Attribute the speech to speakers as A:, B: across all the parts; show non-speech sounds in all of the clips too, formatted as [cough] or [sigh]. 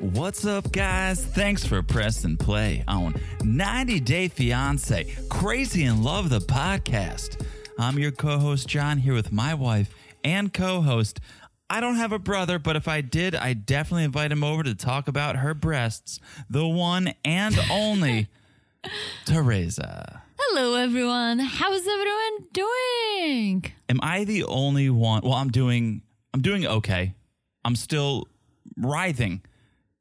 A: What's up, guys? Thanks for pressing play on 90 Day Fiance Crazy in Love, the podcast. I'm your co host, John, here with my wife and co host. I don't have a brother, but if I did, I'd definitely invite him over to talk about her breasts, the one and only Teresa.
B: Hello, everyone. How's everyone doing?
A: Am I the only one? Well, I'm doing I'm doing okay. I'm still writhing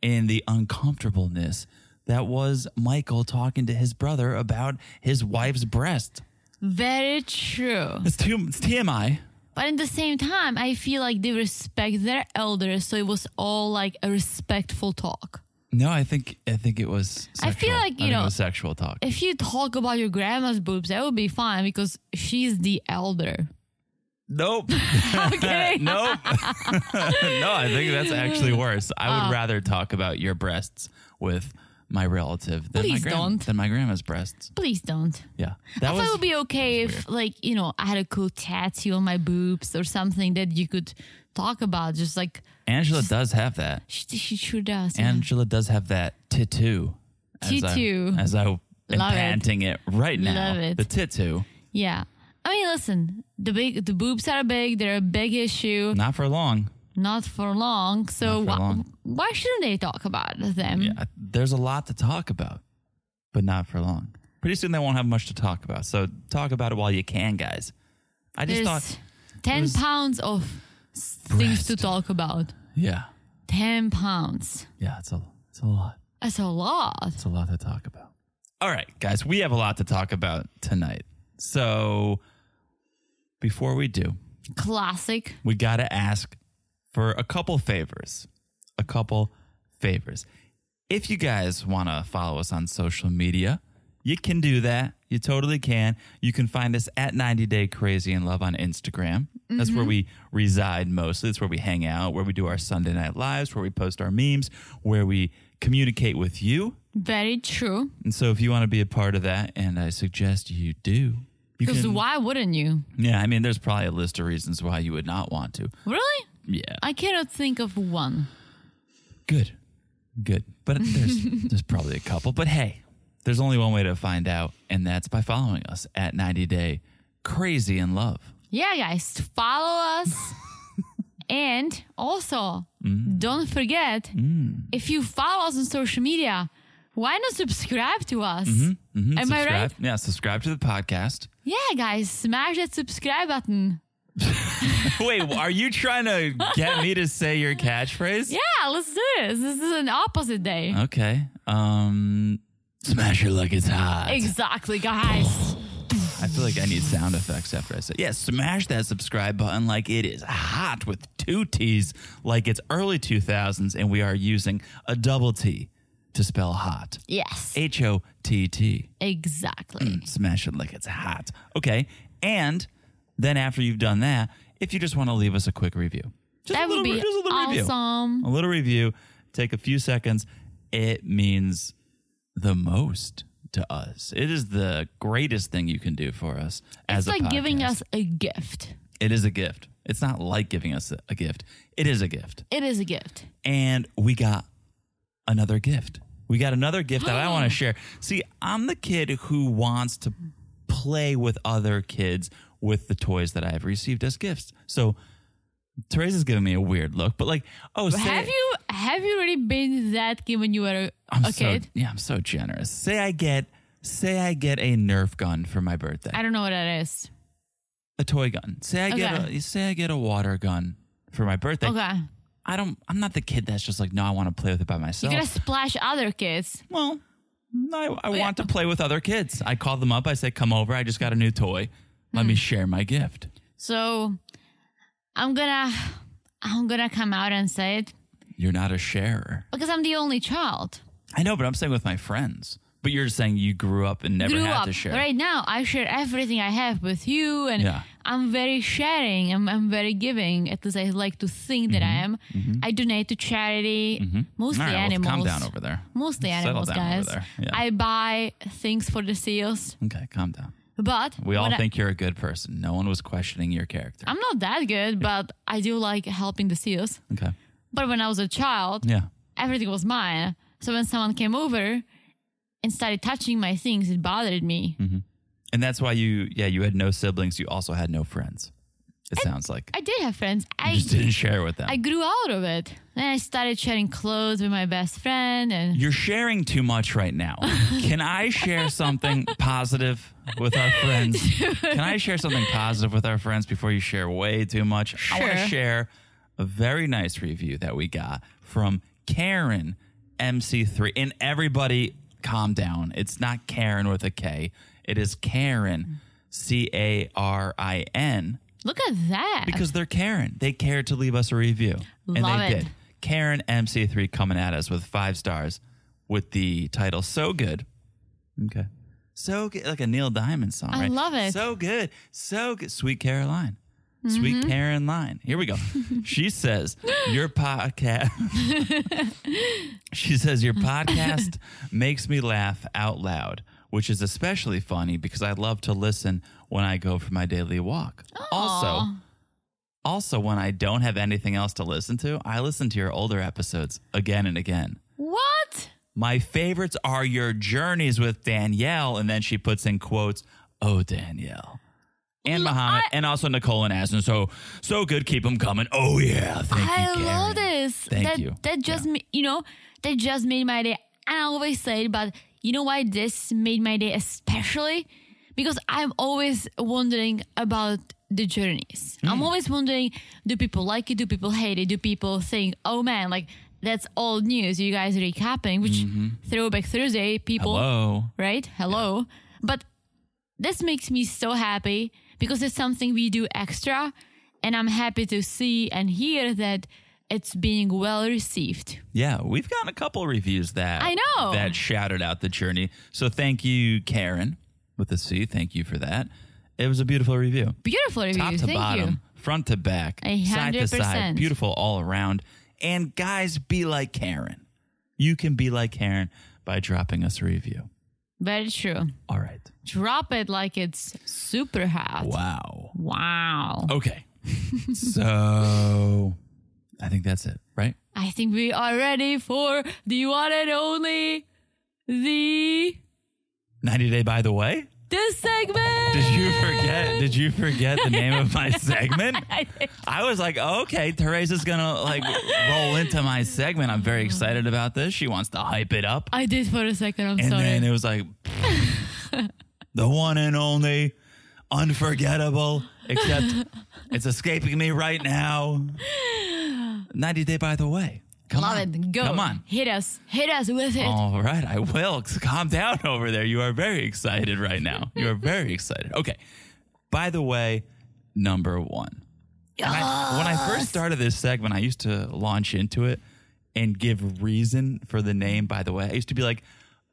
A: in the uncomfortableness that was Michael talking to his brother about his wife's breast.
B: Very true.
A: It's, too, it's TMI.
B: But at the same time, I feel like they respect their elders, so it was all like a respectful talk.
A: No, I think I think it was. Sexual.
B: I feel like, you
A: think it
B: know-
A: was sexual talk.
B: If you talk about your grandma's boobs, that would be fine because she's the elder.
A: Nope,
B: [laughs] Okay.
A: [laughs]
B: [laughs]
A: nope. no, I think that's actually worse. I
B: Ah.
A: would rather talk about your breasts with my relative than my
B: Please
A: gran-
B: don't.
A: than my grandma's breasts.
B: Please don't.
A: Yeah, that
B: I thought it would be okay if, like, you know, I had a cool tattoo on my boobs or something that you could talk about. Just like
A: Angela does have that.
B: she, she sure does. yeah.
A: Angela does have that tattoo. as I-
B: Tattoo.
A: As I am
B: Love it.
A: panting it. right now.
B: Love it.
A: The tattoo.
B: Yeah. I mean, listen, the big the boobs are big. They're a big issue,
A: Not for long.
B: not for long. So
A: Not for
B: wh-
A: long.
B: why shouldn't they talk about them?
A: Yeah, there's a lot to talk about, but not for long. Pretty soon they won't have much to talk about. So talk about it while you can, guys. I just
B: There's
A: thought,
B: ten
A: was-
B: pounds of s- things to
A: Breast.
B: talk about.
A: yeah,
B: Ten pounds.
A: yeah, it's a, it's a lot.
B: That's a lot.
A: It's a lot to talk about. All right, guys, we have a lot to talk about tonight. So before we do,
B: Classic.
A: we got to ask for a couple favors. A couple favors. If you guys want to follow us on social media, you can do that. You totally can. You can find us at 90 Day Crazy in Love on Instagram. That's where we reside mostly. That's where we hang out, where we do our Sunday night lives, where we post our memes, where we communicate with you.
B: Very true.
A: And so if you want to be a part of that, and I suggest you do. You
B: Because
A: can-
B: why wouldn't you?
A: Yeah, I mean, there's probably a list of reasons why you would not want to.
B: Really?
A: Yeah.
B: I cannot think of one.
A: Good. Good.
B: [laughs]
A: But there's there's probably a couple. But hey, there's only one way to find out, and that's by following us at 90 Day Crazy in Love.
B: Yeah, guys,
A: [laughs]
B: follow us. and also,
A: Mm.
B: don't forget if you follow us on social media, why not subscribe to us?
A: Mm-hmm,
B: Am
A: subscribe.
B: I right?
A: Yeah, subscribe to the
B: [laughs]
A: podcast.
B: Yeah, guys, smash that subscribe button.
A: Wait, are you trying to get me to say your catchphrase?
B: Yeah, let's do this. This is an opposite
A: Uh,
B: day.
A: Okay. Um Smash it like it's hot.
B: Exactly, guys.
A: I feel like I need sound effects after I say, yeah, smash that subscribe button like it is hot with two T's, like it's early 2000s, and we are using a double T to spell hot.
B: Yes,
A: H O T T.
B: exactly.
A: Mm. Smash it like it's hot. Okay. And then after you've done that, if you just want to leave us a quick review, just
B: That
A: a little,
B: would be
A: just a little Oh,
B: awesome.
A: review. A little review, take a few seconds. It means the most to us. It is the greatest thing you can do for us as
B: It's
A: a
B: like giving
A: podcast.
B: us a gift.
A: It is a gift. It's not like giving us a- a gift. It is a gift.
B: It is a gift.
A: And we got another gift. We got another gift that I
B: [gasps]
A: want to share. See, I'm the kid who wants to play with other kids with the toys that I have received as gifts. So Teresa's giving me a weird look, but like, oh, say,
B: Have you have you really been that kid when you were a,
A: I'm
B: a
A: so,
B: kid?
A: Yeah, I'm so generous. Say I get, say I get a Nerf gun for my birthday,
B: I don't know what that is.
A: a toy gun. Say I get,
B: Okay.
A: a, say I get a water gun for my birthday.
B: Okay.
A: I don't. I'm not the kid that's just like, no, I want to play with it by myself.
B: You're gonna splash other kids.
A: well, I, I want to play with other kids. I call them up. I say, come over. I just got a new toy. Let
B: Hmm.
A: me share my gift.
B: So I'm gonna I'm gonna come out and say it
A: You're not a sharer.
B: because I'm the only child.
A: I know, but I'm saying with my friends. But you're just saying you grew up and never
B: Grew
A: had
B: up.
A: to share.
B: Right now I share everything I have with you and
A: Yeah.
B: I'm very sharing. I'm, I'm very giving. At least I like to think that I am. I donate to charity, mostly
A: Mm-hmm. All right, well,
B: animals.
A: calm down over there.
B: Mostly
A: Settle
B: animals,
A: down over
B: guys.
A: there. Yeah.
B: I buy things for the seals,
A: Okay, calm down.
B: but
A: We all
B: when I- Uh
A: think you're a good person. No one was questioning your character.
B: I'm not that good, but I do like helping the seals.
A: okay.
B: But when I was a child,
A: Yeah.
B: everything was mine. So when someone came over and started touching my things, it bothered me.
A: Mm-hmm. And that's why you, yeah, you had no siblings. You also had no friends. It sounds like
B: I did have friends.
A: you
B: I
A: just didn't share with them.
B: I grew out of it. Then I started sharing clothes with my best friend and
A: You're sharing too much right now. Can I share something positive with our friends? Can I share something positive with our friends before you share way too much? I want to
B: Sure.
A: share a very nice review that we got from Karen MC3. And everybody, calm down. It's not Karen with a K, it is Karen, C A R I N.
B: look at that.
A: Because they're Karen. They cared to leave us a review. and
B: Love
A: they
B: it.
A: did. Karen MC3 coming at us with five stars with the title So Good. Okay. So good. Like a Neil Diamond song,
B: I
A: right?
B: love it.
A: So good. So good. Sweet Caroline.
B: Mm-hmm.
A: Sweet Caroline. Here
B: [laughs]
A: we go. she says, Your podcast. She says,
B: [laughs]
A: Your podcast makes me laugh out loud, which is especially funny because I love to listen when I go for my daily walk. Also, also, when I don't have anything else to listen to, I listen to your older episodes again and again.
B: what?
A: My favorites are your journeys with Danielle. And then she puts in quotes, Oh, Danielle. And
B: L-
A: Muhammad,
B: I-
A: and also Nicole and Aslan. So, so good. Keep them coming. Oh, yeah. Thank
B: I
A: you. Karen.
B: love this.
A: Thank
B: that,
A: you.
B: That just ma- you know that just made my day. And I always say it, but you know why this made my day especially because I'm always wondering about the journeys.
A: Mm.
B: I'm always wondering: Do people like it? Do people hate it? Do people think, "Oh man, like that's old news"? You guys recapping, which
A: Mm-hmm.
B: Throwback Thursday people
A: Hello.
B: right? Hello. But this makes me so happy because it's something we do extra. And I'm happy to see and hear that it's being well received.
A: Yeah, we've gotten a couple reviews that
B: I know.
A: that shouted out the journey. So thank you, Karen, with a C. Thank you for that. It was a beautiful review,
B: Beautiful review.
A: top to
B: Thank
A: bottom,
B: you.
A: front to back,
B: A
A: side to
B: hundred
A: side,
B: percent.
A: beautiful all around. And guys, be like Karen. You can be like Karen by dropping us a review.
B: Very true.
A: All right.
B: Drop it like it's super hot.
A: Wow. Oh.
B: Wow.
A: [laughs] Okay. so I think that's it, right?
B: I think we are ready for the one and only the
A: Ninety day. By the way,
B: this segment.
A: did you forget? Did you forget the name of my segment?
B: [laughs] I did.
A: I was like, oh, okay, Teresa's gonna like roll into my segment. I'm very excited about this. She wants to hype it up.
B: I did for a second. I'm
A: And
B: sorry.
A: then it was
B: [laughs]
A: like the one and only unforgettable, except
B: [laughs]
A: it's escaping me right now. 90 Day by the way. Come
B: Love
A: on.
B: it. Go.
A: Come on.
B: Hit us. Hit us with it.
A: All right, I will. [laughs] Calm down over there. You are very excited right now. You are
B: [laughs]
A: very excited. Okay. By the way, number one. And I, when I first started this segment, I used to launch into it and give reason for the name, by the way. I used to be like,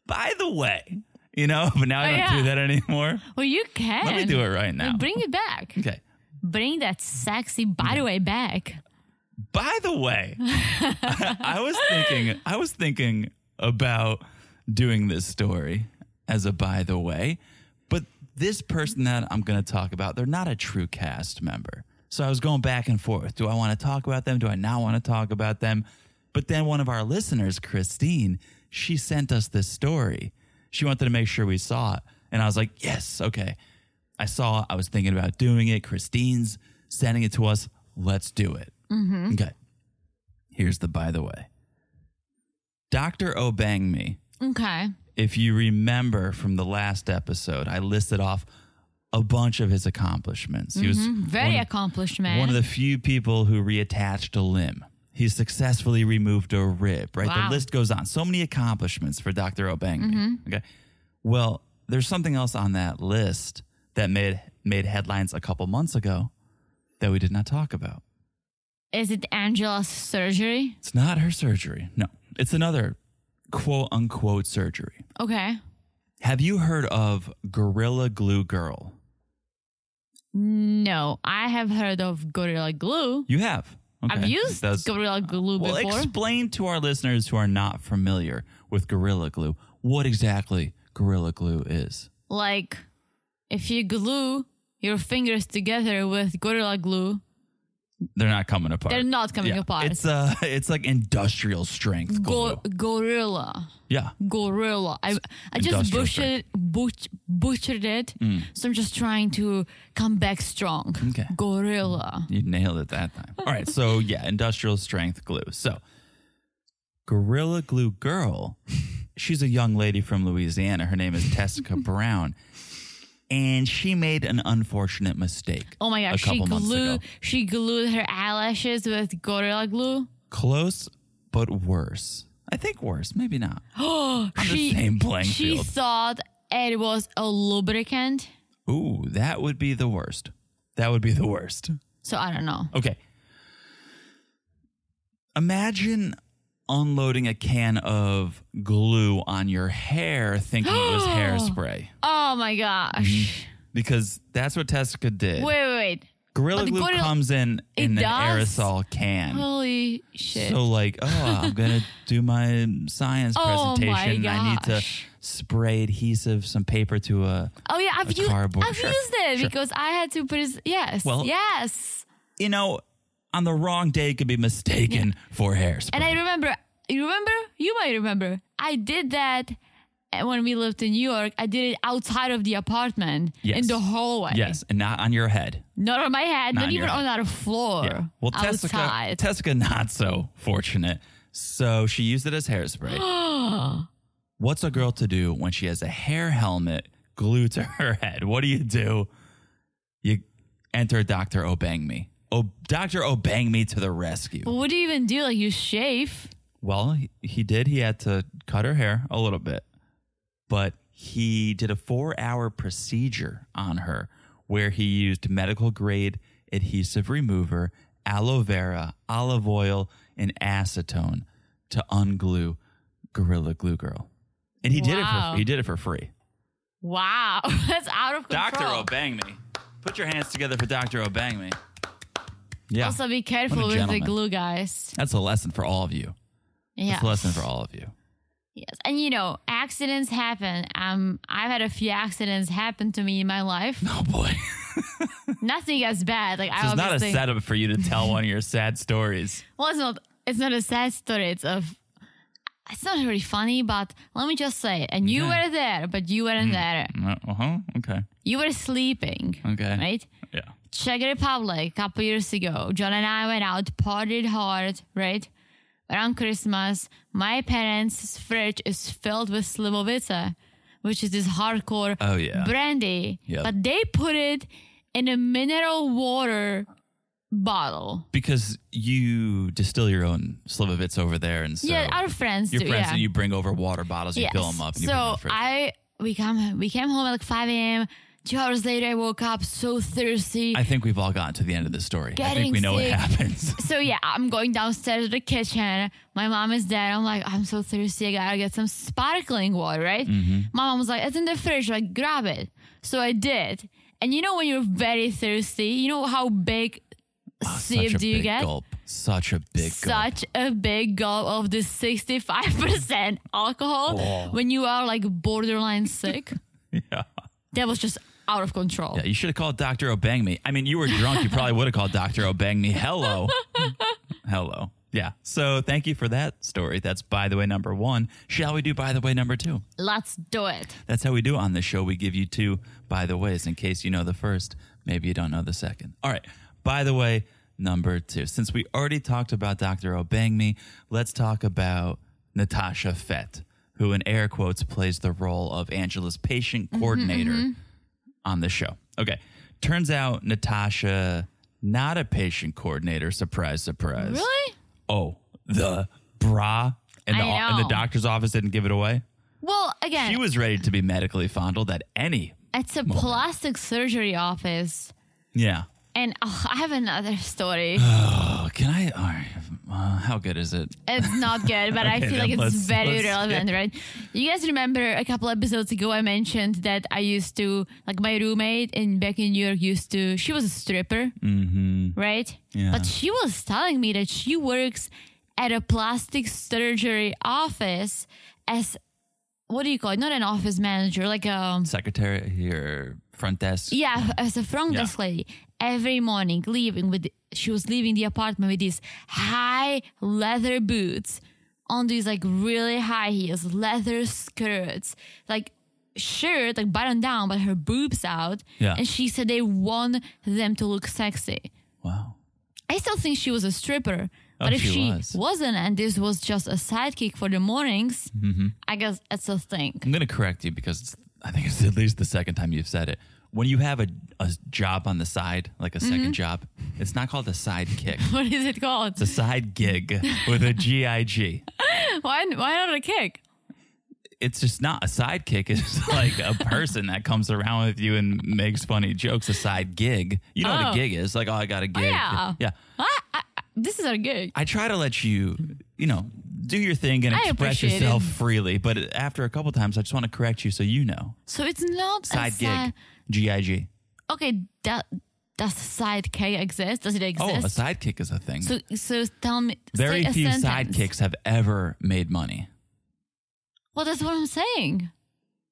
A: by the way, you know, [laughs] but now I
B: Oh,
A: don't
B: yeah.
A: do that anymore.
B: Well, you can.
A: Let me do it right now.
B: Bring it back.
A: okay.
B: Bring that sexy by the way back.
A: By the way, I was thinking I was thinking about doing this story as a by the way, but this person that I'm going to talk about, they're not a true cast member. So I was going back and forth. Do I want to talk about them? Do I not want to talk about them? But then one of our listeners, Christine, she sent us this story. She wanted to make sure we saw it. And I was like, yes, okay. I saw it. I was thinking about doing it. Christine's sending it to us. Let's do it. Okay. Here's the by the way. Dr. Obang Me,
B: Okay.
A: if you remember from the last episode, I listed off a bunch of his accomplishments. He was
B: Very
A: one,
B: accomplished man.
A: one of the few people who reattached a limb. He successfully removed a rib, right?
B: Wow.
A: The list goes on. So many accomplishments for Dr. Obang Me. Okay. Well, there's something else on that list that made made headlines a couple months ago that we did not talk about.
B: Is it Angela's surgery?
A: It's not her surgery. No, it's another quote unquote surgery.
B: Okay.
A: Have you heard of Gorilla Glue Girl?
B: No, I have heard of Gorilla Glue.
A: You have.
B: I've used
A: That's-
B: Gorilla Glue
A: well,
B: before.
A: explain to our listeners who are not familiar with Gorilla Glue what exactly Gorilla Glue is.
B: like, if you glue your fingers together with Gorilla Glue,
A: They're not coming apart.
B: They're not coming apart.
A: It's uh, it's like industrial strength glue.
B: Go- gorilla.
A: yeah,
B: Gorilla. I I just
A: Industrial Mm.
B: butchered butch, butchered it. So I'm just trying to come back strong.
A: Okay.
B: Gorilla.
A: you nailed it that time. All right, so yeah, industrial strength glue. So, Gorilla Glue Girl, she's a young lady from Louisiana. Her name is Tessica Brown, and she made an unfortunate mistake.
B: Oh my
A: a
B: gosh, she
A: couple months
B: glued
A: ago.
B: she glued her eyelashes with gorilla glue.
A: Close, but worse. I think worse, maybe not.
B: Oh,
A: the same playing
B: she
A: field.
B: thought it was a lubricant.
A: Ooh, that would be the worst. That would be the worst.
B: So I don't know.
A: Okay. Imagine unloading a can of glue on your hair thinking it was hairspray
B: Oh my gosh.
A: because that's what Tessica did.
B: Wait, wait, wait.
A: gorilla
B: but
A: glue
B: Gorilla-
A: comes in
B: it
A: in an
B: does?
A: aerosol can.
B: Holy shit.
A: So like, oh,
B: [laughs]
A: I'm gonna do my science
B: Oh my
A: presentation. I need to
B: gosh.
A: spray adhesive, some paper to a.
B: oh yeah, I've,
A: a
B: used,
A: cardboard,
B: I've
A: sure,
B: used it
A: sure.
B: because I had to put it. Yes.
A: Well-
B: yes.
A: You know, on the wrong day, it could be mistaken for hairspray.
B: And I remember, you remember? You might remember. I did that uh, when we lived in New York. I did it outside of the apartment
A: Yes.
B: in the hallway.
A: yes, and not on your head.
B: Not on my head,
A: Not
B: not,
A: on your
B: even
A: head.
B: on our floor.
A: Yeah. Well, Tessica,
B: outside.
A: Tessica, not so fortunate. So she used it as hairspray. What's a girl to do when she has a hair helmet glued to her head? What do you do? You enter Dr. Obang Me. Oh, Dr. Obang Me to the rescue.
B: But what do you even do? Like you shave?
A: Well, he, he did. He had to cut her hair a little bit, but he did a four hour procedure on her where he used medical grade adhesive remover, aloe vera, olive oil, and acetone to unglue Gorilla Glue Girl. And he did it
B: Wow.
A: for he did it for free.
B: Wow, [laughs] that's out of control.
A: Doctor Obang me. Put your hands together for Doctor Obang me. Yeah,
B: Also, be careful with the
A: gentleman.
B: glue, guys.
A: that's a lesson for all of you.
B: Yeah.
A: That's a lesson for all of you.
B: Yes, and you know, accidents happen. Um, I've had a few accidents happen to me in
A: [laughs]
B: my life.
A: Oh boy.
B: Nothing as bad. Like I
A: This is not a
B: obviously-
A: setup for you to tell one of your sad stories. [laughs]
B: Well, it's not. It's not a sad story. It's of. It's not really funny, but let me just say it. And you
A: Okay.
B: were there, but you weren't there.
A: Uh huh. Okay.
B: You were sleeping.
A: Okay.
B: Right?
A: Yeah.
B: Czech Republic a couple years ago. John and I went out, partied hard, right? Around Christmas, my parents' fridge is filled with Slivovica, which is this hardcore
A: Oh, yeah.
B: brandy.
A: Yep.
B: But they put it in a mineral water bottle.
A: Because you distill your own slivovitz over there, and so
B: yeah, our friends
A: your
B: do.
A: friends
B: yeah.
A: and you bring over water bottles, you
B: Yes.
A: fill them up, and you
B: so
A: put them in the fridge.
B: I we come we came home at like five a.m. Two hours later, I woke up so thirsty.
A: I think we've all gotten to the end of the story. I think
B: Getting
A: we know
B: sick.
A: what [laughs] happens.
B: so yeah, I'm going downstairs to the kitchen. My mom is there. I'm like, I'm so thirsty. I gotta get some sparkling water, right?
A: Mm-hmm.
B: My mom was like, it's in the fridge. Like, grab it. So I did. And you know when you're very thirsty, you know how big sip
A: Ah, Such a
B: do you
A: big
B: get?
A: gulp. Such a big gulp.
B: such a big gulp of the 65% [laughs] alcohol
A: Oh.
B: when you are like borderline sick.
A: [laughs] Yeah.
B: That was just out of control.
A: Yeah, you should have called Dr. Obang me. I mean, you were drunk. You probably would have called Dr. Obang me. Hello. Hello. Yeah. So thank you for that story. That's by the way number one. Shall we do by the way number two?
B: Let's do it.
A: That's how we do on the show. We give you two by the ways in case you know the first. Maybe you don't know the second. All right. By the way, number two. Since we already talked about Dr. Obang Me, let's talk about Natasha Fett, who in air quotes plays the role of Angela's patient
B: Mm-hmm,
A: coordinator on the show. Okay. Turns out Natasha, not a patient coordinator. Surprise, surprise.
B: Really?
A: Oh, the bra and the,
B: I
A: and the
B: know.
A: doctor's office didn't give it away?
B: Well, again,
A: She was ready to be medically fondled at any.
B: it's a plastic surgery office.
A: Yeah.
B: And oh, I have another story.
A: Oh, can I? All right. Uh, how good is it?
B: it's not
A: [laughs]
B: good, but I
A: Okay,
B: feel
A: then
B: like it's
A: let's-
B: very
A: let's-
B: relevant, right? You guys remember a couple episodes ago I mentioned that I used to like my roommate in back in New York used to she was a stripper. Mm-hmm. Right?
A: Yeah.
B: But she was telling me that she works at a plastic surgery office as what do you call it? Not an office manager, like um
A: Secretary here, front desk.
B: yeah, as a front
A: Yeah.
B: desk lady. Every morning, leaving with she was leaving the apartment with these high leather boots on these like really high heels, leather skirts, like shirt like button down, but her boobs out.
A: Yeah.
B: And she said they want them to look sexy.
A: Wow.
B: I still think she was a stripper.
A: Oh,
B: But if
A: she
B: she,
A: was.
B: wasn't and this was just a sidekick for the mornings,
A: Mm-hmm.
B: I guess that's a thing. [laughs]
A: I'm going to correct you because it's, I think it's [laughs] at least the second time you've said it. When you have a, a job on the side, like a second job, it's not called a side kick.
B: What is it called?
A: It's a side gig with a G-I-G.
B: Why, why not a kick?
A: It's just not a sidekick. It's [laughs] like a person that comes around with you and makes funny jokes, a side gig. You know what
B: Oh.
A: a gig is. Like, oh, I got a gig.
B: yeah.
A: yeah.
B: This is a gig.
A: I try to let you, you know, do your thing and
B: I
A: express
B: appreciate
A: yourself
B: it.
A: freely. But after a couple times, I just want to correct you so you know.
B: So it's not
A: Side
B: a
A: gig,
B: side.
A: G-I-G.
B: Okay, that does side kick exist? Does it
A: Oh, a
B: exist?
A: sidekick is a thing.
B: so so tell me.
A: Very
B: say a
A: few
B: sentence.
A: sidekicks have ever made money.
B: Well, that's what I'm saying.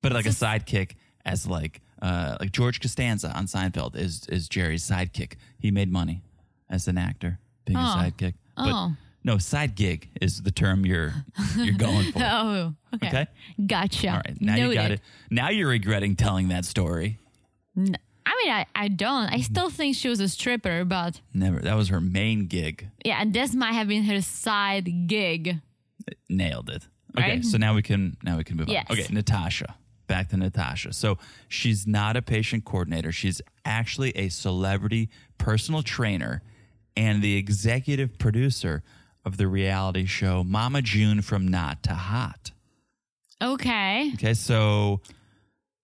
A: But like a
B: It's
A: sidekick as like uh, like George Costanza on Seinfeld is is Jerry's sidekick. He made money as an actor being
B: Oh.
A: a sidekick. But
B: Oh.
A: no, side gig is the term you're you're
B: [laughs]
A: going for.
B: Oh, okay.
A: Okay.
B: Gotcha.
A: All right, now you got it. Now you're regretting telling that story.
B: I mean, I, I don't. I still think she was a stripper, but
A: Never. That was her main gig.
B: yeah, and this might have been her side gig.
A: Nailed it. Okay,
B: Right?
A: so now we can now we can move
B: Yes.
A: on. Okay, Natasha. Back to Natasha. So she's not a patient coordinator. She's actually a celebrity personal trainer and the executive producer of the reality show Mama June from Not to Hot.
B: Okay.
A: Okay, so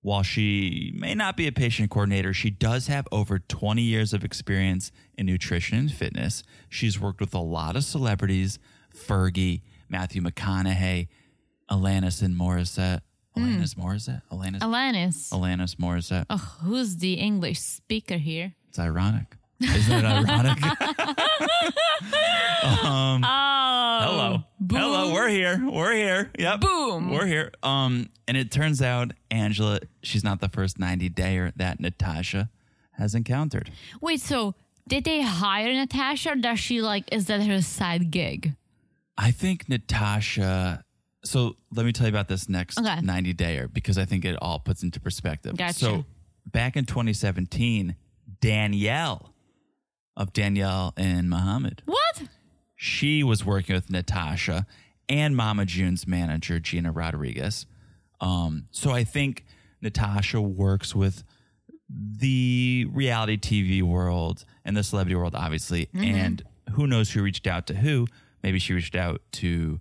A: while she may not be a patient coordinator, she does have over 20 years of experience in nutrition and fitness. She's worked with a lot of celebrities Fergie, Matthew McConaughey, Alanis and Morissette. Alanis Morissette? Alanis,
B: Alanis.
A: Alanis Morissette.
B: Oh, who's the English speaker here?
A: It's ironic. Isn't it [laughs] ironic? Um,
B: Oh.
A: Hello.
B: Boom.
A: Hello, we're here. We're here. Yep.
B: Boom.
A: We're here. Um, and it turns out Angela, she's not the first 90 dayer that Natasha has encountered.
B: Wait, so did they hire Natasha or does she like is that her side gig?
A: I think Natasha so let me tell you about this next
B: Okay.
A: 90 dayer because I think it all puts into perspective.
B: Gotcha.
A: So back in 2017, Danielle of Danielle and Muhammad,
B: What?
A: she was working with Natasha and Mama June's manager, Gina Rodriguez. Um, so I think Natasha works with the reality TV world and the celebrity world, obviously.
B: Mm-hmm.
A: And who knows who reached out to who? Maybe she reached out to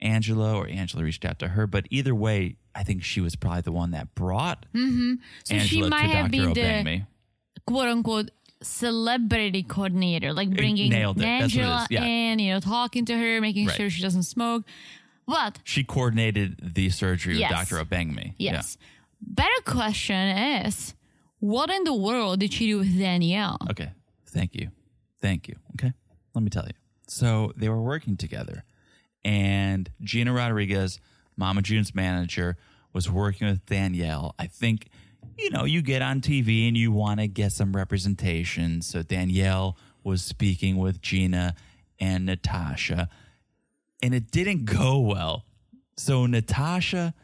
A: Angela or Angela reached out to her. But either way, I think she was probably the one that brought
B: Mm-hmm. So
A: Angela
B: she might
A: to Dr.
B: have been
A: Obey
B: the
A: Me.
B: quote unquote celebrity coordinator, like bringing
A: nailed it. That's what it
B: Angela
A: is. Yeah.
B: in, you know, talking to her, making
A: Right.
B: sure she doesn't smoke. But
A: She coordinated the surgery
B: Yes.
A: with Dr. Obengme.
B: yes. Better question is what in the world did she do with Danielle?
A: Okay. Thank you. Thank you. Okay. Let me tell you. So they were working together, and Gina Rodriguez, Mama June's manager, was working with Danielle. I think, you know, you get on TV and you want to get some representation. So Danielle was speaking with Gina and Natasha, and it didn't go well. So Natasha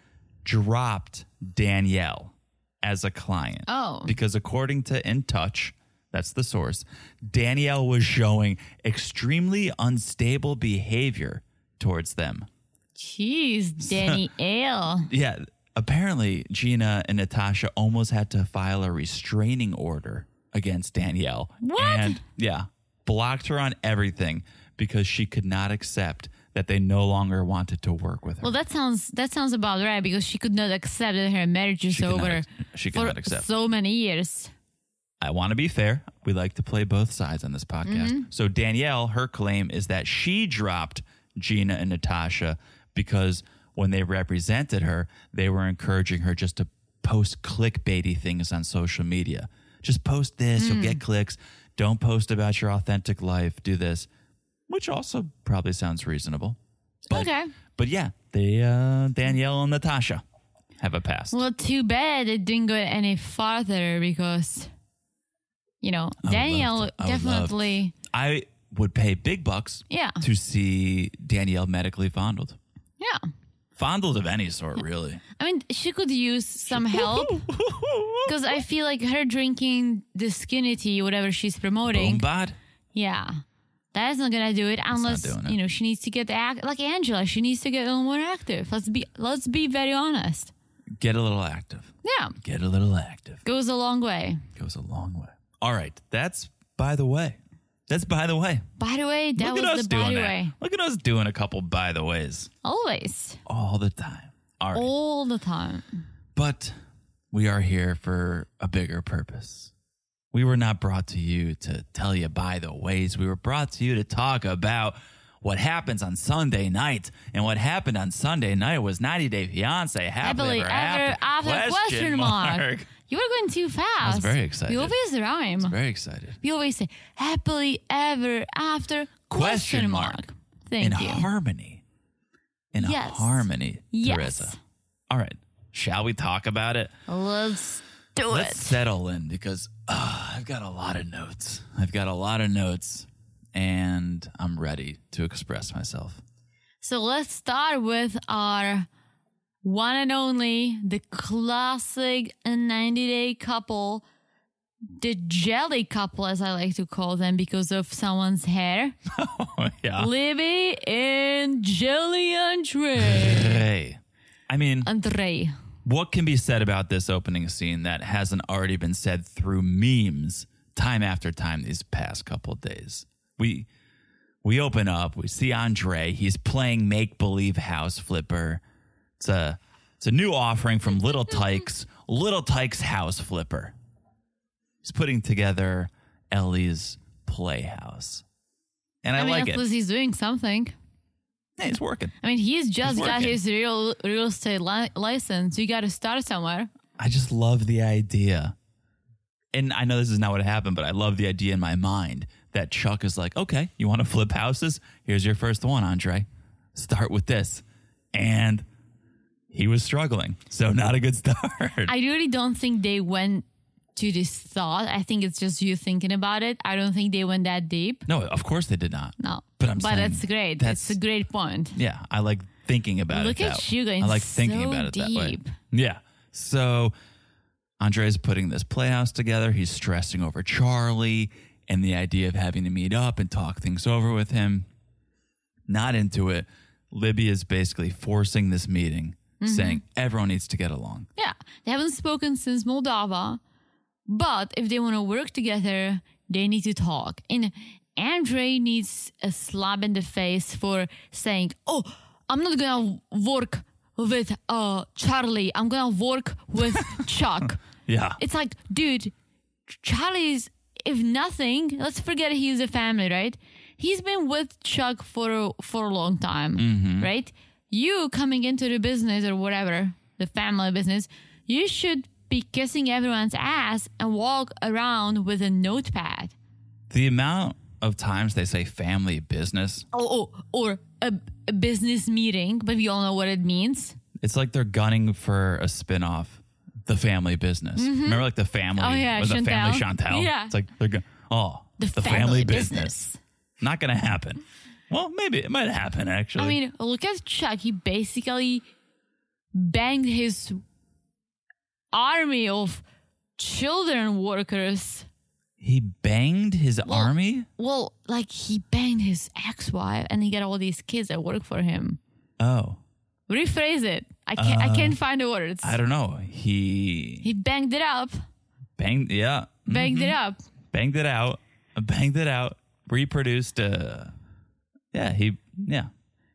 A: dropped Danielle as a client.
B: Oh.
A: Because according to In Touch, that's the source, Danielle was showing extremely unstable behavior towards them. [laughs]
B: Jeez, Danielle.
A: Yeah, apparently Gina and Natasha almost had to file a restraining order against Danielle.
B: What?
A: And yeah, blocked her on everything because she could not accept that they no longer wanted to work with her.
B: Well, that sounds that sounds about right because she could not accept that her marriage is
A: She could not
B: over
A: ex- she could
B: for
A: not accept.
B: so many years.
A: I want to be fair. We like to play both sides on this podcast.
B: Mm-hmm.
A: So Danielle, her claim is that she dropped Gina and Natasha because when they represented her, they were encouraging her just to post clickbaity things on social media. Just post this, you'll
B: Mm.
A: get clicks. Don't post about your authentic life. Do this, which also probably sounds reasonable. But,
B: Okay.
A: But yeah, they uh, Danielle and Natasha have a past.
B: Well, too bad it didn't go any farther because, you know,
A: would love
B: Danielle
A: to- I would love-
B: definitely.
A: I would pay big bucks
B: Yeah.
A: to see Danielle medically fondled.
B: Yeah.
A: Fondled of any
B: [laughs]
A: sort, really.
B: I mean, she could use
A: [laughs]
B: some help because I feel like her drinking the skinny tea, whatever she's
A: Boom
B: promoting,
A: bod.
B: yeah, that is not gonna do it unless
A: doing it.
B: you know she needs to get act like Angela. She needs to get a little more active. Let's be let's be very honest.
A: Get a little active.
B: Yeah,
A: Get a little active.
B: goes a long way.
A: Goes a long way. All right. That's by the way. That's by the way.
B: By the way, that
A: Look at
B: was
A: us
B: the by
A: doing
B: the
A: that.
B: way.
A: Look at us doing a couple by the ways
B: Always,
A: all the time. All right.
B: all the time.
A: But we are here for a bigger purpose. We were not brought to you to tell you by the ways. We were brought to you to talk about what happens on Sunday night. And what happened on Sunday night was 90 Day Fiance. Happily
B: Happily
A: ever
B: ever
A: after.
B: after question mark. You were going too fast. I
A: was very excited.
B: We always rhyme.
A: Very excited.
B: we always say happily ever after
A: Question
B: question, mark.
A: mark.
B: Thank
A: In
B: you.
A: harmony. In
B: Yes.
A: harmony,
B: Yes.
A: Teresa. All right. Shall we talk about it?
B: Let's do
A: Let's
B: it.
A: settle in because uh, I've got a lot of notes. I've got a lot of notes, and I'm ready to express myself.
B: So let's start with our one and only, the classic 90 day couple, the jelly couple, as I like to call them because of someone's hair.
A: Oh, yeah.
B: Libby and
A: [laughs]
B: Jelly Andre.
A: Hey. I mean,
B: Andre.
A: what can be said about this opening scene that hasn't already been said through memes time after time these past couple of days? We we open up, we see Andre, he's playing make believe house flipper. It's a it's a new offering from [laughs] Little Tykes, Little Tykes House Flipper. He's putting together Ellie's playhouse. And I,
B: mean,
A: like
B: at
A: it.
B: least he's doing something.
A: Hey, it's working.
B: I mean, he's just got
A: working.
B: his real real estate li- license. You got to start somewhere.
A: I just love the idea. And I know this is not what happened, but I love the idea in my mind that Chuck is like, okay, you want to flip houses? Here's your first one, Andre. Start with this. And he was struggling. So, not a good [laughs] start.
B: I really don't think they went to this thought. I think it's just you thinking about it. I don't think they went that deep.
A: no, of course they did not.
B: No,
A: But I'm saying
B: that's great.
A: that's-
B: That's it's a great point.
A: Yeah, I like thinking about
B: Look
A: it.
B: at
A: that
B: you
A: way.
B: going
A: I like thinking
B: so
A: about it that way.
B: deep.
A: Yeah. So Andre's putting this playhouse together. He's stressing over Charlie and the idea of having to meet up and talk things over with him. Not into it. Libby is basically forcing this meeting,
B: Mm-hmm.
A: saying everyone needs to get along.
B: Yeah, they haven't spoken since Moldova, but if they want to work together, they need to talk. And Andre needs a slap in the face for saying, "Oh, I'm not gonna work with uh Charlie. I'm gonna work
A: [laughs]
B: with Chuck."
A: Yeah.
B: It's like, dude, Charlie's if nothing, let's forget he's a family, right? He's been with Chuck for a, for a long time,
A: Mm-hmm.
B: right? You coming into the business or whatever, the family business, you should be kissing everyone's ass and walk around with a notepad.
A: The amount of times they say family business,
B: Oh, oh or a, a business meeting, but we all know what it means.
A: it's like they're gunning for a spinoff, the family business. Remember, like the family,
B: Oh, yeah,
A: or the family
B: Chantel.
A: Chantel?
B: Yeah.
A: It's like they're going, oh, the, family, business. Not going to happen. Well, maybe it might happen, actually.
B: I mean, look at Chuck. He basically banged his army of children workers.
A: he banged his army?
B: Well, like he banged his ex wife and he got all these kids that work for him.
A: Oh,
B: Rephrase it. I can't, Uh, I can't find the words.
A: I don't know. He
B: He banged it up.
A: banged, yeah,
B: Banged it up.
A: banged it out, banged it out, reproduced. Uh, yeah, he, yeah,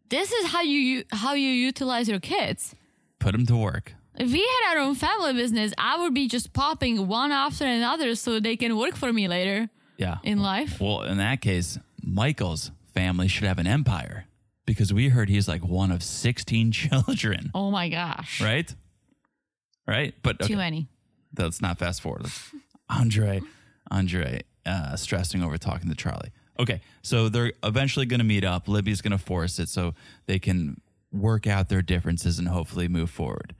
B: This is how you how you utilize your kids.
A: put him to work.
B: If we had our own family business, I would be just popping one after another so they can work for me later
A: Yeah.
B: in life.
A: Well, in that case, Michael's family should have an empire because we heard he's like one of 16 [laughs] children,
B: Oh my gosh.
A: right? Right? But okay,
B: Too many.
A: let's not fast forward. Let's- Andre, Andre, uh, stressing over talking to Charlie. Okay, so they're eventually going to meet up. Libby's going to force it so they can work out their differences and hopefully move forward.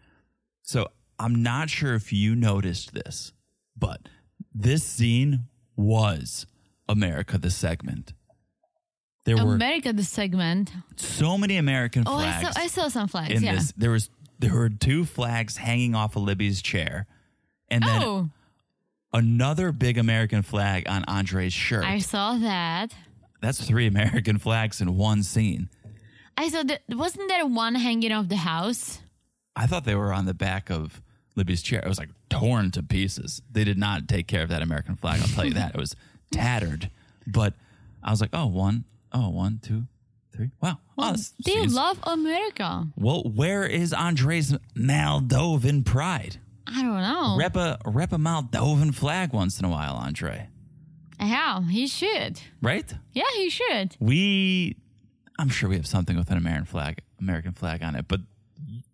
A: So I'm not sure if you noticed this, but this scene was America the segment. There were
B: America, the segment.
A: so many American
B: Oh, I
A: flags
B: saw, I saw some flags.
A: in
B: yeah.
A: this. There was there were two flags hanging off of Libby's chair, and then
B: oh,
A: another big American flag on Andre's shirt.
B: I saw that.
A: That's three American flags in one scene.
B: I saw that. Wasn't there one hanging off the house?
A: I thought they were on the back of Libby's chair. It was like torn to pieces. They did not take care of that American flag. I'll tell you that. It
B: [laughs]
A: was tattered. But I was like, oh, one, oh, one, two, three. Wow. Oh, this
B: They
A: seems-
B: love America.
A: well, where is Andre's Moldovan pride?
B: I don't know.
A: Rep a, rep a Moldovan flag once in a while, Andre.
B: yeah, he should.
A: Right?
B: Yeah, he should.
A: We, I'm sure we have something with an American flag, American flag on it. But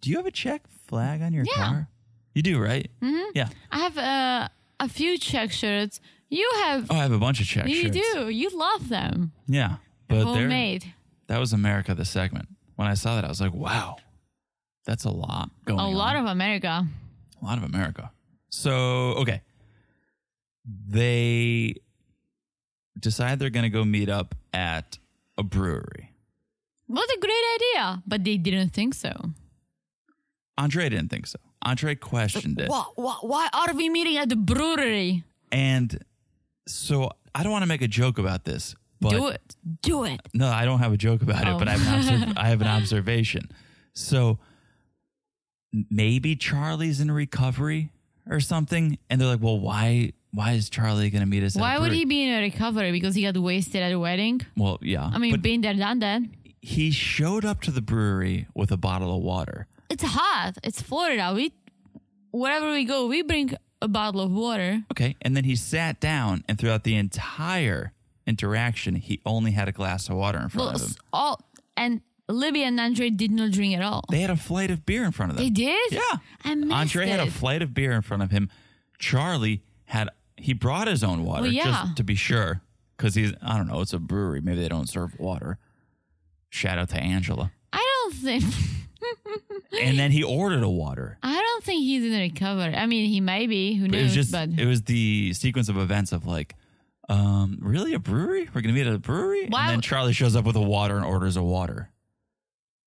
A: do you have a Czech flag on your car? You do, right? Mm-hmm. Yeah.
B: I have uh, a few Czech shirts. You have.
A: Oh, I have a bunch of Czech
B: you
A: shirts.
B: do. You love them.
A: Yeah, but there,
B: Homemade.
A: that was America the segment. When I saw that, I was like, wow, that's a lot going.
B: A lot
A: on.
B: of America.
A: a lot of America. So okay, they decide they're going to go meet up at a brewery.
B: What a great idea. But they didn't think so.
A: Andre didn't think so. Andre questioned it,
B: Why, why, why are we meeting at the brewery?
A: and so I don't want to make a joke about this, but
B: Do it. Do it.
A: No, I don't have a joke about it,
B: Oh.
A: but I have, an observ- I
B: [laughs]
A: have an observation. So m- maybe Charlie's in recovery or something, and they're like, "Well, why? Why is Charlie going to meet us?" at a
B: Why would
A: brewery?"
B: he be in a recovery? Because he got wasted at a wedding?
A: Well, yeah.
B: I mean,
A: but
B: been there, done that.
A: he showed up to the brewery with a bottle of water.
B: It's hot. It's Florida. We, wherever we go, we bring a bottle of water.
A: Okay, and then he sat down, and throughout the entire interaction, he only had a glass of water in front
B: Well,
A: of him.
B: s- all and Libby and Andre did not drink at all.
A: They had a flight of beer in front of them.
B: They did.
A: Yeah.
B: I missed
A: Andre
B: it.
A: had a flight of beer in front of him. Charlie had he brought his own water
B: Well, yeah.
A: just to be sure cuz he's I don't know, it's a brewery, maybe they don't serve water. Shout out to Angela.
B: I don't think. [laughs]
A: And then he ordered a water.
B: I don't think he's in recovery. I mean, he may be. Who
A: But
B: knows?
A: it was just
B: but
A: it was the sequence of events of like um really a brewery? We're going to meet at a brewery?
B: Why
A: And then
B: would-
A: Charlie shows up with a water and orders a water.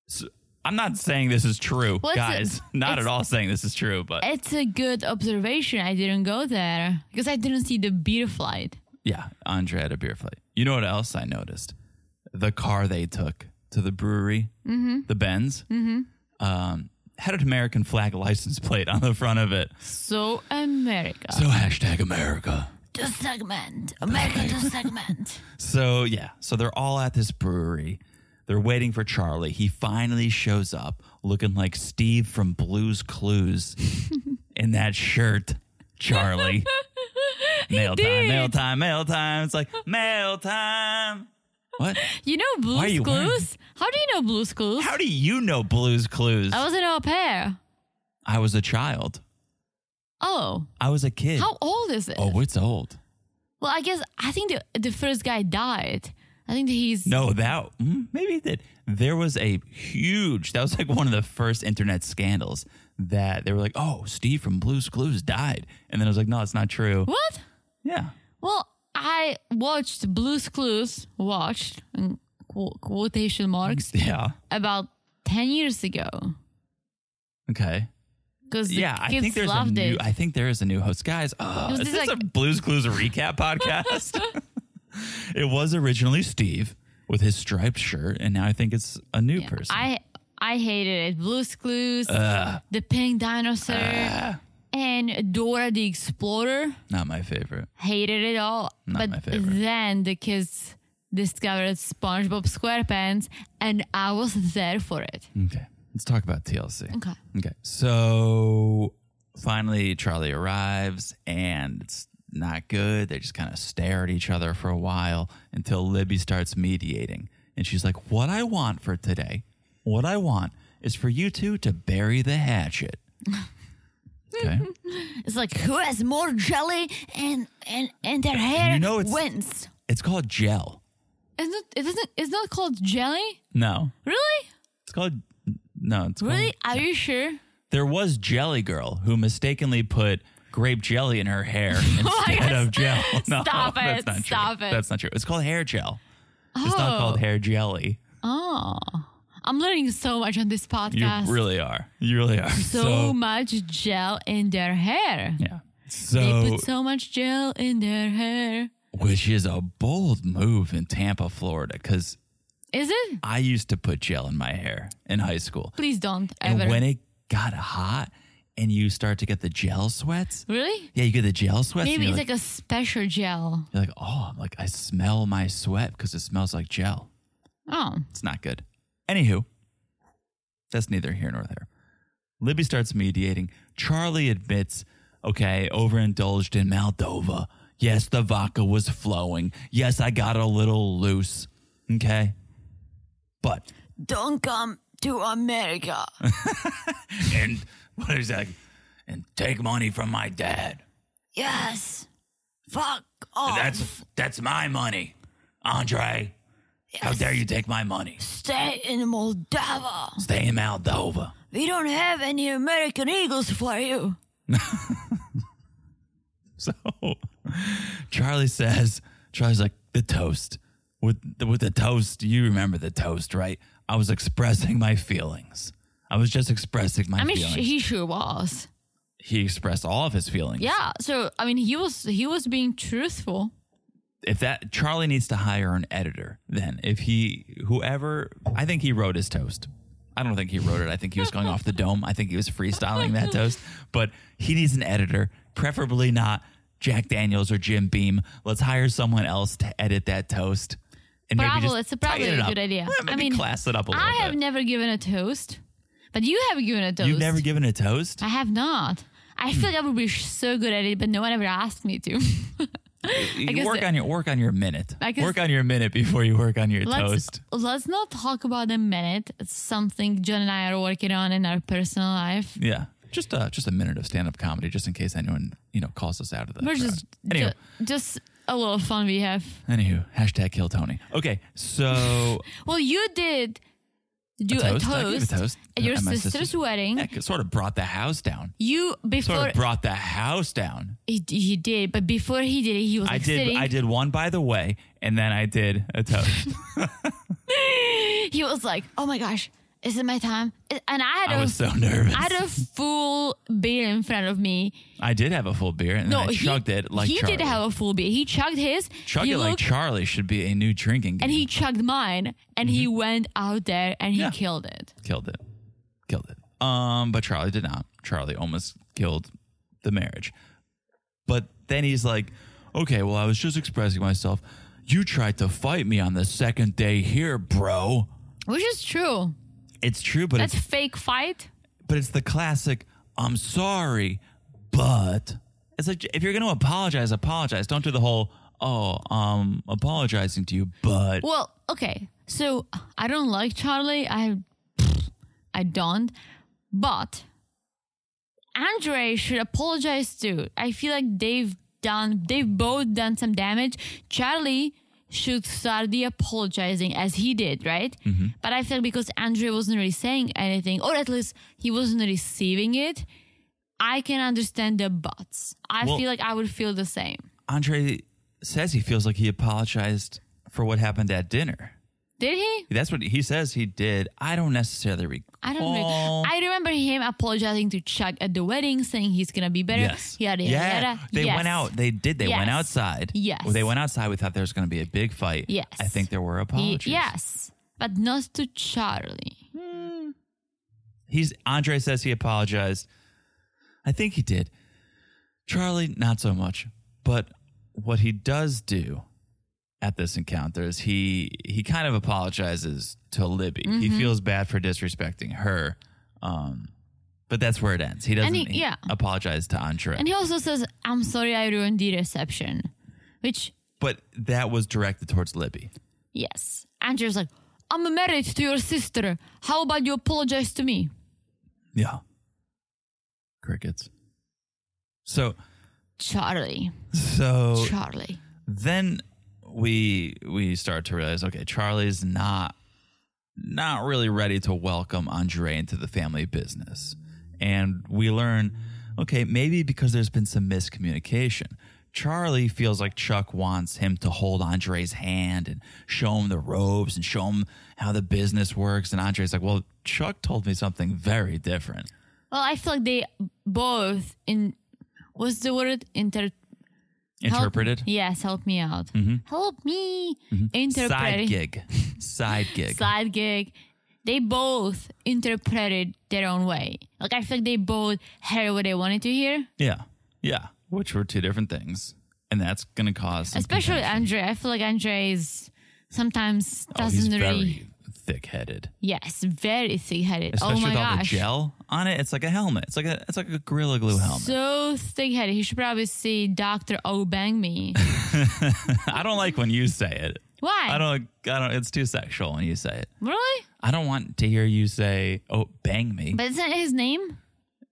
A: So, I'm not saying this is true,
B: Well, it's a-
A: guys. [laughs] not at
B: it's-
A: all saying this is true, but
B: it's a good observation. I didn't go there because I didn't see the beer flight.
A: Yeah, Andre had a beer flight. You know what else I noticed? The car they took to the brewery, the Benz, um, had an American flag license plate on the front of it.
B: So America,
A: So hashtag America.
B: the segment, America,
A: [laughs]
B: the segment.
A: So yeah, so they're all at this brewery. They're waiting for Charlie. He finally shows up looking like Steve from Blues Clues in that shirt. Charlie. mail time,
B: did.
A: mail time, mail time. It's like mail time. What?
B: You know
A: are
B: Blue's
A: you wearing-
B: Clues? How do you know Blue's Clues?
A: How do you know Blues Clues?
B: I was an au pair.
A: I was a child.
B: Oh,
A: I was a kid.
B: how old is it?
A: Oh, it's old.
B: Well, I guess I think the the first guy died. I think that he's
A: No, that mm, maybe it did. There was a huge. That was like one of the first internet scandals that they were like, "Oh, Steve from Blue's Clues died," and then I was like, "No, it's not true."
B: what?
A: Yeah,
B: Well, I watched Blue's Clues, watched in qu- quotation marks
A: yeah,
B: about ten years ago
A: okay,
B: because
A: yeah.
B: the
A: I
B: kids
A: think there's a
B: loved
A: new.
B: it.
A: I think there is a new host, guys. Uh,
B: was
A: is
B: this
A: this
B: like-
A: a Blue's Clues recap
B: [laughs]
A: podcast? [laughs] it was originally Steve with his striped shirt, and now I think it's a new person.
B: I I hated it. Blue's Clues, the pink dinosaur, and Dora the Explorer.
A: not my favorite.
B: Hated it all.
A: Not
B: but
A: my favorite.
B: then the kids discovered SpongeBob SquarePants, and I was there for it.
A: Okay. Let's talk about TLC.
B: Okay.
A: Okay. So finally, Charlie arrives and it's not good. They just kind of stare at each other for a while until Libby starts mediating. And she's like, What I want for today, what I want is for you two to bury the hatchet. Okay.
B: It's like who has more jelly and and and their hair
A: You know it's-
B: wins.
A: it's called gel.
B: It's not. It isn't. It's not called jelly.
A: No.
B: Really?
A: It's called. No, it's called.
B: Really? Are you sure?
A: There was Jelly Girl who mistakenly put grape jelly in her
B: [laughs]
A: hair instead
B: God.
A: of gel. No,
B: [laughs] Stop it.
A: That's not
B: Stop
A: true.
B: it.
A: That's not true. It's called hair gel. It's not
B: Oh.
A: called hair jelly.
B: Oh, I'm learning so much on this
A: You
B: podcast.
A: really are. You really are.
B: so, much gel in their hair.
A: yeah.
B: they
A: So,
B: put so much gel in their hair.
A: which is a bold move in Tampa, Florida, because
B: Is it?
A: I used to put gel in my hair in high school.
B: Please don't
A: And
B: ever.
A: when it got hot and you start to get the gel sweats,
B: really?
A: yeah, you get the gel sweats.
B: Maybe
A: and you're,
B: it's like a special gel.
A: you're like, oh, I'm like, I smell my sweat because it smells like gel.
B: Oh,
A: It's not good. Anywho, that's neither here nor there. Libby starts mediating. Charlie admits, okay, overindulged in Moldova. Yes, the vodka was flowing. Yes, I got a little loose. Okay. But
B: don't come to America.
A: and [laughs] what is that? And take money from my dad.
B: yes. Fuck
A: And
B: off.
A: That's that's my money, Andre. How dare you take my money?
B: Stay in Moldova.
A: Stay in Moldova.
B: We don't have any American Eagles for you.
A: [laughs] So Charlie says, Charlie's like the toast with the, with the toast. You remember the toast, right? I was expressing my feelings. I was just expressing my
B: I mean,
A: feelings.
B: sh- he sure was.
A: he expressed all of his feelings.
B: Yeah. So I mean, he was he was being truthful.
A: if that Charlie needs to hire an editor, then if he whoever I think he wrote his toast. I don't think he wrote it. I think he was going off the dome. I think he was freestyling that toast. But he needs an editor, preferably not Jack Daniels or Jim Beam. Let's hire someone else to edit that toast. And
B: Bravo,
A: just
B: that's a- probably
A: tighten it
B: a
A: up.
B: good idea.
A: Yeah, Maybe
B: I mean,
A: class it up a little
B: I have
A: bit.
B: never given a toast, but you have given a toast.
A: You've never given a toast?
B: I have not. I feel like I would be so good at it, but no one ever asked me to.
A: You
B: guess
A: work
B: it-
A: on your work on your minute.
B: I guess-
A: Work on your minute before you work on your
B: let's
A: toast.
B: let's not talk about a minute. It's something John and I are working on in our personal life.
A: Yeah. Just uh, just a minute of stand up comedy, just in case anyone you know calls us out of the.
B: We're
A: crowd.
B: just
A: anywho,
B: ju- just a little fun we have.
A: anywho, hashtag kill Tony. Okay,
B: [laughs]
A: so
B: Well, you did do a
A: toast?
B: toast,
A: I gave a toast
B: at your
A: at my
B: sister's,
A: sister's-
B: wedding.
A: yeah, it sort of brought the house down.
B: You before
A: Sort of brought the house down.
B: He, he did, but before he did it, he was
A: I
B: like
A: did.
B: sitting.
A: I did one by the way, and then I did a toast.
B: [laughs] He was like, "Oh my gosh, is it my time?" And I had
A: I
B: a
A: was so nervous. [laughs]
B: I had a full beer in front of me.
A: I did have a full beer, and
B: No,
A: then I
B: he-
A: chugged it like
B: he
A: Charlie.
B: did have a full beer. He chugged his.
A: Chug
B: he
A: it like
B: looked-
A: Charlie should be a new drinking game.
B: and he chugged mine, and he went out there and he
A: Mm-hmm. Yeah.
B: killed it.
A: killed it killed it um but charlie did not charlie almost killed the marriage but then he's like okay well i was just expressing myself you tried to fight me on the second day here bro
B: Which is true.
A: it's true but
B: That's
A: it's
B: fake fight.
A: but it's the classic i'm sorry but it's like if you're going to apologize apologize don't do the whole oh um apologizing to you but
B: Well, okay. So I don't like Charlie. I I don't. But Andre should apologize too. I feel like they've done they've both done some damage. Charlie should start the apologizing as he did, right? But I feel because Andre wasn't really saying anything, or at least he wasn't receiving it. I can understand the buts. I
A: Well-
B: feel like I would feel the same.
A: andre says he feels like he apologized for what happened at dinner
B: Did he?
A: That's what he says he did. I don't necessarily recall.
B: I don't know. I remember him apologizing to Chuck at the wedding, saying he's gonna be better.
A: yes.
B: Yada yada.
A: yeah.
B: yada.
A: They
B: Yes.
A: went out. They did. They went
B: Yes.
A: outside.
B: Yes.
A: Well, they went outside. We thought there was going to be a big fight.
B: Yes.
A: I think there were
B: He-
A: apologies.
B: yes, but not to Charlie.
A: He's Andre says he apologized. I think he did. Charlie, not so much. But what he does do at this encounter is he he kind of apologizes to Libby.
B: Mm-hmm.
A: He feels bad for disrespecting her. Um, but that's where it ends. He doesn't
B: he- yeah.
A: apologize to Andre.
B: And he also says, "I'm sorry, I ruined the reception," which
A: but that was directed towards Libby.
B: yes, Andrew's like, "I'm married to your sister. How about you apologize to me?"
A: Yeah. Crickets. So
B: Charlie,
A: so
B: Charlie.
A: then we we start to realize okay, Charlie's not not really ready to welcome Andre into the family business. and we learn okay, maybe because there's been some miscommunication. Charlie feels like Chuck wants him to hold Andre's hand and show him the ropes and show him how the business works. And Andre's like, well, Chuck told me something very different.
B: Well, I feel like they both in what's the word inter help-
A: Interpreted? Mm-hmm.
B: yes, help me out. Help me
A: Side
B: interpret
A: gig. [laughs] Side gig.
B: side gig. They both interpreted their own way. Like I feel like they both heard what they wanted to hear.
A: yeah. Yeah. Which were two different things. And that's going to cause. some
B: Especially
A: contention.
B: Andre. I feel like Andre is sometimes
A: Oh, he's
B: doesn't really
A: very thick headed.
B: Yes, very thick headed. Oh
A: Especially
B: my
A: with all the
B: gosh.
A: gel on it. It's like a helmet. It's like a, it's like a Gorilla Glue helmet.
B: So thick headed. He should probably see Dr. O
A: [laughs]
B: bang me.
A: I don't like when you say it.
B: Why?
A: I don't. I don't. It's too sexual when you say it.
B: Really?
A: I don't want to hear you say, "Oh, bang me."
B: But isn't it his name?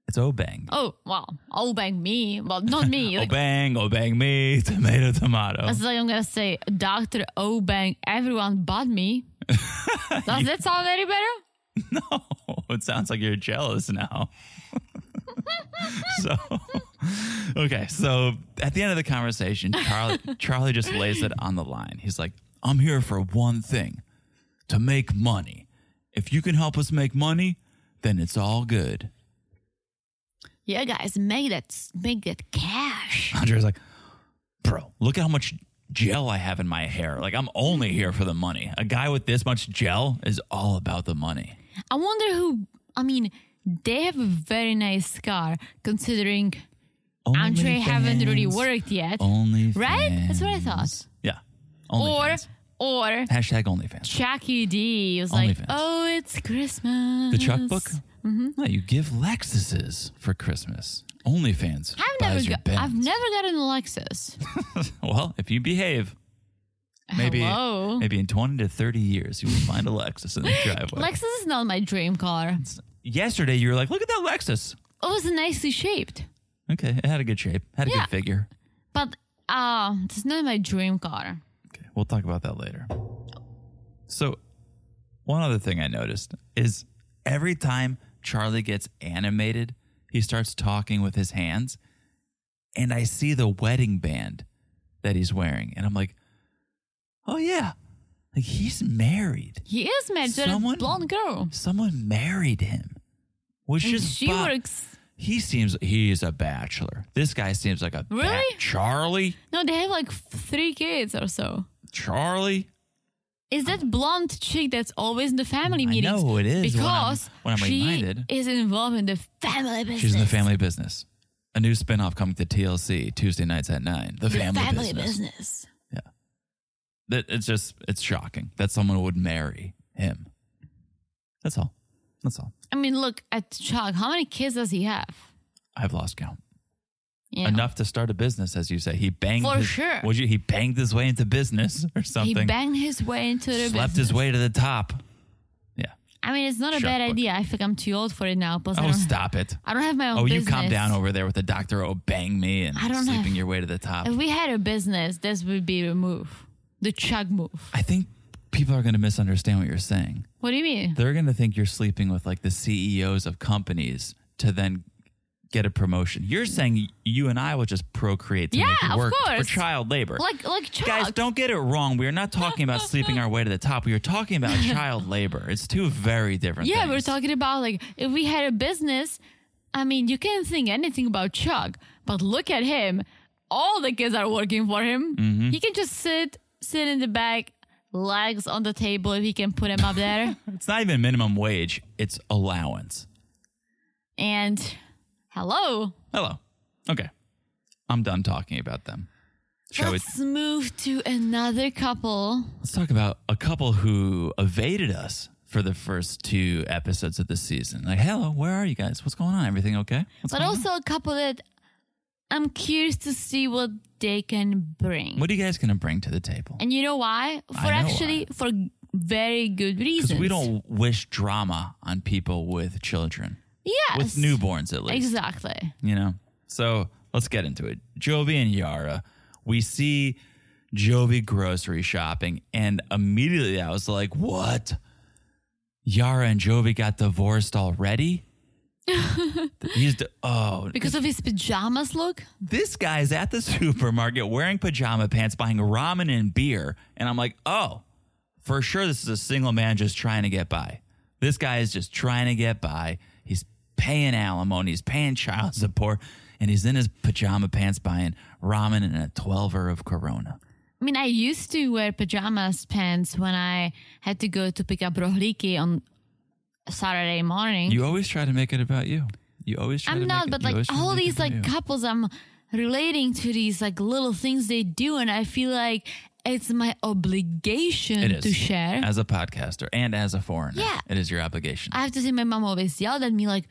A: it's oh bang.
B: Oh, well, O bang me. Well,
A: [laughs]
B: not me.
A: Oh
B: Like,
A: bang, oh bang me, [laughs] tomato, tomato.
B: it's like I'm going to say Dr. O bang everyone
A: [laughs]
B: but me. Does that sound any better?
A: No, [laughs] it sounds like you're jealous now. [laughs] so, okay. So at the end of the conversation, Charlie, Charlie just lays it on the line. He's like, I'm here for one thing to make money. If you can help us make money, then it's all good.
B: Yeah, guys, make that make that cash.
A: Andre's like, bro, look at how much gel I have in my hair. Like, I'm only here for the money. A guy with this much gel is all about the money.
B: I wonder who. I mean, they have a very nice car considering Andre haven't really
A: OnlyFans,
B: worked yet.
A: Only
B: Right? That's what I
A: fans. Yeah.
B: or
A: OnlyFans.
B: or
A: Hashtag OnlyFans.
B: Chucky D was
A: Only
B: like,
A: fans.
B: "Oh, it's Christmas."
A: The Chuck book?
B: Mm-hmm.
A: No, you give Lexuses for Christmas. OnlyFans.
B: I've
A: buys
B: never,
A: your
B: got, I've
A: bands.
B: never gotten a Lexus.
A: Well, if you behave, maybe
B: Hello.
A: maybe in 20 to 30 years, you will find a Lexus
B: [laughs]
A: in the driveway.
B: Lexus is not my dream car.
A: Yesterday, you were like, look at that Lexus.
B: It was nicely shaped,
A: Okay, it had a good shape, had a
B: Yeah.
A: good figure.
B: but uh, it's not my dream car.
A: Okay, we'll talk about that later. So, one other thing I noticed is every time Charlie gets animated, he starts talking with his hands, and I see the wedding band that he's wearing, and I'm like, oh yeah, like he's married.
B: He is married to a
A: Someone-
B: blonde girl.
A: Someone married him, which
B: And
A: is
B: she
A: bo-
B: works.
A: He seems he's a bachelor. This guy seems like a ba-
B: Really?
A: Charlie.
B: No, they have like three kids or so.
A: Charlie.
B: Is that blonde chick that's always in the family
A: I
B: meetings?
A: know it is when I'm-
B: Because
A: when I'm
B: she
A: reminded.
B: is involved in the family business.
A: She's in the family business. A new spinoff coming to TLC Tuesday nights at nine. The,
B: The
A: family, business.
B: business.
A: That it's just it's shocking that someone would marry him. That's all. That's all.
B: I mean, look at Chuck. How many kids does he have?
A: I've lost count.
B: You know,
A: Enough to start a business, as you say. He banged
B: For
A: his,
B: sure.
A: Would you? He banged his way into business [laughs] or
B: He
A: something.
B: banged his way into the
A: Slept
B: business.
A: his way to the top. Yeah.
B: I mean, it's not a
A: Chuck
B: bad
A: book.
B: idea. I think I'm too old for it now. Plus, I,
A: Oh,
B: don't,
A: stop it.
B: [laughs] I don't have my own
A: Oh, you
B: business.
A: calm down over there with the doctor. Oh, bang me and
B: I don't
A: sleeping
B: have-
A: your way to the top.
B: If we had a business, this would be the move. The Chuck move.
A: I think people are going to misunderstand what you're saying.
B: What do you mean?
A: they're going to think you're sleeping with like the CEOs of companies to then get a promotion. You're saying you and I will just procreate to
B: Yeah,
A: make it
B: of
A: work for
B: course.
A: child labor.
B: like, like Chuck.
A: Guys, don't get it wrong. We are not talking about sleeping our way to the top. We are talking
B: [laughs]
A: about child labor. It's two very different
B: yeah,
A: things.
B: we're talking about like if we had a business. I mean, you can't think anything about Chuck, but look at him. All the kids are working for him.
A: Mm-hmm.
B: He can just sit, sit in the back, legs on the table if he can put him
A: [laughs]
B: up there.
A: It's not even minimum wage, it's allowance.
B: and hello.
A: Hello. Okay. I'm done talking about them. Shall we
B: Let's move to another couple.
A: Let's talk about a couple who evaded us for the first two episodes of this season. Like, hello, where are you guys? What's going on? Everything okay? What's
B: but
A: going on?
B: also a couple that I'm curious to see what they can bring.
A: what are you guys going to bring to the table?
B: and you know why? For
A: know
B: actually, for very good
A: Because
B: reasons.
A: we don't wish drama on people with children,
B: Yes.
A: with newborns at least.
B: Exactly.
A: you know. So let's get into it. Jovi and Yara. We see Jovi grocery shopping, and immediately
B: [laughs]
A: I was like, "What? Yara and Jovi got divorced already?" He's the, oh,
B: Because of his pajamas look?
A: this guy's at the [laughs] supermarket wearing pajama pants, buying ramen and beer. And I'm like, oh, for sure, this is a single man just trying to get by. This guy is just trying to get by. He's paying alimony, he's paying child [laughs] support, and he's in his pajama pants buying ramen and a 12er of Corona.
B: I mean, I used to wear pajamas pants when I had to go to pick up Rohliki on Saturday morning.
A: You always try to make it about you. You always try to
B: I'm
A: make
B: not,
A: it-
B: but
A: you
B: like
A: always try to
B: all
A: make it
B: these
A: about
B: like
A: you.
B: couples, I'm relating to these like little things they do, and I feel like it's my
A: It
B: obligation
A: is.
B: to share.
A: As a podcaster and as a foreigner,
B: Yeah.
A: it is your obligation.
B: I have to say, my mom always yelled at me like,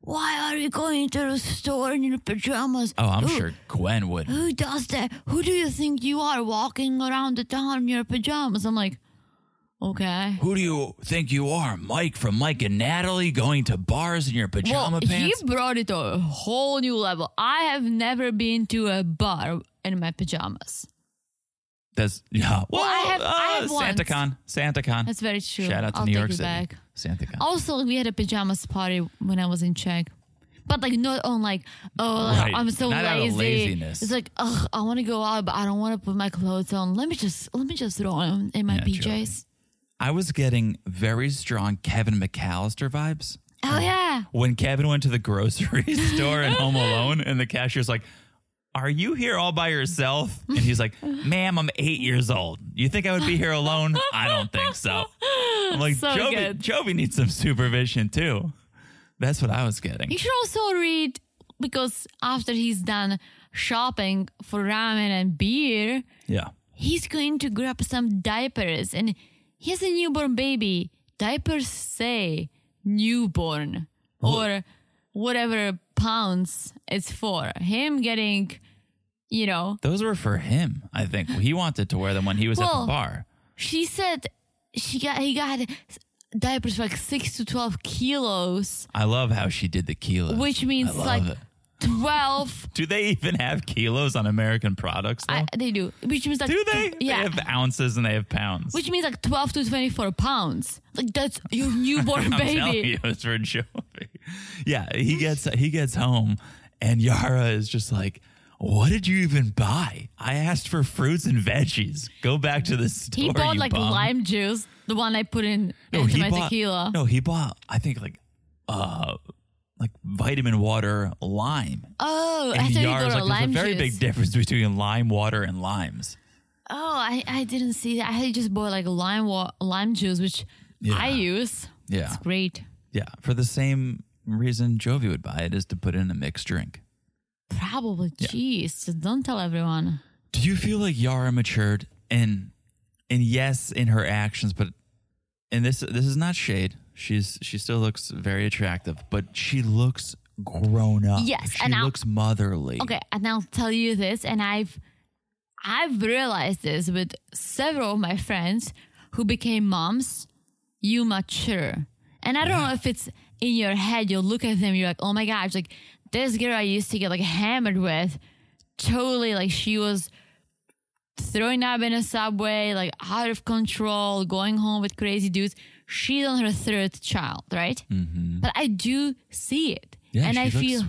B: "Why are you going to the store in your pajamas?"
A: oh, I'm
B: Who-
A: sure Gwen would.
B: Who does that? Who do you think you are walking around the town in your pajamas? I'm like, okay.
A: Who do you think you are, Mike from Mike and Natalie, going to bars in your pajama
B: Well, he
A: pants?
B: brought it to a whole new level. I have never been to a bar in my pajamas.
A: That's yeah. Well,
B: I have- I have
A: uh,
B: once.
A: SantaCon, SantaCon.
B: That's very true.
A: Shout out to
B: I'll
A: New
B: take
A: York
B: it
A: City,
B: back.
A: SantaCon.
B: Also, we had a pajamas party when I was in Czech. But like not on like oh like,
A: Right.
B: I'm so
A: Not out of
B: lazy.
A: laziness.
B: It's like ugh I want to go out but I don't want to put my clothes on. Let me just let me just throw on in my
A: Yeah,
B: PJs.
A: totally. I was getting very strong Kevin McAllister vibes
B: Oh yeah,
A: when Kevin went to the grocery [laughs] store and Home Alone, and the cashier's like. Are you here all by yourself? And he's like, ma'am, I'm eight years old. You think I would be here alone? I don't think so. I'm like,
B: So
A: Jovi,
B: good.
A: Jovi needs some supervision too. That's what I was getting.
B: you should also read because after he's done shopping for ramen and beer,
A: Yeah.
B: he's going to grab some diapers and he has a newborn baby. Diapers say newborn or whatever pounds it's for. Him getting, you know,
A: Those were for him, I think. He wanted to wear them when he was at the
B: Well-
A: bar.
B: she said she got he got diapers for like six to twelve kilos,
A: I love how she did the kilos.
B: which means
A: I love
B: like
A: it.
B: twelve.
A: Do they even have kilos on American products though?
B: I, they do, which means like
A: Do they?
B: tw-
A: They
B: yeah,
A: have ounces and they have pounds.
B: which means like twelve to twenty-four pounds. Like that's your
A: [laughs]
B: newborn
A: I'm telling
B: baby.
A: you, it's for Joey. Yeah, he gets he gets home and Yara is just like, What did you even buy? I asked for fruits and veggies. Go back to the store.
B: He bought
A: you
B: like
A: bum."
B: lime juice, the one I put in
A: No,
B: into
A: he
B: my
A: bought,
B: tequila.
A: No, he bought I think like uh like vitamin water lime.
B: oh, I
A: and
B: thought he
A: Yara's
B: bought
A: like, there's
B: a
A: a
B: lime
A: very
B: juice.
A: big difference between lime water and limes.
B: oh, I, I didn't see that. I had just bought like lime wa- lime juice, which I
A: Yeah.
B: use.
A: Yeah.
B: It's great.
A: Yeah. For the same reason Jovi would buy it is to put in a mixed drink.
B: Probably. Jeez, just don't tell everyone.
A: Do you feel like Yara matured and and yes in her actions, but and this this is not shade. She's she still looks very attractive, but she looks grown up.
B: Yes,
A: She
B: and I'll-
A: looks motherly.
B: Okay, and I'll tell you this, and I've I've realized this with several of my friends who became moms. You mature, and I don't know if it's in your head. You look at them, you're like, oh my gosh, like this girl I used to get like hammered with, totally like she was throwing up in a subway, like out of control, going home with crazy dudes. She's on her third child, right? Mm-hmm. But I do see it,
A: Yeah,
B: and
A: she
B: I
A: looks-
B: feel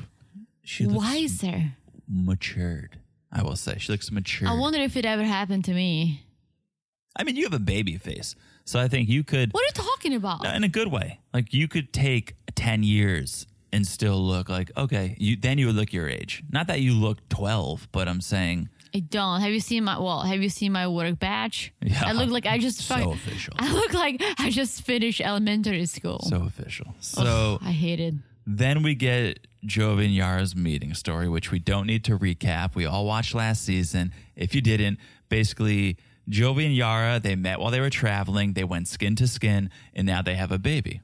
A: She looks
B: wiser.
A: matured. I will say she looks mature.
B: I wonder if it ever happened to me.
A: I mean, you have a baby face, so I think you could
B: What are you talking about?
A: No, in a good way. Like you could take 10 years and still look like okay, you then you would look your age. Not that you look 12, but I'm saying
B: I don't. Have you seen my well? Have you seen my work badge?
A: Yeah.
B: I look like I just.
A: So
B: fuck-
A: official.
B: [laughs] I look like I just finished elementary school.
A: so official.
B: [laughs]
A: So
B: I hate it.
A: then we get Jovi and Yara's meeting story, which we don't need to recap. We all watched last season. If you didn't, basically Jovi and Yara, they met while they were traveling, they went skin to skin, and now they have a baby.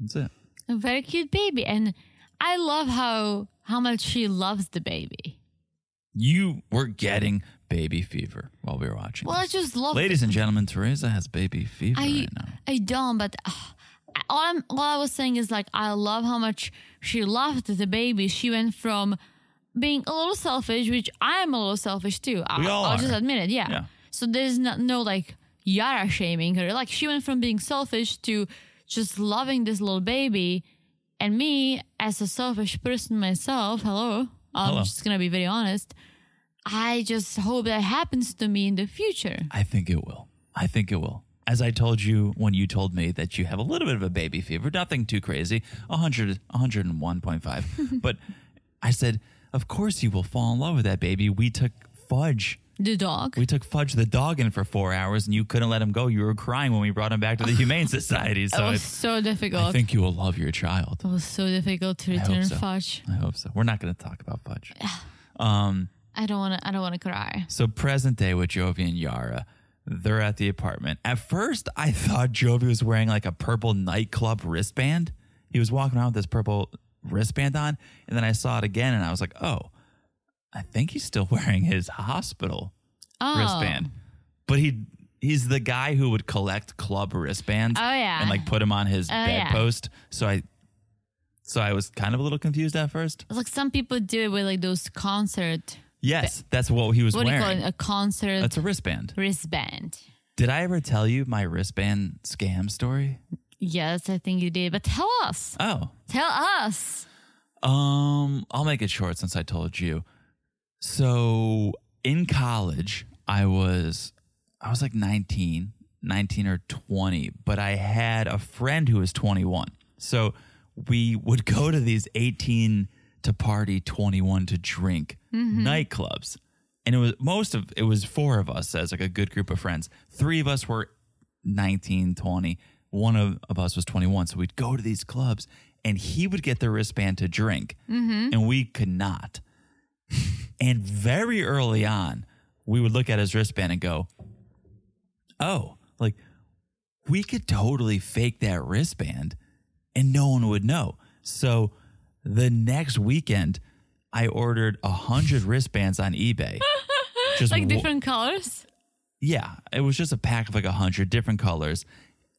A: That's it.
B: A very cute baby, and I love how how much she loves the baby.
A: You were getting baby fever while we were watching.
B: Well, I
A: this.
B: just love.
A: Ladies and gentlemen, Teresa has baby fever
B: I
A: right now.
B: I don't, but ugh, I- all, I'm, all I was saying is like I love how much she loved the baby. She went from being a little selfish, which I am a little selfish too. I,
A: We all
B: I'll just
A: are.
B: admit it. Yeah.
A: Yeah.
B: So there's no, no like Yara shaming her. Like she went from being selfish to just loving this little baby, And me, as a selfish person myself, hello, I'm
A: Hello.
B: just gonna be very honest. I just hope that happens to me in the future.
A: I think it will. I think it will. As I told you when you told me that you have a little bit of a baby fever, nothing too crazy, 100, 101.5. but I said, of course you will fall in love with that baby. We took Fudge.
B: The dog.
A: We took Fudge the dog in for four hours and you couldn't let him go. You were crying when we brought him back to the Humane Society.
B: It
A: So
B: was Oh.
A: it's,
B: so
A: I
B: difficult. It
A: think you will love your child.
B: was so difficult to
A: hope
B: return
A: so.
B: Fudge.
A: I hope so. We're not going to talk about Fudge.
B: I don't wanna I don't wanna cry.
A: So present day with Jovi and Yara, they're at the apartment. At first, I thought Jovi was wearing like a purple nightclub wristband. He was walking around with this purple wristband on, and then I saw it again, and I was like, "Oh, I think he's still [laughs] wearing his hospital
B: Oh.
A: wristband." But he he's the guy who would collect club wristbands,
B: Oh, yeah. Oh,
A: and like put them on his
B: yeah.
A: bedpost. So I, so I was kind of a little confused at first.
B: It's like some people do it with like those concert
A: Yes, that's what he was
B: what
A: wearing.
B: do you call it? A concert
A: That's a wristband.
B: wristband.
A: Did I ever tell you my wristband scam story?
B: Yes, I think you did. But tell us.
A: Oh,
B: Tell us.
A: um, I'll make it short since I told you. So in college, I was, I was like 19, 19 or 20, but I had a friend who was 21. So we would go to these 18 to party, 21 to drink nightclubs. And it was most of, it was four of us as like a good group of friends. Three of us were 19, 20. One of, of us was 21. So we'd go to these clubs and he would get the wristband to drink and we could not. and very early on, we would look at his wristband and go, oh, like we could totally fake that wristband and no one would know. So the next weekend, I ordered a hundred wristbands on
B: [laughs]
A: eBay. Just
B: Like
A: wo-
B: different colors.
A: yeah, it was just a pack of like a hundred different colors.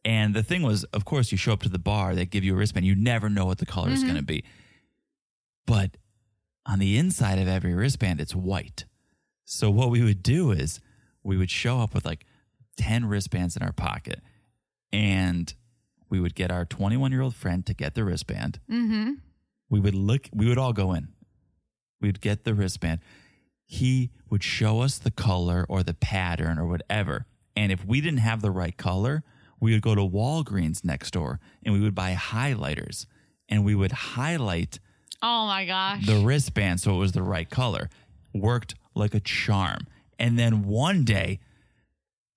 A: And the thing was, of course, you show up to the bar, they give you a wristband. You never know what the color is going to be. But on the inside of every wristband, it's white. So what we would do is we would show up with like 10 wristbands in our pocket and we would get our 21 year old friend to get the wristband.
B: Mm-hmm.
A: We would look, we would all go in. We'd get the wristband. He would show us the color or the pattern or whatever. And if we didn't have the right color, we would go to Walgreens next door and we would buy highlighters and we would highlight
B: Oh my gosh.
A: the wristband so it was the right color. Worked like a charm. And then one day,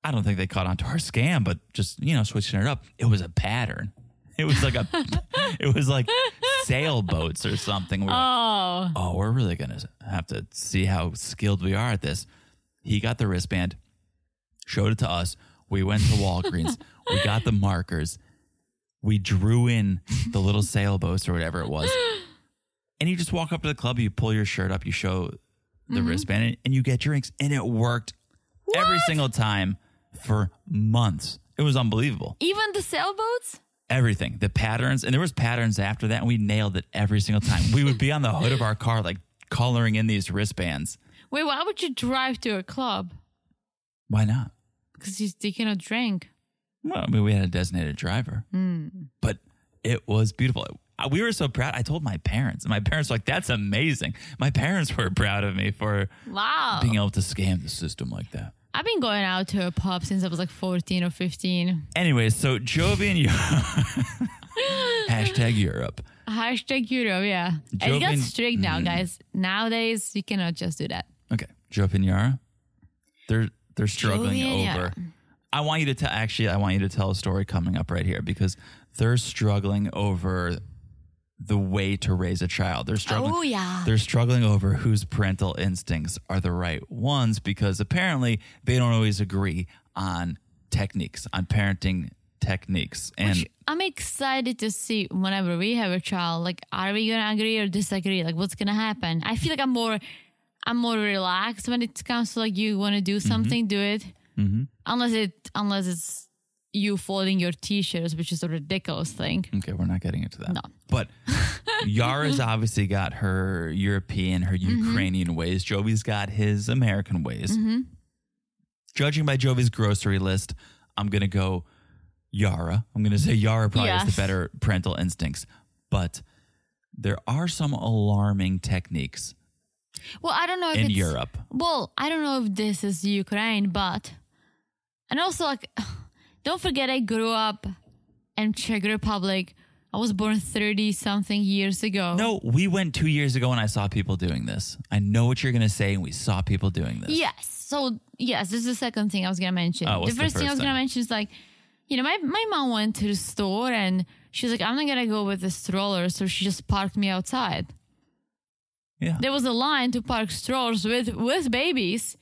A: I don't think they caught on to our scam, but just, you know, switching it up, it was a pattern. It was like a, [laughs] it was like sailboats or something. We're like,
B: oh.
A: oh, we're really going to have to see how skilled we are at this. He got the wristband, showed it to us. We went to Walgreens, we got the markers, we drew in the little sailboats or whatever it was. And you just walk up to the club, you pull your shirt up, you show the wristband, and, and you get drinks. And it worked every single time for months. It was unbelievable
B: Even the sailboats?
A: everything the patterns and there was patterns after that and we nailed it every single time we would be on the hood of our car like coloring in these wristbands
B: Wait, why would you drive to a club?
A: why not
B: Because you they cannot drink.
A: well i mean we had a designated driver but it was beautiful I- we were so proud i told my parents and my parents were like that's amazing my parents were proud of me for
B: Wow.
A: being able to scam the system like that
B: I've been going out to a pub since I was like 14 or 15.
A: anyways so jovi and europe [laughs] hashtag europe
B: Hashtag Europe, yeah. And it got
A: Joven-
B: strict now, guys. Nowadays, you cannot just do that.
A: Okay, Joe Pinara. They're they're struggling
B: Joe Pinara.
A: over. I want you to tell. Actually, I want you to tell a story coming up right here because they're struggling over the way to raise a child. They're struggling.
B: Oh, yeah.
A: They're struggling over whose parental instincts are the right ones because apparently they don't always agree on techniques on parenting techniques and
B: I'm excited to see whenever we have a child. Like, are we gonna agree or disagree? Like, what's gonna happen? I feel like I'm more, I'm more relaxed when it comes to like you want to do something, do it. Unless it, unless it's you folding your t-shirts, which is a ridiculous thing.
A: Okay, we're not getting into that. No. But
B: [laughs]
A: Yara's obviously got her European, her
B: Mm-hmm.
A: Ukrainian ways. Jovi's got his American ways. Judging by Jovi's grocery list, I'm going to go Yara. I'm going to say Yara probably has
B: Yes.
A: the better parental instincts. but there are some alarming techniques
B: Well, I don't know if
A: in
B: it's,
A: Europe.
B: Well, I don't know if this is Ukraine, but and also like, [sighs] don't forget I grew up in Czech Republic. I was born thirty something years ago.
A: No, we went two years ago and I saw people doing this. I know what you're going to say, and we saw people doing this.
B: Yes. So yes, this is the second thing I was gonna mention.
A: Oh, what's the
B: first thing I
A: first
B: was gonna
A: thing?
B: mention is like, you know, my my mom went to the store and she's like, I'm not gonna go with the stroller, so she just parked me outside.
A: Yeah.
B: There was a line to park strollers with with babies,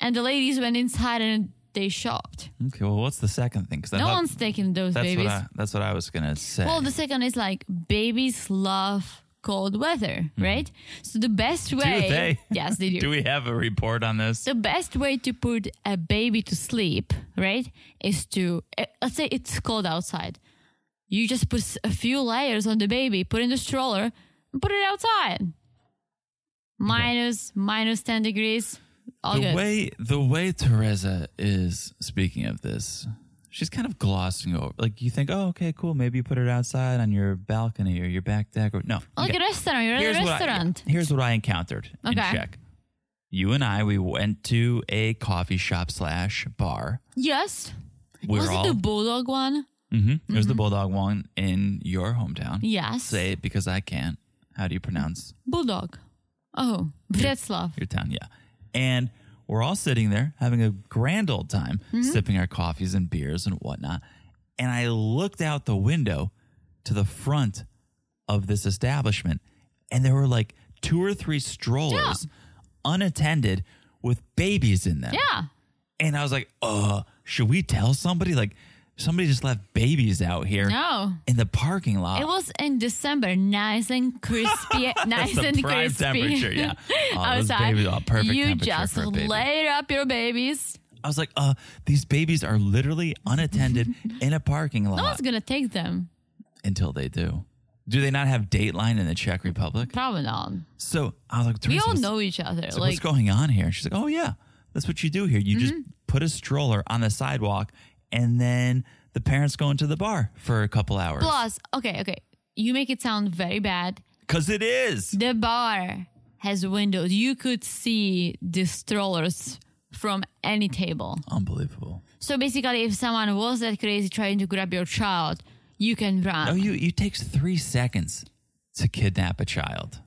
B: and the ladies went inside and they shopped.
A: Okay. Well, what's the second thing? Because
B: no one's taking those
A: that's
B: babies.
A: what I, that's what I was gonna say.
B: well, the second is like babies love cold weather, right? So the best way,
A: Hmm. they?
B: [laughs] yes, they do.
A: Do we have a report on this?
B: the best way to put a baby to sleep, right, is to eh, let's say it's cold outside. You just put s- a few layers on the baby, put in the stroller, and put it outside. Minus- minus ten degrees. All
A: the
B: good.
A: way the way Teresa is speaking of this, she's kind of glossing over. Like you think, oh, okay, cool. Maybe you put it outside on your balcony or your back deck, or no.
B: like
A: okay.
B: a restaurant, you're at a restaurant.
A: What I, here's what I encountered in
B: Okay.
A: Czech. You and I, we went to a coffee shop slash bar.
B: Yes.
A: We're
B: Was
A: all
B: it the bulldog one?
A: Mhm. There's the bulldog one in your hometown.
B: Yes.
A: Say it because I can't. How do you pronounce
B: Bulldog. Oh, Vretslav.
A: your town? Yeah. And we're all sitting there having a grand old time,
B: Mm-hmm.
A: sipping our coffees and beers and whatnot. And I looked out the window to the front of this establishment, and there were like two or three strollers unattended with babies in them.
B: Yeah.
A: And I was like, uh, should we tell somebody? Like, somebody just left babies out here
B: No.
A: in the parking lot.
B: It was in December, nice and crispy,
A: [laughs]
B: nice
A: That's the
B: and
A: prime
B: crispy.
A: temperature,
B: [laughs]
A: yeah. Oh, those
B: Outside,
A: babies- oh, perfect
B: you
A: temperature
B: just
A: for a baby.
B: layer up your babies.
A: I was like, uh, these babies are literally
B: [laughs]
A: unattended in a parking
B: No
A: lot
B: one's gonna take them.
A: until they do. Do they not have Dateline in the Czech Republic?
B: Probably not.
A: So I was like,
B: We
A: Teresa,
B: all
A: what's-
B: know each
A: so
B: other. like, Mm-hmm.
A: what's going on here? She's like, oh yeah, that's what you do here. You just put a stroller on the sidewalk, and then the parents go into the bar for a couple hours.
B: plus, okay, okay, you make it sound very bad.
A: Cause it is.
B: The bar has windows. You could see the strollers from any table.
A: Unbelievable.
B: So basically, if someone was that crazy trying to grab your child, you can run.
A: Oh, you it takes three seconds to kidnap a child.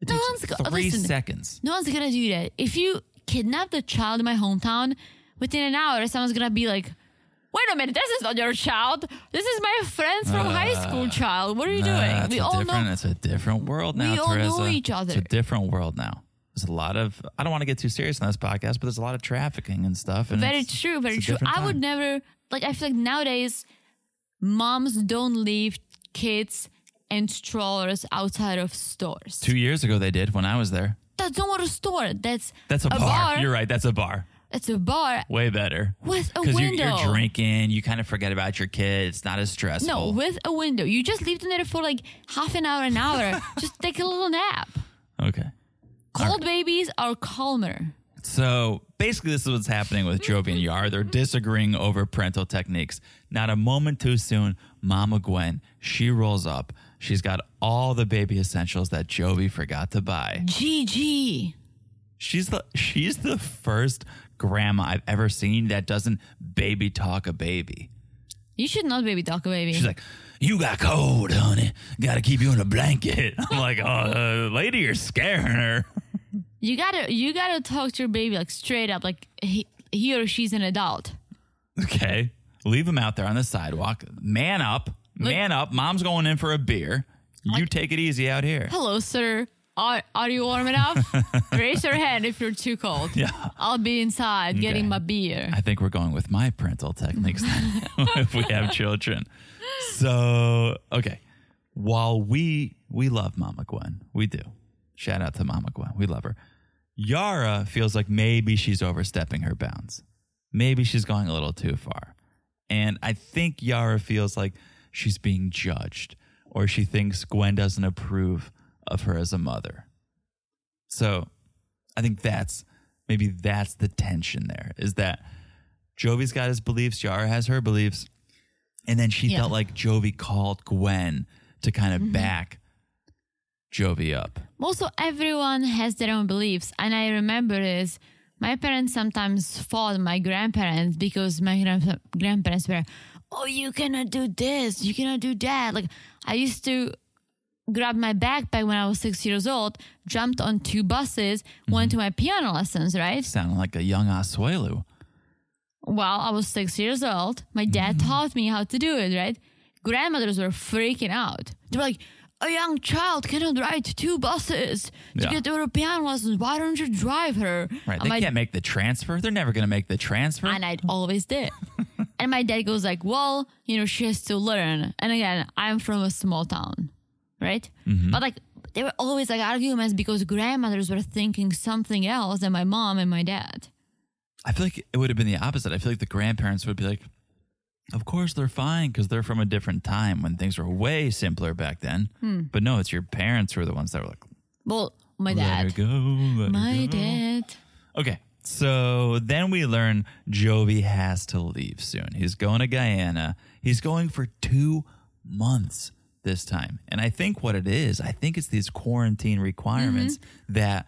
A: It
B: No
A: takes
B: one's go-
A: three
B: listen.
A: seconds.
B: No one's gonna do that. If you kidnap the child in my hometown, within an hour, someone's gonna be like, "Wait a minute, this is not your child. This is my friend's from high school child. What are you
A: Uh, Nah,
B: doing?"
A: It's
B: We
A: a
B: all
A: different,
B: know.
A: It's a different world now.
B: We all know
A: Teresa.
B: each other.
A: It's a different world now. There's a lot of. I don't want to get too serious on this podcast, but there's a lot of trafficking and stuff. And
B: Very
A: it's-
B: true. Very
A: it's a
B: true.
A: different
B: I would
A: time.
B: never like. I feel like nowadays, moms don't leave kids and strollers outside of stores.
A: Two years ago, they did when I was there.
B: That's not a store. That's
A: That's a, bar. You're right. That's a bar.
B: It's a bar
A: Way better.
B: with a
A: Because you're,
B: window.
A: you're drinking, you kind of forget about your kid. It's not as stressful.
B: No, with a window. You just leave them there for like half an hour, an
A: [laughs]
B: hour. just take a little nap.
A: Okay.
B: Cold babies are calmer.
A: So basically, this is what's happening with Jovi and Yar. They're disagreeing over parental techniques. Not a moment too soon, Mama Gwen, she rolls up. She's got all the baby essentials that Jovi forgot to buy.
B: GG.
A: She's the she's the first grandma I've ever seen that doesn't baby talk a baby.
B: You should not baby talk a baby.
A: She's like, "You got cold, honey. Got to keep you in a blanket." [laughs] I'm like, "Oh, uh, lady, you're scaring her."
B: you gotta you gotta talk to your baby like straight up, like he, he or she's an adult.
A: Okay. Leave him out there on the sidewalk. Man up. Man up. Mom's going in for a beer. You take it easy out here.
B: Hello, sir. Are, are you warm
A: [laughs]
B: enough? Raise your hand if you're too cold. Yeah. I'll be inside
A: Okay.
B: getting my beer.
A: I think we're going with my parental techniques then, [laughs] if we have children. So, okay. While we we love Mama Gwen, we do. Shout out to Mama Gwen. We love her. Yara feels like maybe she's overstepping her bounds. Maybe she's going a little too far. And I think Yara feels like she's being judged or she thinks Gwen doesn't approve of her as a mother. So, I think that's maybe that's the tension there is that Jovi's got his beliefs, Yara has her beliefs, and then she
B: Yeah. Mm-hmm.
A: felt like Jovi called Gwen to kind of back Jovi up.
B: Also, everyone has their own beliefs. And I remember this. My parents sometimes fought my grandparents because my gran- grandparents were, oh, you cannot do this, you cannot do that. Like, I used to grab my backpack when I was six years old, jumped on two buses, went to my piano lessons, right?
A: Sounding like a young Oswelu.
B: Well, I was six years old. My dad
A: Mm-hmm.
B: taught me how to do it, right? Grandmothers were freaking out. They were like, a young child cannot ride two buses to
A: Yeah.
B: get European lessons. Why don't you drive her?
A: Right.
B: And
A: They
B: my-
A: can't make the transfer. They're never going to make the transfer.
B: and Um, I always
A: [laughs]
B: did. and my dad goes like, well, you know, she has to learn. And again, I'm from a small town, right?
A: Mm-hmm.
B: But like, there were always like arguments because grandmothers were thinking something else than my mom and my dad.
A: I feel like it would have been the opposite. I feel like the grandparents would be like, of course they're fine because they're from a different time when things were way simpler back then.
B: Hmm.
A: But no, it's your parents who are the ones that were like,
B: Well, my
A: let her
B: dad.
A: go. Let
B: My
A: her go.
B: dad.
A: Okay. So then we learn Jovi has to leave soon. He's going to Guyana. He's going for two months this time. And I think what it is, I think it's these quarantine requirements that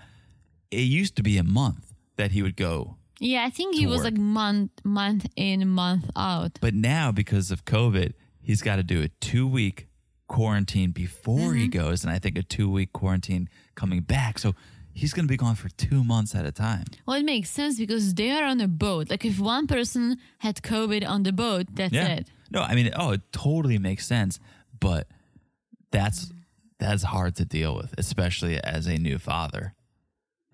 A: it used to be a month that he would go
B: Yeah, I think he was
A: work.
B: like month month in, month out.
A: But now, because of COVID, he's got to do a two week quarantine before he goes, and I think a two week quarantine coming back. So he's going to be gone for two months at a time.
B: Well, it makes sense because they are on a boat. Like if one person had COVID on the boat, that's it.
A: No, I mean, oh, it totally makes sense, but that's that's hard to deal with, especially as a new father.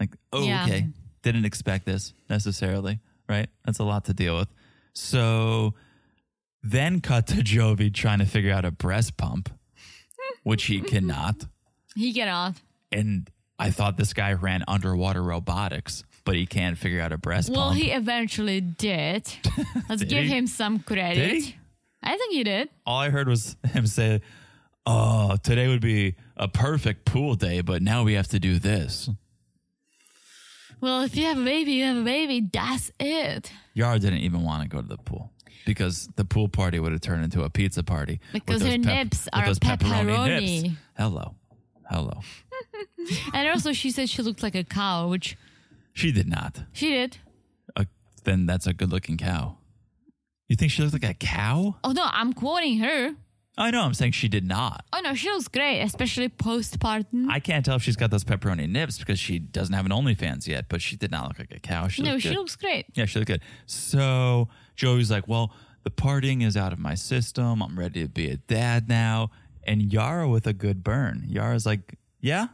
A: Like, oh,
B: Yeah.
A: okay, didn't expect this necessarily, right? That's a lot to deal with. So then cut to Jovi trying to figure out a breast pump, which
B: [laughs]
A: he cannot.
B: He get off.
A: And I thought this guy ran underwater robotics, but he can't figure out a breast
B: Well,
A: pump.
B: he
A: [laughs]
B: eventually did. Let's
A: Did
B: give
A: he?
B: him some credit.
A: Did he?
B: I think he did.
A: all I heard was [laughs] him say, "Oh, today would be a perfect pool day, but now we have to do this."
B: Well, if you have a baby, you have a baby. That's it.
A: Yara didn't even want to go to the pool because the pool party would have turned into a pizza party. with
B: Because
A: those
B: her nips
A: with
B: are
A: those
B: pepperoni.
A: nips. Hello, hello.
B: And also, she said she looked like a cow, which
A: She did not.
B: she did.
A: Uh, then that's a good-looking cow. You think she looked like a cow?
B: Oh no, I'm quoting her.
A: I know. I'm saying she did not.
B: Oh no, she looks great, especially postpartum.
A: I can't tell if she's got those pepperoni nips because she doesn't have an OnlyFans yet, but she did not look like a cow. She
B: no,
A: looked
B: she
A: good.
B: looks great.
A: Yeah, she looked good. So Joey's like, well, the partying is out of my system. I'm ready to be a dad now. And Yara with a good burn. Yara's like, yeah,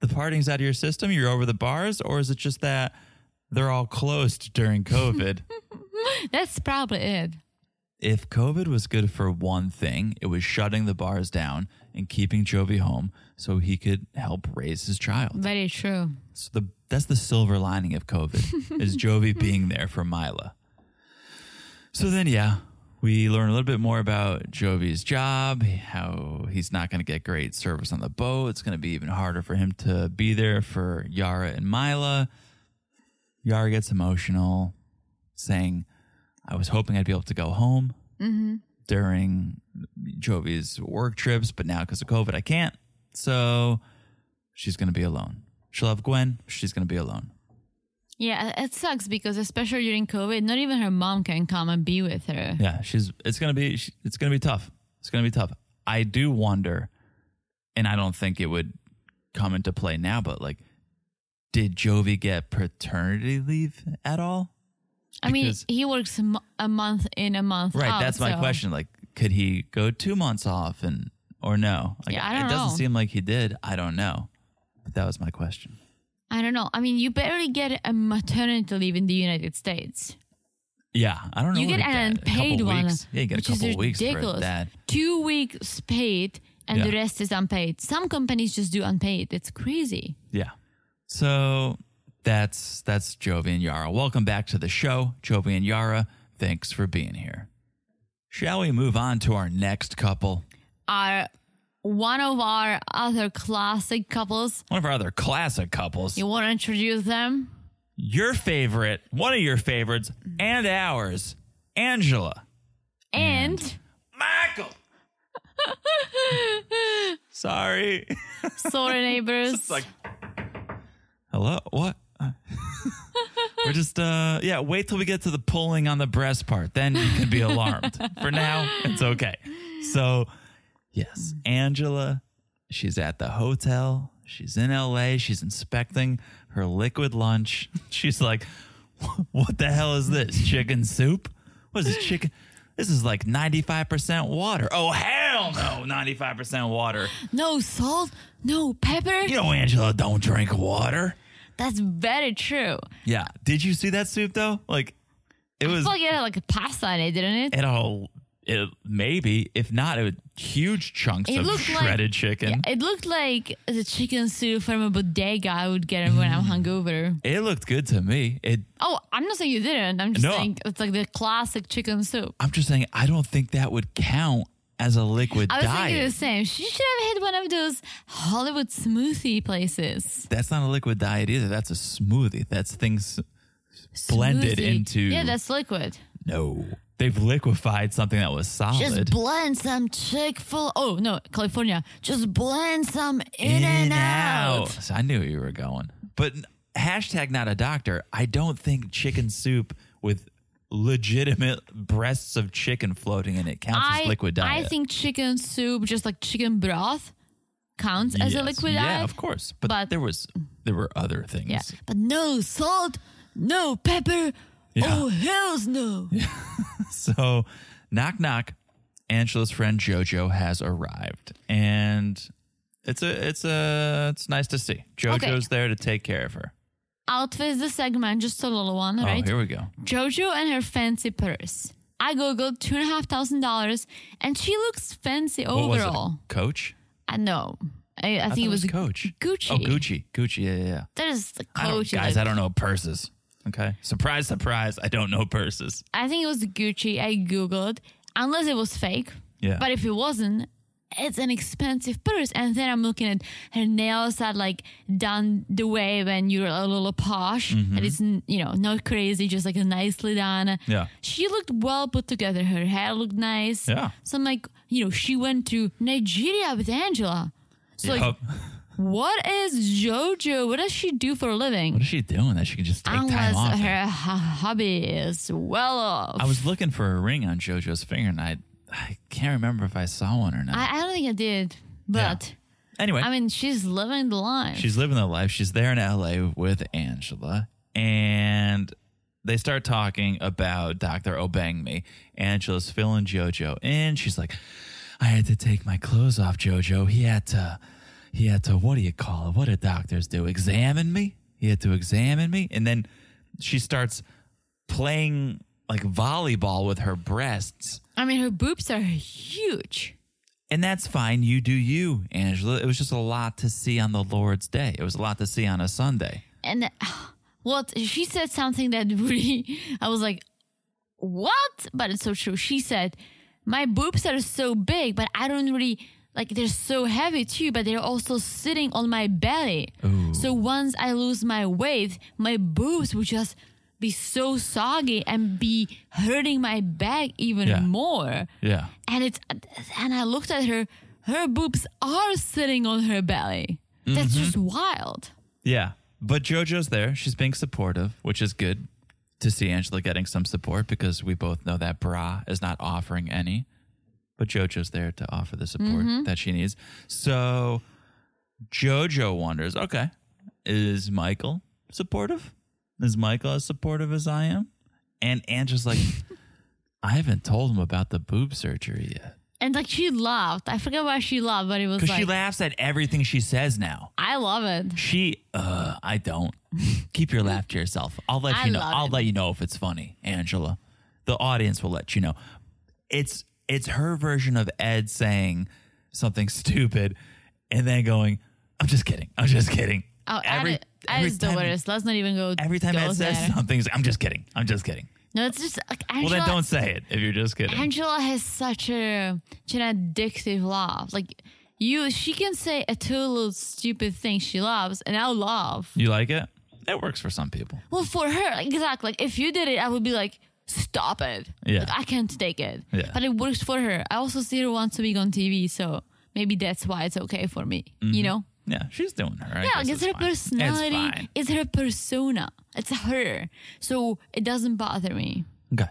A: the partying's out of your system. You're over the bars, or is it just that they're all closed during COVID?
B: That's probably it.
A: if COVID was good for one thing, it was shutting the bars down and keeping Jovi home so he could help raise his child.
B: Very true.
A: So the that's the silver lining of COVID is Jovi being there for Mila. So then, yeah, we learn a little bit more about Jovi's job, how he's not going to get great service on the boat. It's going to be even harder for him to be there for Yara and Mila. Yara gets emotional, saying, "I was hoping I'd be able to go home during Jovi's work trips, but now because of COVID, I can't." So she's going to be alone. She'll have Gwen. She's going to be alone.
B: Yeah, it sucks because especially during COVID, not even her mom can come and be with her.
A: Yeah, she's. It's going to be. she- It's going to be tough. It's going to be tough. I do wonder, and I don't think it would come into play now. But like, did Jovi get paternity leave at all?
B: I mean,
A: Because-
B: he works a mo- a month in, a month
A: Right.
B: out.
A: that's my
B: Oh, so-
A: question. Like, could he go two months off and or no? Like,
B: Yeah, I don't
A: it doesn't
B: know.
A: seem like he did. I don't know. But that was my question.
B: I don't know. I mean, you barely get a maternity leave in the United States.
A: Yeah, I don't know.
B: You
A: what
B: get
A: he got.
B: an
A: A couple
B: unpaid one,
A: weeks. Yeah, you get a
B: which is
A: couple weeks for
B: ridiculous.
A: that.
B: Two weeks paid, and the
A: Yeah.
B: rest is unpaid. Some companies just do unpaid. It's crazy.
A: Yeah. So that's that's Jovi and Yara. Welcome back to the show, Jovi and Yara. Thanks for being here. Shall we move on to our next couple?
B: Our one of our other classic couples.
A: One of our other classic couples.
B: You want to introduce them?
A: Your favorite, one of your favorites, and ours, Angela.
B: And
A: Michael. Sorry. [laughs]
B: Sorry, neighbors.
A: It's like, hello, what? We're just, uh, yeah, wait till we get to the pulling on the breast part. Then you can be alarmed. For now, it's okay. So, yes, Angela, she's at the hotel. She's in LA. She's inspecting her liquid lunch. [laughs] She's like, what the hell is this? Chicken soup? What is this chicken? This is like 95% water. Oh, hell no, 95% water.
B: no salt, no pepper.
A: You know, Angela don't drink water.
B: That's very true.
A: Yeah. Did you see that soup though? Like, it
B: It's
A: was
B: like it had like a pasta in it, didn't it?
A: it all. It, maybe if not, it would huge chunks
B: It
A: of
B: looked like-
A: shredded chicken.
B: It looked like the chicken soup from a bodega I would get when I'm
A: Mm.
B: hungover.
A: It looked good to me. It.
B: Oh, I'm not saying you didn't. I'm just
A: No.
B: saying it's like the classic chicken soup.
A: I'm just saying, I don't think that would count as a liquid
B: I was thinking the
A: diet.
B: same. She should have hit one of those Hollywood smoothie places.
A: That's not a liquid diet either. That's a smoothie. That's things. Blended
B: Smoothie.
A: into-
B: Yeah, that's liquid.
A: No, they've liquefied something that was solid.
B: Just blend some Chick fil Oh, no, California. Just blend some in,
A: In
B: and out.
A: So I knew you were going. But n- hashtag not a doctor. I don't think chicken soup with legitimate breasts of chicken floating in it counts as liquid diet.
B: I think chicken soup, just like chicken broth, counts as a
A: Yes.
B: liquid
A: yeah,
B: diet.
A: of course. But,
B: but-
A: there was there were other things.
B: Yeah. But no salt, no pepper.
A: Yeah.
B: Oh, hells no.
A: So knock knock. Angela's friend Jojo has arrived. And it's a it's a it's nice to see. Jojo's there to take care of her.
B: Outfits the segment, just a little one, right?
A: Oh, here we go.
B: Jojo and her fancy purse. I googled two and a half thousand dollars, and she looks fancy
A: What was it?
B: overall.
A: Coach?
B: I know. I, I,
A: I
B: think
A: thought
B: it was
A: Coach.
B: Gucci.
A: Oh, Gucci. Gucci. Yeah, yeah, yeah.
B: That is the
A: I don't,
B: coach.
A: guys,
B: like-
A: I don't know purses. Okay. Surprise, surprise. I don't know purses.
B: I think it was Gucci. I googled, unless it was fake.
A: Yeah.
B: But if it wasn't, it's an expensive purse. And then I'm looking at her nails are like done the way when you're a little posh, and it's n- you know not crazy, just like nicely done.
A: Mm-hmm. Yeah.
B: She looked well put together. Her hair looked nice.
A: Yeah.
B: So I'm like, you know, she went to Nigeria with Angela. So like,
A: Yup.
B: what is JoJo? What does she do for a living?
A: what is she doing that she can just take time off?
B: Unless
A: and-
B: her ho- hobby is well off.
A: I was looking for a ring on JoJo's finger and I, I can't remember if I saw one or not.
B: I, I don't think I did,
A: Yeah.
B: but
A: anyway,
B: I mean, she's living the life.
A: she's living the life. She's there in LA with Angela and they start talking about Dr. Obeying Me. Angela's filling JoJo in. She's like, I had to take my clothes off, Jojo. He had to, he had to, what do you call it? What do doctors do? Examine me? He had to examine me. And then she starts playing like volleyball with her breasts.
B: I mean, her boobs are huge.
A: And that's fine. You do you, Angela. It was just a lot to see on the Lord's day. It was a lot to see on a Sunday.
B: And [sighs] what she said something that [laughs] really, I was like, what? But it's so true. She said, my boobs are so big, but I don't really like they're so heavy too, but they're also sitting on my belly. So once I lose my weight, my boobs will just be so soggy and be hurting my back even
A: Yeah.
B: more.
A: Yeah.
B: and it's and I looked at her. Her boobs are sitting on her belly. That's
A: Mm-hmm.
B: just wild.
A: Yeah. But JoJo's there. She's being supportive, which is good to see Angela getting some support because we both know that bra is not offering any. But JoJo's there to offer the support that she needs. So JoJo wonders okay, is Michael supportive? Is Michael as supportive as I am? And Angela's like, [laughs] I haven't told him about the boob surgery yet.
B: And like she laughed. I forget why she laughed, but it was
A: Because
B: like
A: she laughs at everything she says now.
B: I love it.
A: She, uh, I don't. Keep your laugh to yourself. I'll let
B: I
A: you know.
B: love
A: I'll
B: it.
A: let you know if it's funny, Angela. The audience will let you know. It's it's her version of Ed saying something [laughs] stupid and then going, "I'm just kidding. I'm just kidding."
B: Oh, every, Ed is the
A: time,
B: worst. Let's not even go.
A: Every time
B: go
A: Ed says
B: there.
A: something, he's like, "I'm just kidding. I'm just kidding."
B: no, it's just like
A: Well,
B: Angela.
A: then don't say it if you're just kidding.
B: Angela has such a such an addictive laugh. Like you, she can say a total stupid thing she loves, and I'll laugh.
A: you like it? It works for some people.
B: Well, for her, exactly. Like if you did it, I would be like, stop it.
A: Yeah.
B: Like, I can't take it.
A: Yeah.
B: But it works for her. I also see her once a week on TV, so maybe that's why it's okay for me.
A: Mm-hmm.
B: You know?
A: Yeah, she's doing her. I
B: Yeah,
A: guess
B: like it's her
A: fine.
B: personality.
A: It's fine.
B: It's her persona. It's her. So it doesn't bother me.
A: Okay.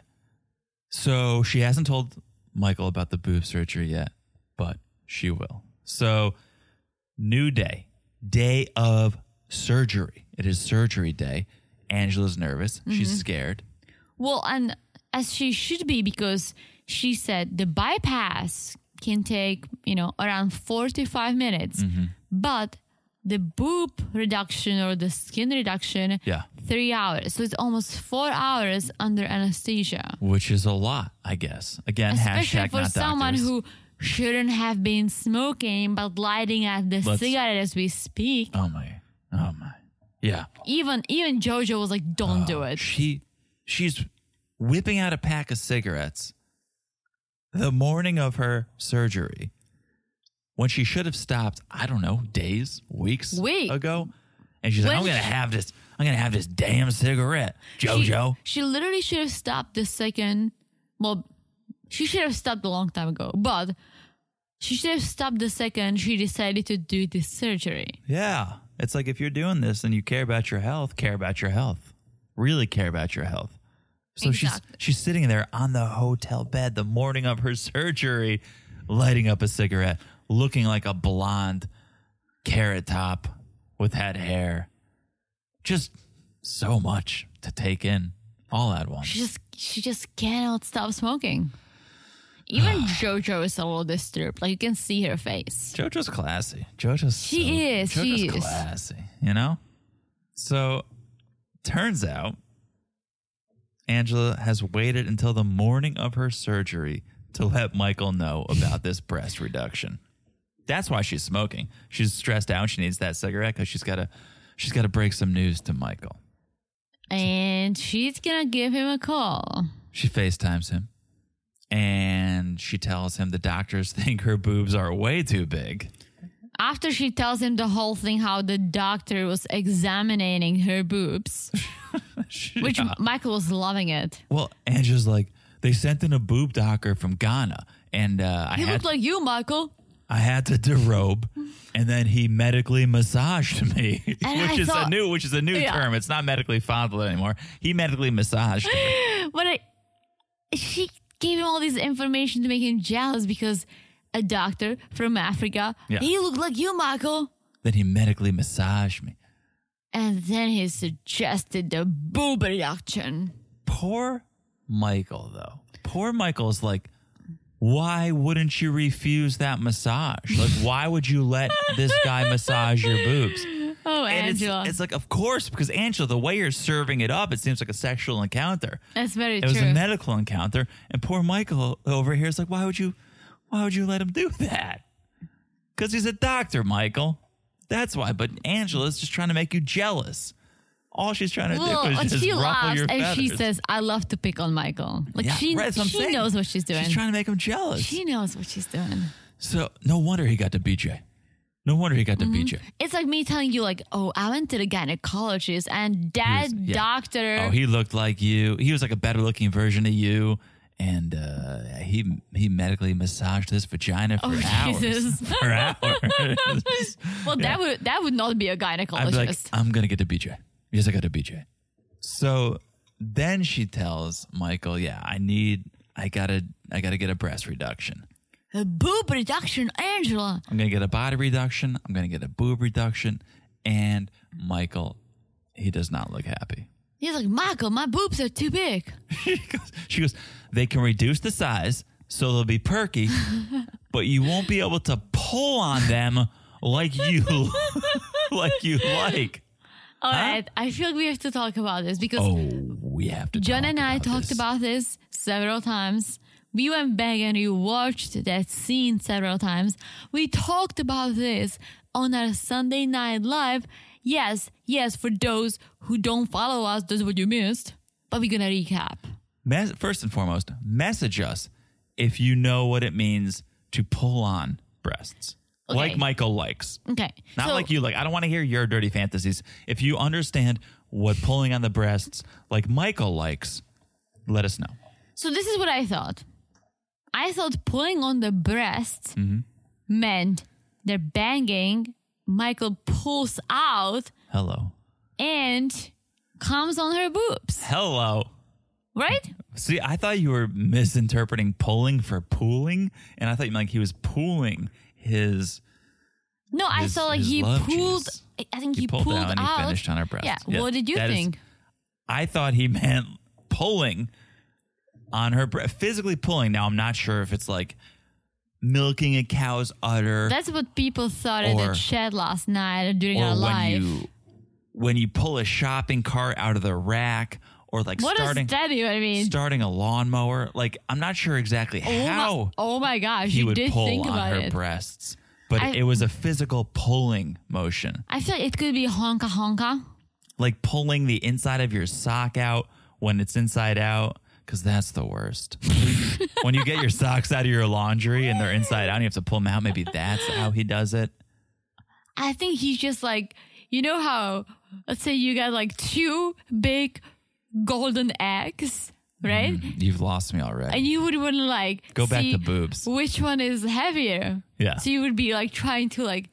A: So she hasn't told Michael about the boob surgery yet, but she will. So, new day, day of surgery. It is surgery day. Angela's nervous.
B: Mm-hmm.
A: She's scared.
B: Well, and as she should be, because she said the bypass can take, you know, around 45 minutes,
A: Mm-hmm.
B: but the boob reduction or the skin reduction,
A: Yeah.
B: three hours. So it's almost four hours under anesthesia,
A: Which is a lot, I guess. Again,
B: especially
A: hashtag
B: for
A: not
B: someone
A: doctors.
B: who shouldn't have been smoking but lighting at the
A: Let's-
B: cigarette as we speak.
A: Oh my. Oh my. Yeah.
B: even even Jojo was like, "Don't
A: Oh,
B: do it."
A: Um, She she's whipping out a pack of cigarettes the morning of her surgery when she should have stopped, I don't know, days, weeks
B: Week.
A: ago. And she's like,
B: When
A: I'm gonna
B: she-
A: have this I'm gonna have this damn cigarette, Jojo.
B: She, she literally should have stopped the second. Well, she should have stopped a long time ago, but she should have stopped the second she decided to do this surgery.
A: yeah. It's like if you're doing this and you care about your health, care about your health. Really care about your health. So
B: Exactly.
A: she's she's sitting there on the hotel bed the morning of her [laughs] surgery, lighting up a cigarette, looking like a blonde carrot top with that hair. Just so much to take in all at once.
B: She just she just cannot stop smoking.
A: [sighs]
B: Even Jojo is a little disturbed. Like you can see her face.
A: Jojo's classy. Jojo's
B: She
A: so-
B: is,
A: Jojo's
B: she is.
A: classy. You know. So, turns out, Angela has waited until the morning of her surgery to let Michael know about
B: [laughs]
A: this breast reduction. That's why she's smoking. She's stressed out. She needs that cigarette because she's got to. She's got to break some news to Michael.
B: And she's gonna give him a call.
A: She FaceTimes him, and she tells him the doctors [laughs] think her boobs are way too big.
B: After she tells him the whole thing how the doctor was examining
A: [laughs]
B: her boobs, which
A: Yeah.
B: Michael was loving it.
A: Well, Angela's like, they sent in a boob doctor from Ghana, and uh, I
B: He
A: had
B: looked like you, Michael.
A: I had to derobe, and then he medically massaged [laughs] me, which
B: And I
A: is a
B: thought-
A: new which is a new
B: Yeah.
A: term. It's not medically fondled anymore. He medically massaged
B: [laughs]
A: me.
B: But I, she gave him all this information to make him jealous because a doctor from Africa,
A: Yeah.
B: he looked like you, Michael.
A: then he medically massaged me.
B: And then he suggested the boob reduction.
A: Poor Michael, though. Poor Michael's like. Why wouldn't you refuse that massage? Like, why would you let this
B: [laughs]
A: guy massage your boobs?
B: Oh,
A: And it's,
B: Angela.
A: it's like, of course, because Angela, the way you're serving it up, it seems like a sexual encounter.
B: That's very
A: It was
B: true.
A: a medical encounter, and poor Michael over here is like, "Why would you? Why would you let him do that? Because he's a doctor, Michael. That's why." But Angela's just trying to make you jealous. All she's trying to
B: well,
A: do is just
B: Oh, she
A: ruffle
B: laughs
A: your
B: and
A: feathers.
B: she says, I love to pick on Michael. Like
A: Yeah,
B: she,
A: right, that's what I'm
B: she
A: saying.
B: knows what she's doing.
A: "She's trying to make him jealous."
B: she knows what she's doing.
A: so no wonder he got to BJ. No wonder he got
B: Mm-hmm.
A: to BJ.
B: It's like me telling you, like, oh, I went to the gynecologist and that
A: was- yeah.
B: doctor.
A: Oh, he looked like you. He was like a better looking version of you. And uh, he he medically massaged his vagina for
B: Oh,
A: hours.
B: Jesus.
A: [laughs] For hours.
B: well, that would that would not be a gynecologist.
A: I'd be like, I'm gonna get to BJ. Yes, I got to BJ. So then she tells Michael, "Yeah, I need, I gotta, I gotta get a breast reduction.
B: a boob reduction, Angela.
A: I'm gonna get a body reduction. I'm gonna get a boob reduction." And Michael, he does not look happy.
B: He's like, Michael, my boobs are too big.
A: [laughs] she goes, she goes, they can reduce the size so they'll be
B: [laughs]
A: perky, but you won't be able to pull on them like you [laughs] like you like.
B: All right, I feel like we have to talk about this because
A: Oh, we have to.
B: John
A: talk
B: and I
A: about
B: talked
A: this.
B: about this several times. We went back and we watched that scene several times. We talked about this on our Sunday night live. Yes, yes, for those who don't follow us, that's what you missed. But we're gonna recap.
A: Mes- first and foremost, message us if you know what it means to pull on breasts,
B: Okay.
A: like Michael likes.
B: Okay.
A: Not
B: so-
A: like you like. I don't want to hear your dirty fantasies. If you understand what pulling on the breasts, like Michael likes, Let us know.
B: So this is what I thought. I thought pulling on the breast
A: Mm-hmm.
B: meant they're banging. Michael pulls out
A: Hello.
B: and comes on her boobs,
A: Hello.
B: right?
A: See, I thought you were misinterpreting pulling for pooling, and I thought you meant like he was pooling his.
B: No, I
A: His-
B: saw like
A: his
B: he
A: love
B: pulled.
A: juice.
B: I- I think
A: He
B: he,
A: pulled
B: pulled,
A: out
B: out.
A: and he finished on her breast.
B: Yeah.
A: Yeah,
B: What did you
A: that is-
B: think?
A: I thought he meant pulling on her breast, physically pulling. Now I'm not sure if it's like milking a cow's udder,
B: That's what people thought in
A: Or-
B: the chat last night during
A: or
B: our
A: when
B: live.
A: you when you pull a shopping cart out of the rack, or like
B: What does
A: starting
B: that even mean?
A: starting a lawnmower. Like I'm not sure exactly
B: oh
A: how.
B: My, oh my gosh!
A: he
B: you
A: would
B: did
A: pull
B: think
A: on
B: about
A: her
B: it.
A: breasts, but
B: I-
A: it was a physical pulling motion,
B: I feel like it could be honka honka.
A: like pulling the inside of your sock out when it's inside out, because that's the worst. [laughs] when you get your socks out of your laundry and they're inside out, and you have to pull them out. Maybe that's how he does it.
B: I think he's just like, you know how, let's say you got like two big golden eggs, right?
A: You've lost me already.
B: And you would want to like
A: Go back
B: see
A: to boobs.
B: Which one is heavier?
A: Yeah.
B: So you would be like trying to like,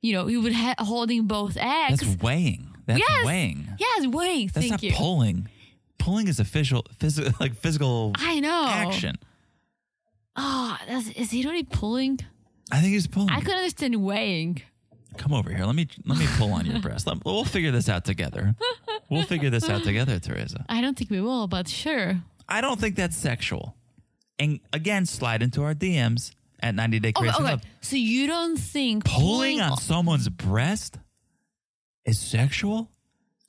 B: you know, you would ha- holding both eggs.
A: that's weighing. That's
B: Yes.
A: weighing.
B: yes, weighing.
A: That's
B: Thank
A: not
B: you.
A: pulling. Pulling is official, physical, like physical
B: I know.
A: action.
B: Oh, that's, is he really pulling?
A: I think he's pulling.
B: I could understand weighing.
A: come over here. Let me let me pull on
B: [laughs]
A: your breast. Let- we'll figure this out together. We'll figure this out together, Teresa.
B: I don't think we will, but sure.
A: I don't think that's sexual. And again, slide into our DMs at 90 Day
B: Okay,
A: Crazy
B: Oh, okay.
A: Love.
B: So you don't think
A: Pulling on
B: on?
A: someone's breast is sexual.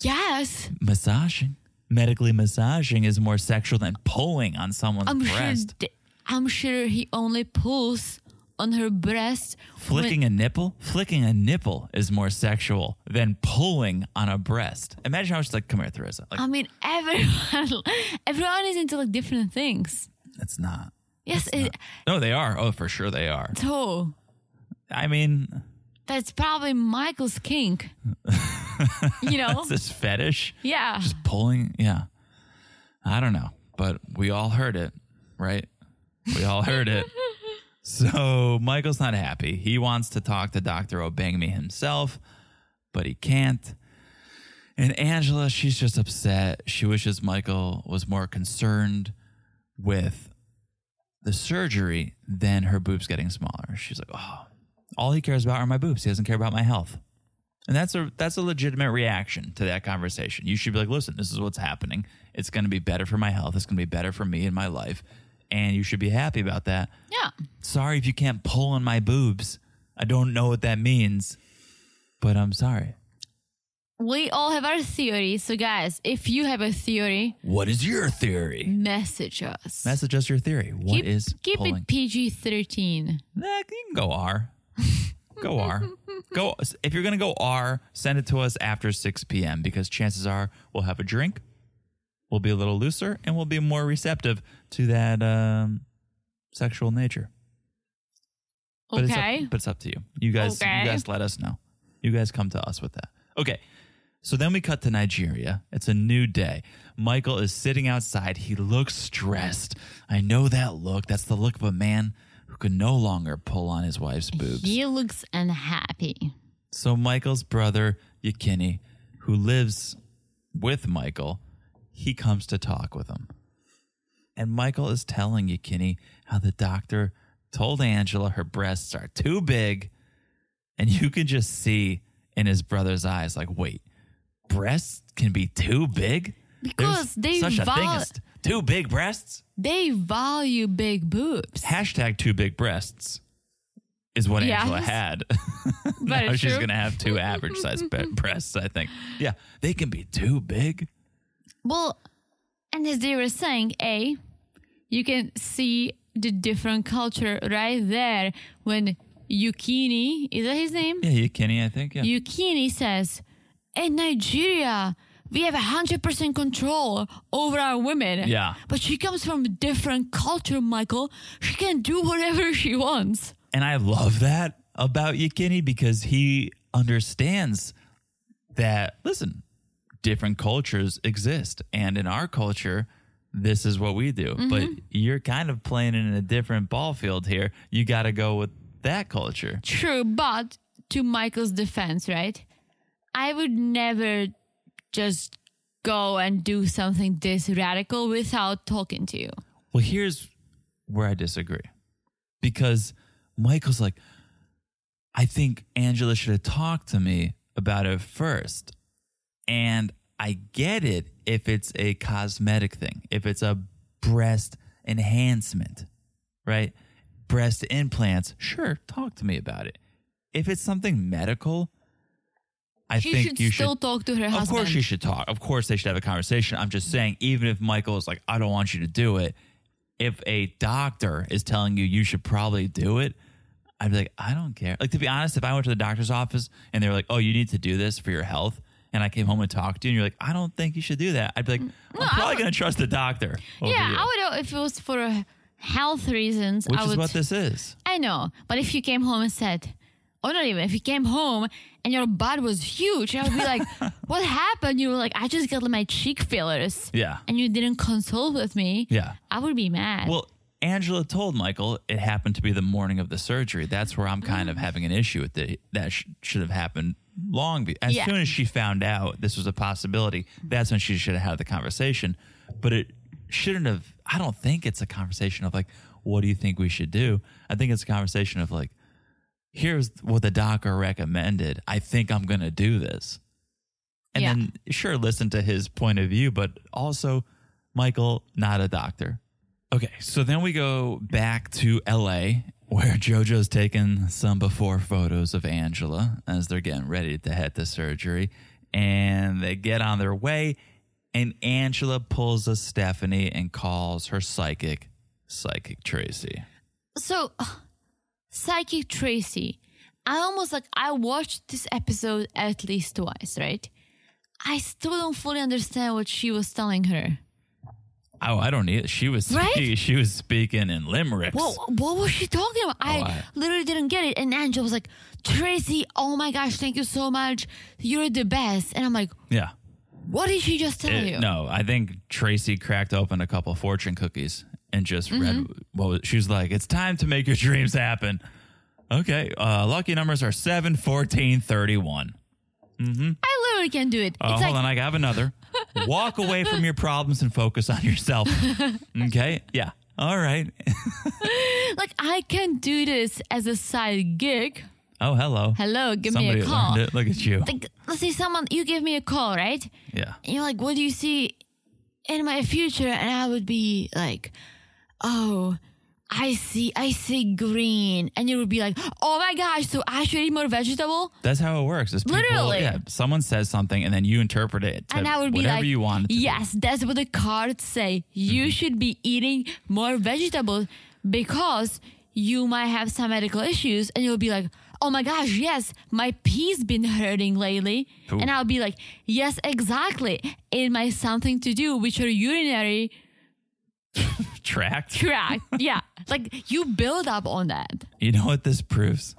B: Yes.
A: Massaging, medically massaging, is more sexual than pulling on someone's
B: I'm
A: breast.
B: sure. th- I'm sure he only pulls on her breast. when-
A: Flicking a nipple, flicking a nipple is more sexual than pulling on a breast. Imagine how she's like, "Come here, Teresa." Like,
B: I mean, everyone. [laughs] Everyone is into like different things.
A: it's not.
B: Yes. It,
A: No, they are. Oh, for sure they are.
B: so
A: I mean,
B: that's probably
A: [laughs]
B: Michael's kink. you know.
A: it's this fetish
B: yeah.
A: pulling. Yeah, I don't know, but we all heard it, right? We all heard it. So Michael's not happy. He wants to talk to Doctor Obangme himself, but he can't. And Angela, she's just upset. She wishes Michael was more concerned with the surgery than her boobs getting smaller. She's like, oh, all he cares about are my boobs. He doesn't care about my health. And that's a that's a legitimate reaction to that conversation. You should be like, listen, this is what's happening. It's going to be better for my health. It's going to be better for me and my life, and you should be happy about that.
B: Yeah.
A: Sorry if you can't pull on my boobs. I don't know what that means, but I'm sorry.
B: We all have our theories. So guys, if you have a theory,
A: What is your theory?
B: message us.
A: Message us your theory. What
B: Mm. keep
A: is
B: keep
A: pulling?
B: it PG thirteen.
A: Nah, Eh, you can go R. Go R. Go if you're gonna go R, send it to us after 6 p.m. because chances are we'll have a drink, we'll be a little looser, and we'll be more receptive to that um, sexual nature. But It's
B: Okay.
A: up, but it's up to you. You guys,
B: Okay.
A: you guys, let us know. You guys come to us with that. Okay. So then we cut to Nigeria. It's a new day. Michael is sitting outside. He looks stressed. I know that look. That's the look of a man who can no longer pull on his wife's boobs.
B: He looks unhappy.
A: So Michael's brother, Yakini, who lives with Michael, he comes to talk with him. And Michael is telling Yakini how the doctor told Angela her breasts are too big. And you can just see in his brother's eyes, like, wait, breasts can be too big? There's
B: Because they
A: such a thing
B: vol-
A: as too big breasts?
B: They value
A: [laughs]
B: big boobs.
A: Hashtag too big breasts is what
B: Yes.
A: Angela had. [laughs]
B: [laughs] But
A: now
B: it's
A: she's
B: true.
A: gonna have two average sized be- breasts, I think. Yeah, they can be too big.
B: Well, and as they were saying, A, you can see the different culture right there when Yukini, is that his name?
A: Yeah, you Kenny, I think. Yeah,
B: Yukini says, In Nigeria, we have 100% control over our women.
A: Yeah.
B: But she comes from a different culture, Michael. She can do whatever she wants.
A: and I love that about Yekini because he understands that. Listen, different cultures exist, and in our culture, this is what we do. But you're kind of playing in a different ball field here. You got to go with that culture.
B: True, but to Michael's defense, right? I would never just go and do something this radical without talking to you.
A: Well, here's where I disagree because Michael's like, I think Angela should have talked to me about it first. And I get it if it's a cosmetic thing, if it's a breast enhancement, right? Breast implants, sure, talk to me about it. If it's something medical, I
B: she
A: think
B: should
A: you
B: still
A: should
B: talk to her
A: of
B: husband.
A: course you should talk. Of course they should have a conversation. I'm just saying, even if Michael is like, I don't want you to do it, if a doctor is telling you you should probably do it, I'd be like, I don't care. Like to be honest, if I went to the doctor's office and they were like, Oh, you need to do this for your health, and I came home and talked to you, and you're like, I don't think you should do that. I'd be like,
B: Mm,
A: I'm probably gonna trust the doctor. over
B: yeah,
A: you,"
B: I would if it was for health reasons.
A: which
B: I
A: is
B: would.
A: what this is.
B: I know, but if you came home and said, or not even if you came home and your butt was huge, I would
A: [laughs]
B: be like, "What happened?" You were like, "I just got my cheek fillers,"
A: Yeah.
B: and you didn't consult with me.
A: Yeah.
B: I would be mad.
A: Well, Angela told Michael it happened to be the morning of the surgery. That's where I'm kind of having an issue with it. That sh- should have happened long. Be- as
B: Yeah.
A: soon as she found out this was a possibility, that's when she should have had the conversation. But it shouldn't have. I don't think it's a conversation of like, what do you think we should do? I think it's a conversation of like, here's what the doctor recommended. I think I'm going to do this. And
B: Yeah.
A: then, sure, listen to his point of view, but also, Michael, not a doctor. Okay, so then we go back to LA where JoJo's taking some before photos of Angela as they're getting ready to head to surgery. And they get on their way, and Angela pulls a Stephanie and calls her psychic, Psychic Tracy.
B: so [sighs] psychic tracy i almost like i watched this episode at least twice right i still don't fully understand what she was telling her
A: Oh, I don't need it. She was
B: Right?
A: she, she was speaking in limericks.
B: what, what was she talking about I,
A: Oh, I-
B: literally didn't get it and angela was like tracy oh my gosh thank you so much you're the best and i'm like
A: Yeah.
B: what did she just tell
A: It-
B: you
A: Eh, No, I think Tracy cracked open a couple fortune cookies and just read
B: Mm-hmm.
A: what was, she was like, it's time to make your dreams happen. Okay. Uh, lucky numbers are 7, 14, 31.
B: i literally can't do it
A: Uh,
B: it's
A: hold
B: like
A: on. I have
B: [laughs]
A: another. Walk away from your problems and focus on yourself. okay. Yeah. All right.
B: like i can't do this as a side gig
A: Oh, hello.
B: hello give
A: Somebody
B: me a call
A: learned it. Look at you.
B: like let's say someone you give me a call right
A: Yeah.
B: and you're like, what do you see in my future? And I would be like, oh, I see, I see green. And you would be like, oh my gosh, so I should eat more vegetable?
A: That's how it works. Is people,
B: Literally.
A: Yeah. Someone says something and then you interpret it to
B: And I would be
A: whatever
B: like,
A: you want. it to Mm-hmm. be.
B: yes, that's what the cards say. You should be eating more vegetables because you might have some medical issues. And you'll be like, oh my gosh, yes, my pee's been hurting lately.
A: Ooh.
B: And I'll be like, yes, exactly. It might something to do with your urinary
A: Tracked. [laughs]
B: Correct. Yeah. Like you build up on that.
A: You know what this proves?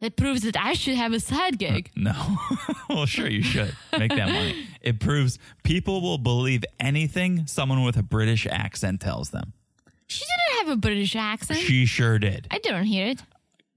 B: That proves that I should have a side gig.
A: No. [laughs] well, sure, you should make that money. It proves people will believe anything someone with a British accent tells them.
B: She didn't have a British accent.
A: She sure did.
B: I didn't hear it.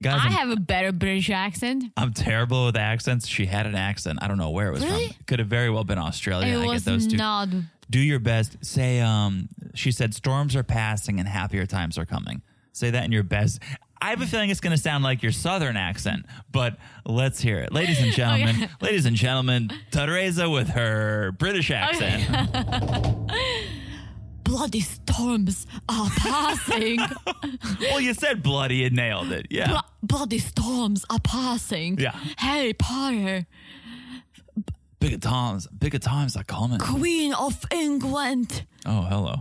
A: Guys,
B: I
A: I'm,
B: have a better British accent.
A: I'm terrible with accents. She had an accent. I don't know where it was
B: Really?
A: from. Could have very well been Australia.
B: it
A: I
B: was
A: get those two.
B: not.
A: Do your best. Say, um, she said, storms are passing and happier times are coming. Say that in your best. I have a feeling it's going to sound like your southern accent, but let's hear it. Ladies
B: [laughs]
A: and gentlemen, ladies and gentlemen, Teresa with her British accent.
B: [laughs] Bloody storms are
A: [laughs]
B: passing.
A: Well, you said bloody and nailed it. Yeah.
B: Blo- bloody storms are passing.
A: Yeah.
B: Harry Potter,
A: bigger times, bigger times are coming.
B: Queen of England.
A: Oh, hello.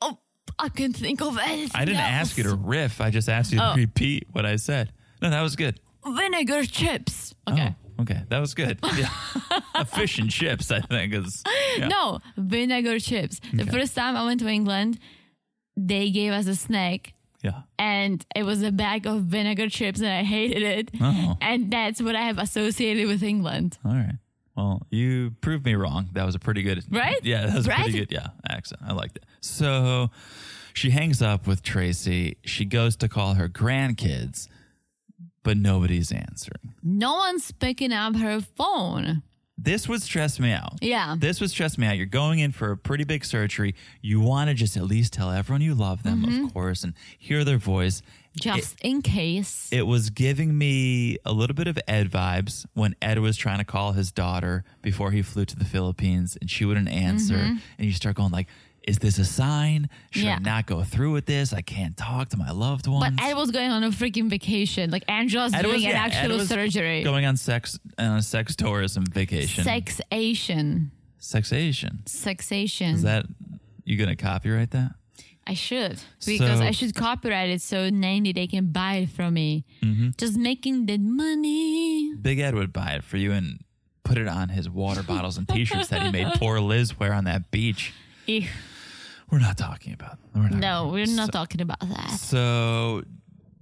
B: Oh, I can't think of anything.
A: I didn't ask you to riff. I just asked you
B: Oh.
A: to repeat what I said. No, that was good.
B: to. Vinegar chips. Okay.
A: Oh, okay. That was
B: [laughs]
A: good. Yeah. A Fish and chips, I think, is. yeah.
B: No, vinegar chips. The first time I went to England, they gave us a snack
A: Yeah.
B: and it was a bag of vinegar chips and I hated it.
A: Oh.
B: And that's what I have associated with England.
A: All right. Well, you proved me wrong. That was a pretty good.
B: Right?
A: Yeah, that was
B: Right?
A: pretty good. Yeah, accent. I liked it. So she hangs up with Tracy. She goes to call her grandkids, but nobody's answering.
B: No one's picking up her phone.
A: This would stress me out.
B: Yeah.
A: This would stress me out. You're going in for a pretty big surgery. You want to just at least tell everyone you love them, of course, and hear their voice.
B: Mm-hmm. Just in case.
A: It was giving me a little bit of Ed vibes when Ed was trying to call his daughter before he flew to the Philippines and she wouldn't answer. And you start going like, is this a sign? Should
B: Mm-hmm. Yeah.
A: I not go through with this? I can't talk to my loved
B: but
A: ones.
B: Ed was going on a freaking vacation. Like Angela's
A: Mm. Ed
B: doing
A: was-
B: an
A: yeah, Ed
B: actual
A: was
B: surgery.
A: Going on sex on a sex tourism vacation.
B: Sexation.
A: Sexation.
B: Sexation.
A: Is that you gonna copyright that?
B: I should. Because
A: So-
B: I should copyright it so 90 they can buy it from me.
A: Mm-hmm.
B: Just making that money.
A: Big Ed would buy it for you and put it on his water bottles and t-shirts that he
B: [laughs]
A: made poor Liz wear on that beach.
B: Ew.
A: We're not talking about. We're not
B: No, we're
A: so-
B: not talking about that.
A: So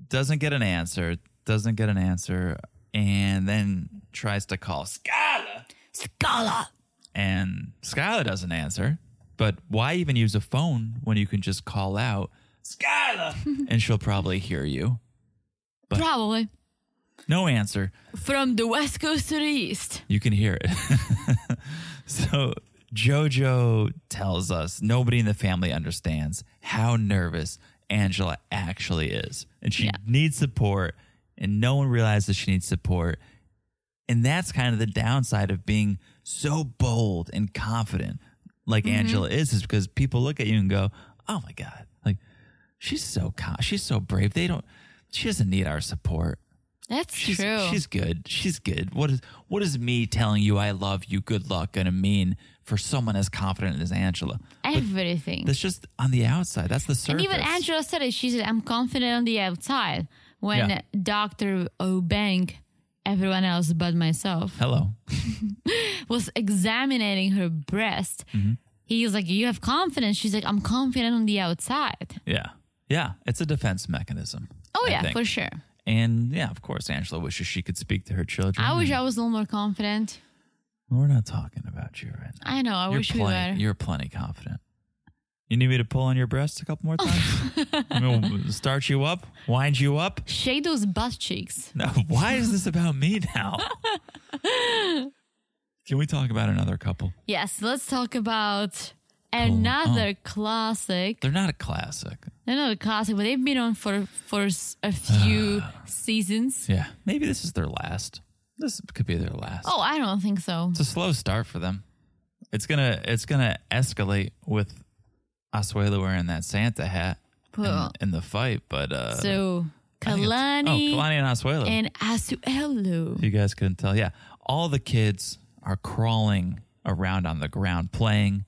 A: doesn't get an answer, doesn't get an answer, and then tries to call Skylar.
B: Scala.
A: And Skylar doesn't answer. But why even use a phone when you can just call out Skylar and she'll probably hear you? But-
B: Probably.
A: No answer.
B: From the west coast to the east.
A: You can hear it. [laughs] so Jojo tells us nobody in the family understands how nervous Angela actually is. And she
B: Yeah.
A: needs support, and no one realizes she needs support. And that's kind of the downside of being so bold and confident like Angela is, is because people look at you and go, oh my God, like she's so calm. She's so brave. They don't, she doesn't need our support.
B: That's
A: She's,
B: true.
A: she's good. She's good. What is what is me telling you I love you, good luck, gonna mean for someone as confident as Angela?
B: Everything.
A: That's just on the outside. That's the surface.
B: And even Angela said it. She said, I'm confident on the outside. When
A: Yeah.
B: Dr. Obang, everyone else but myself,
A: Hello.
B: was examining her breast,
A: Mm-hmm.
B: he was like, You have confidence. She's like, I'm confident on the outside.
A: Yeah. Yeah. It's a defense mechanism.
B: Oh,
A: I
B: yeah,
A: think.
B: for sure.
A: And yeah, of course, Angela wishes she could speak to her children.
B: I wish I was a little more confident.
A: We're not talking about you right now.
B: I know. I
A: you're
B: wish we
A: plenty,
B: were.
A: You're plenty confident. You need me to pull on your breasts a couple more
B: [laughs]
A: times? I mean, start you up, wind you up.
B: Shake those butt cheeks.
A: No, why is this about me
B: [laughs]
A: now? Can we talk about another couple?
B: Yes, let's talk about another classic.
A: They're not a classic.
B: Another classic, but they've been on for for s-
A: [sighs]
B: a few seasons.
A: Yeah. Maybe this is their last. This could be their last.
B: Oh, I don't think so.
A: It's a slow start for them. It's gonna it's gonna escalate with Asuela wearing that Santa hat in,
B: Well,
A: in the fight, but uh
B: So
A: I think it's-
B: Kalani
A: Oh, Kalani and Asuela.
B: and Asuelu.
A: If you guys couldn't tell, yeah. All the kids are crawling around on the ground playing,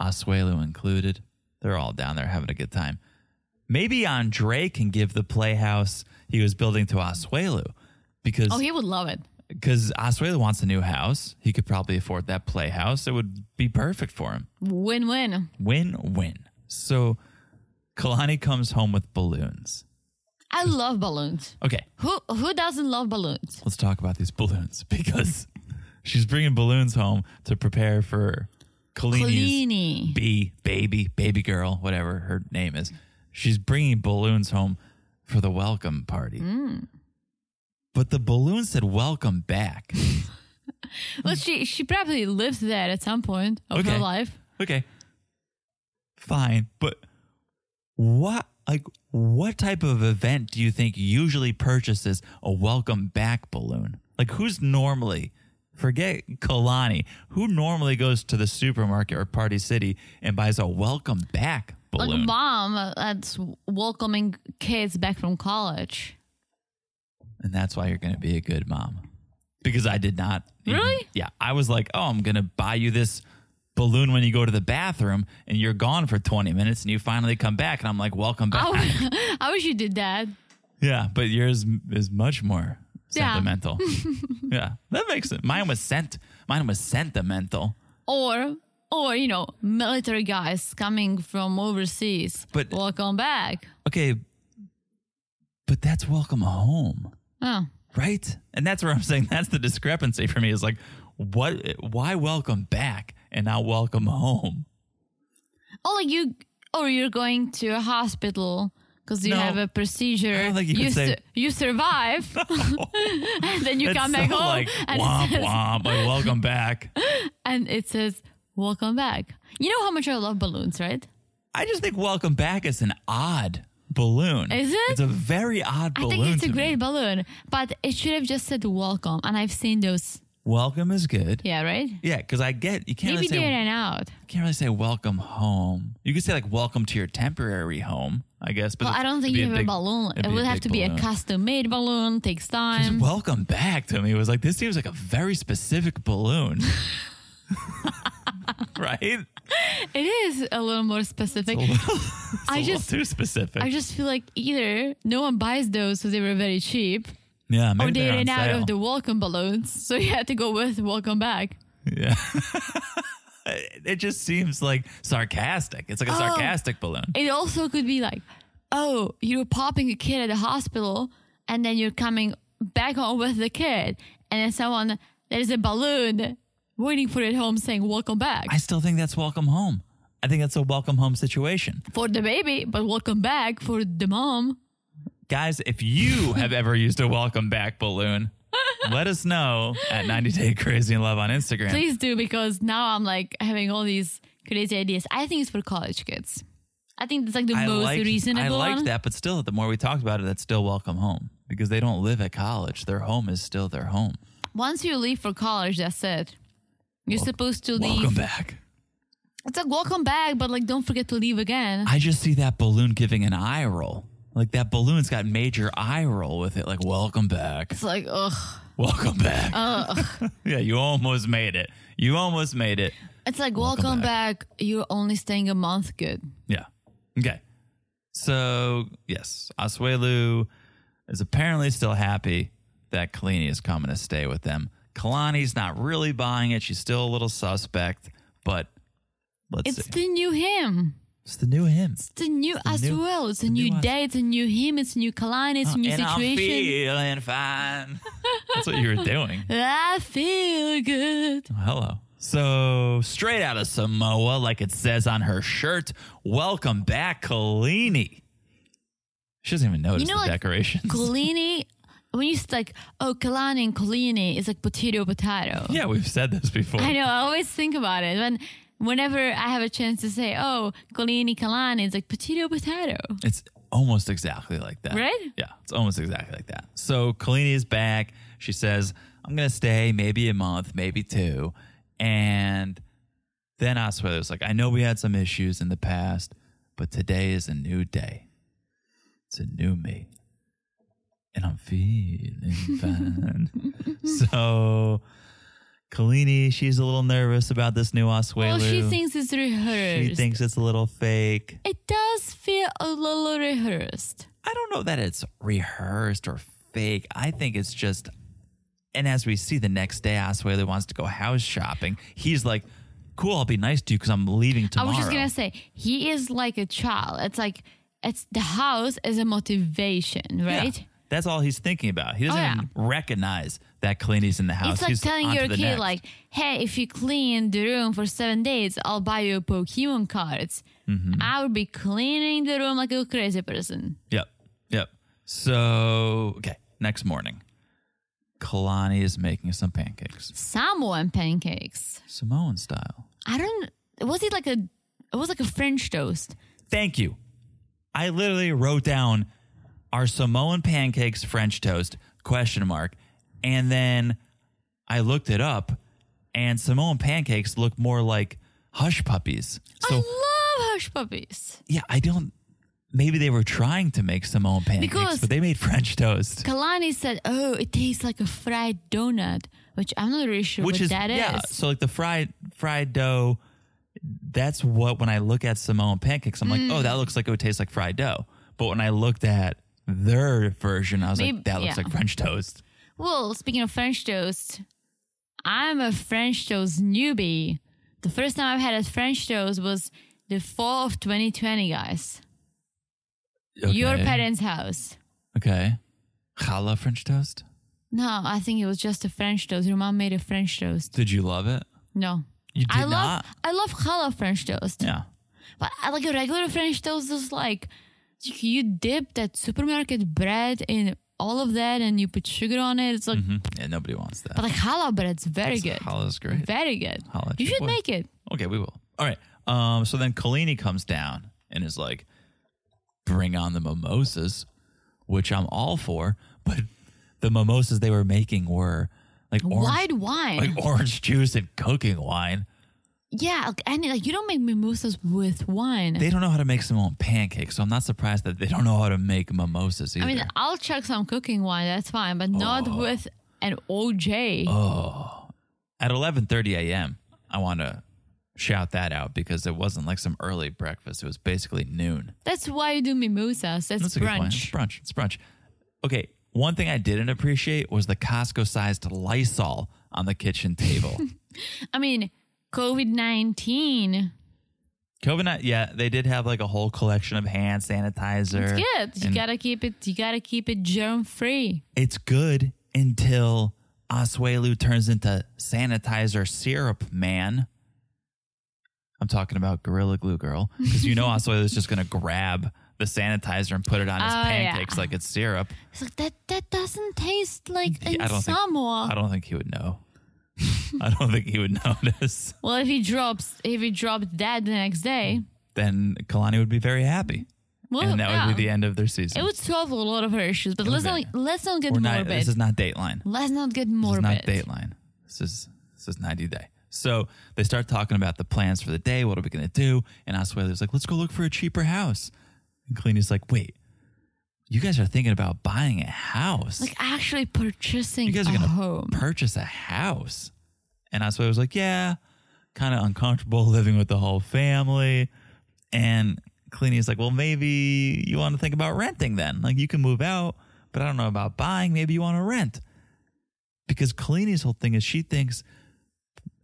A: Asuelu included. They're all down there having a good time. Maybe Andre can give the playhouse he was building to Asuelu because
B: Oh, he would love it.
A: because Asuelu wants a new house. He could probably afford that playhouse. It would be perfect for him.
B: Win win.
A: Win win. So Kalani comes home with balloons.
B: I love balloons.
A: Okay,
B: Who who doesn't love balloons?
A: let's talk about these balloons [laughs] because she's bringing balloons home to prepare for Kalini's
B: Collini.
A: B baby baby girl, whatever her name is. She's bringing balloons home for the welcome party.
B: Mm.
A: But the balloon said "Welcome back."
B: Well, she she probably lived there at some point of
A: Mm. Okay.
B: her life.
A: okay fine but what like what type of event do you think usually purchases a welcome back balloon like who's normally forget kalani who normally goes to the supermarket or party city and buys a welcome back balloon
B: Like mom uh, that's welcoming kids back
A: [laughs]
B: from college.
A: and that's why you're gonna be a good mom because i did not even-
B: Really?
A: yeah i was like oh i'm gonna buy you this balloon when you go to the bathroom and you're gone for 20 minutes and you finally come back and i'm like welcome back
B: I, w- [laughs] I wish you did that.
A: Yeah, but yours m- is much more
B: Yeah. [laughs]
A: sentimental. yeah, that makes it. Mine was sent. Mine was sentimental.
B: Or or you know military guys coming from overseas.
A: But-
B: welcome back.
A: Okay, but that's welcome home,
B: Oh.
A: right? And that's where I'm saying that's the discrepancy for me. Is like What? Why welcome back and not welcome home?
B: Or like Oh, you, or you're going to a hospital because you
A: No.
B: have a procedure.
A: I don't think you could say-
B: su- you
A: [laughs]
B: survive, and [laughs] then you
A: It's
B: come back
A: so
B: home,
A: Like
B: [laughs] and,
A: womp
B: it says,
A: womp. Like welcome back.
B: and it says "Welcome back." You know how much I love balloons, right?
A: I just think welcome back is an odd balloon.
B: Is it?
A: It's a very odd
B: I
A: balloon.
B: think it's a
A: to me.
B: great balloon, but it should have just said "Welcome." And I've seen those.
A: Welcome is good.
B: Yeah, right.
A: Yeah, because I get you can't
B: Maybe
A: really
B: do it
A: say
B: and out.
A: can't really say welcome home. You could say like welcome to your temporary home, I guess. But
B: Well, I
A: it's-
B: don't
A: it'd
B: think
A: be
B: you have
A: big-
B: a balloon.
A: it'd
B: It would have
A: big
B: to be a
A: balloon.
B: custom-made balloon. Takes
A: Just
B: time.
A: welcome back to me was like this seems like a very specific
B: [laughs]
A: balloon, [laughs] right?
B: It is a little more specific.
A: [laughs] It's
B: I
A: a
B: just-
A: little too specific.
B: I just feel like either no one buys those, so they were very cheap,
A: yeah,
B: or
A: maybe
B: they
A: they're on
B: ran out
A: sale.
B: of the welcome balloons, [laughs] so you had to go with welcome back.
A: Yeah. [laughs] it just seems like sarcastic. It's
B: Oh.
A: like a sarcastic balloon.
B: It also could be like, oh, you were popping a kid at the hospital, and then you're coming back home with the kid, and then someone there is a balloon waiting for you at home saying welcome back
A: I still think that's welcome home. I think that's a welcome home situation.
B: for the baby, but welcome back for the mom.
A: Guys, if you have ever used a welcome back balloon, let us know at 90 Day Crazy in Love on Instagram.
B: Please do because now I'm like having all these crazy ideas. I think it's for college kids. I think that's like the
A: I
B: most
A: like,
B: reasonable
A: I like
B: one.
A: that, but still, the more we talked about it, that's still welcome home because they don't live at college. Their home is still their home.
B: Once you leave for college, that's it. You're supposed to leave.
A: Welcome back.
B: It's like welcome back, but like don't forget to leave again.
A: I just see that balloon giving an eye roll. Like that balloon's got major eye roll with it. Like, welcome back.
B: It's like ugh.
A: Welcome back.
B: Uh,
A: [laughs] yeah, you almost made it. You almost made it.
B: It's like welcome, back. You're only staying a month. Good.
A: Yeah. Okay. So, yes, Asuelu is apparently still happy that Kalini is coming to stay with them. Kalani's not really buying it. She's still a little suspect, but let's
B: It's
A: see.
B: the new him.
A: It's the new him.
B: It's the new
A: It's
B: as
A: the new-
B: well. It's a
A: the new
B: new
A: us.
B: day. It's a new him. It's a new Kalani. It's a new
A: and
B: situation.
A: I'm feeling
B: [laughs]
A: fine. That's what you were doing.
B: I
A: [laughs]
B: feel good.
A: Hello. So, straight out of Samoa, like it says on her shirt, welcome back, Kalini. She doesn't even notice
B: know,
A: the
B: like,
A: decorations.
B: Kalini, when you say like, oh, Kalani and Kalini, it's like potato, potato.
A: [laughs] yeah, we've said this before.
B: I know. I always think about it when, whenever I have a chance to say, "Oh, Colini Kalani," it's like potato potato.
A: It's almost exactly like that.
B: Right?
A: Yeah, it's almost exactly like that. So, Kalini is back. She says, I'm going to stay maybe a month, maybe two. And then Osweiler was like, I know we had some issues in the past, but today is a new day. It's a new me. And I'm
B: [laughs]
A: feeling fine. so Kalini, she's a little nervous about this new Osweiler.
B: Well, she thinks it's rehearsed.
A: she thinks it's a little fake.
B: it does feel a little rehearsed.
A: I don't know that it's rehearsed or fake. I think it's just and as we see the next day, Osweiler wants to go house shopping. He's like, Cool, I'll be nice to you because I'm leaving
B: I
A: tomorrow.
B: was just gonna say he is like a child. It's like it's the house is a motivation,
A: Yeah.
B: right?
A: That's all he's thinking about. He doesn't
B: Oh, yeah.
A: even recognize that Kalini's in the house.
B: It's like
A: He's
B: telling
A: on to
B: your
A: the
B: kid,
A: next.
B: like, "Hey, if you clean the room for seven days, I'll buy you Pokemon cards."
A: Mm-hmm.
B: I would be cleaning the room like a crazy person.
A: Yep. Yep. So, okay, next morning, Kalani is making some pancakes,
B: Samoan pancakes.
A: Samoan style.
B: I don't. Was it like a? It was like a French toast.
A: Thank you. I literally wrote down our Samoan pancakes French toast question mark and then I looked it up and Samoan pancakes look more like hush puppies.
B: I
A: So,
B: love hush puppies.
A: yeah, I don't maybe they were trying to make Samoan pancakes,
B: Because-
A: but they made French toast.
B: Kalani said, "Oh, it tastes like a fried donut," which I'm not really sure
A: which
B: what
A: is
B: that is.
A: yeah. So like the fried fried dough, that's what when I look at Samoan pancakes, I'm like, oh, that looks like it would taste like fried dough. But when I looked at their version, I was
B: Maybe-
A: like, that looks
B: yeah.
A: like French toast.
B: Well, speaking of French toast, I'm a French toast newbie. The first time I've had a French toast was the fall of 2020, guys. Your
A: Okay.
B: parents' house.
A: Okay. Challah French toast?
B: No, I think it was just a French toast. Your mom made a French toast.
A: Did you love it?
B: No.
A: You did
B: I love
A: not?
B: I love challah French toast.
A: Yeah.
B: But I like a regular French toast is like you dip that supermarket bread in all of that and you put sugar on it. It's like
A: hmm Yeah, nobody wants that.
B: but like challah bread's very good.
A: Hollow's great.
B: Very good.
A: Holla at
B: you
A: your
B: should
A: boy.
B: make it.
A: Okay, we will. All right. Um, so then Collini comes down and is like, bring on the mimosas, which I'm all for, but the mimosas they were making were like orange,
B: White wine.
A: like orange juice and cooking wine.
B: yeah, like, and like you don't make mimosas with wine.
A: They don't know how to make some own pancakes, so I'm not surprised that they don't know how to make mimosas either. Oh.
B: I mean, I'll check some cooking wine. That's fine, but not with an OJ.
A: At 11:30 a.m., I want to shout that out because it wasn't like some early breakfast. It was basically noon.
B: That's why you do mimosas. That's,
A: That's a good point. It's
B: brunch.
A: brunch. It's brunch. Okay. One thing I didn't appreciate was the Costco sized Lysol on the kitchen
B: [laughs]
A: table.
B: I mean, COVID nineteen.
A: COVID, night- yeah, they did have like a whole collection of hand sanitizer.
B: It's good. You
A: And
B: gotta keep it. You gotta keep it germ free.
A: it's good until Oswelu turns into sanitizer syrup man. I'm talking about Gorilla Glue Girl because
B: [laughs]
A: you know Oswelu's just going to grab the sanitizer and put it on his
B: Oh, yeah.
A: pancakes like it's syrup.
B: It's like that. That doesn't taste like in
A: Yeah, I don't think-
B: Samoa.
A: I don't think he would know. [laughs] I don't think he would [laughs] notice.
B: well, if he drops, if he dropped that the next day,
A: Then Kalani would be very happy,
B: well,
A: and that
B: yeah.
A: would be the end of their season.
B: It would solve a lot of her issues. But let's not
A: bit.
B: let's not get
A: We're not.
B: morbid.
A: This is not Dateline.
B: let's not get
A: This is
B: morbid.
A: not Dateline. This is this is 90 Day. So they start talking about the plans for the day. What are we going to do? And Osweiler's like, "Let's go look for a cheaper house." And Kalani's like, "Wait, you guys are thinking about buying a house?
B: Like actually purchasing
A: you guys are
B: a
A: going to
B: home.
A: purchase a house?" And Osweiler was like, "Yeah, kind of uncomfortable [laughs] living with the whole family." And Kalani's like, "Well, maybe you want to think about renting then. Like you can move out, but I don't know about buying. Maybe you want to rent." because Kalini's whole thing is she thinks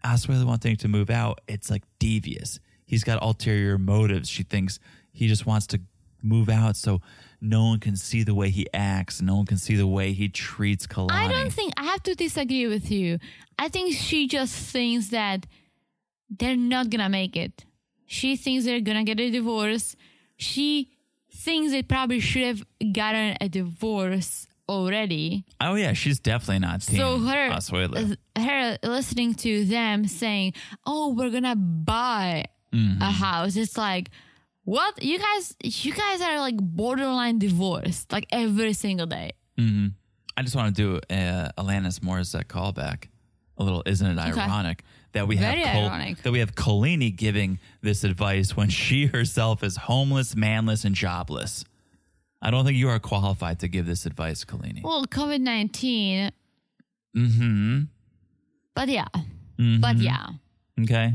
A: Osweiler wanting to move out, it's like devious. He's got ulterior motives. She thinks he just wants to move out so no one can see the way he acts, no one can see the way he treats Kalani.
B: I don't think I have to disagree with you. I think she just thinks that they're not gonna make it. She thinks they're gonna get a divorce. She thinks they probably should have gotten a divorce already.
A: oh yeah, she's definitely not team
B: So her
A: Osweiler.
B: her listening to them saying, "Oh, we're gonna buy a house." It's like, what you guys? You guys are like borderline divorced, like every single day.
A: I just want to do uh, Alanis Morissette callback. A little, isn't it ironic that we
B: Very
A: have Col-
B: ironic.
A: that we have Colini giving this advice when she [laughs] herself is homeless, manless, and jobless? I don't think you are qualified to give this advice, Colini.
B: Well, COVID 19. Mm hmm. But yeah. But yeah.
A: Mm-hmm. okay,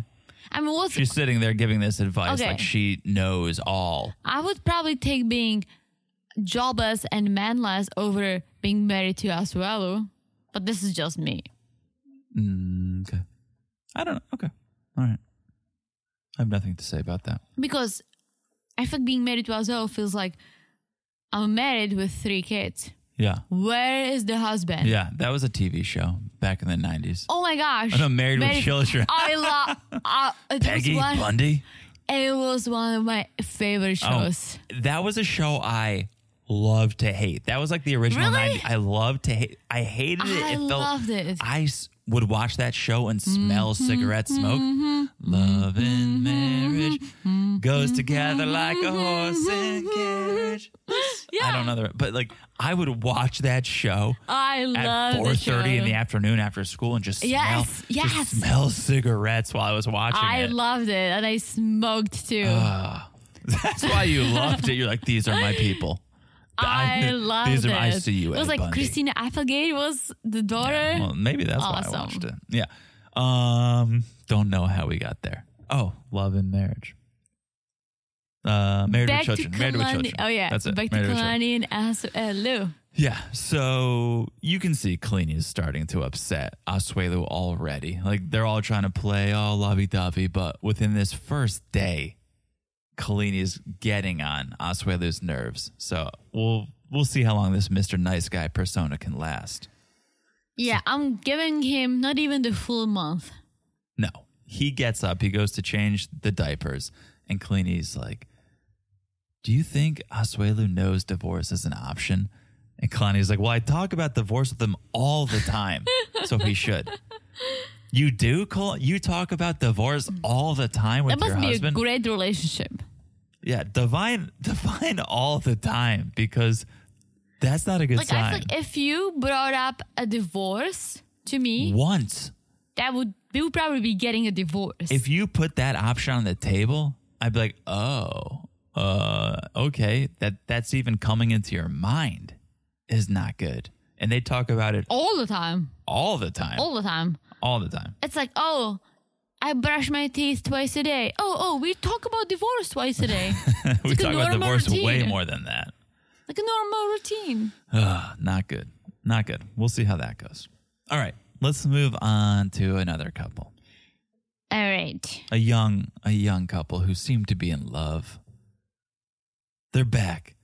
B: I mean, what's,
A: she's sitting there giving this advice
B: Okay.
A: like she knows all.
B: I would probably take being jobless and manless over being married to Asuelu. But this is just me.
A: Mm, Okay, I don't know. Okay, all right. I have nothing to say about that.
B: Because I think being married to Asuelu feels like I'm married with three kids.
A: Yeah,
B: Where is the husband?
A: yeah. That was a TV show back in the nineties.
B: Oh my gosh.
A: I'm married, with children. [laughs]
B: I love uh, it,
A: Peggy
B: was one,
A: Bundy.
B: it was one of my favorite
A: Oh,
B: shows.
A: that was a show I love to hate. That was like the original.
B: Really?
A: 90 I loved to hate. I hated it.
B: I
A: it
B: loved it.
A: I s- would watch that show and smell
B: Mm-hmm,
A: cigarette smoke. Love and marriage
B: mm-hmm,
A: goes together like a horse and carriage. I don't know, the, but like I would watch that show.
B: I
A: At
B: love
A: four thirty in the
B: show.
A: afternoon after school, and just
B: Yes,
A: smell,
B: yes.
A: just smell cigarettes while I was watching
B: I
A: it.
B: loved it, and I smoked too.
A: Uh, That's why you loved it. You're like, these are my people.
B: I
A: [laughs]
B: loved
A: these
B: it.
A: are I see you.
B: It was
A: Ed
B: like
A: Bundy.
B: Christina Applegate was the daughter.
A: Well, maybe that's why I
B: Awesome.
A: watched it. Yeah. Um, don't know how we got there. Oh, love and marriage. Uh, married
B: back
A: with children.
B: to
A: married with
B: Kalani-
A: children.
B: Oh yeah,
A: that's it.
B: Back
A: Married
B: to
A: with children.
B: Kalani and As- uh, Lou.
A: Yeah. So you can see Kalini is starting to upset Asuelu already. Like they're all trying to play all lovey dovey, but within this first day, Kalini is getting on Asuelu's nerves. So we'll we'll see how long this Mr. Nice Guy persona can last.
B: Yeah, I'm giving him not even the full month.
A: No. He gets up, he goes to change the diapers, and Kalini's like, Do you think Asuelu knows divorce is an option? And Kalani's like, Well, I talk about divorce with him all the
B: [laughs]
A: time, so he should. You do, Kal- You talk about divorce all the time with
B: That must
A: your
B: be
A: husband?
B: a great relationship.
A: yeah, divine, divine all the time because that's not a good
B: Like I
A: sign.
B: feel like if you brought up a divorce to me,
A: Once,
B: that would we would probably be getting a divorce.
A: if you put that option on the table, I'd be like, oh, uh, okay, that that's even coming into your mind is not good. And they talk about it
B: all the time.
A: all the time,
B: All the time.
A: all the time. [laughs]
B: It's like, oh, I brush my teeth twice a day. Oh, oh, we talk about divorce twice a day.
A: we
B: like a
A: talk about
B: normal
A: divorce way
B: routine.
A: more than that.
B: like a normal routine.
A: Ugh, not good, not good. We'll see how that goes. All right, let's move on to another couple,
B: All right.
A: a young, a young couple who seem to be in love. They're back.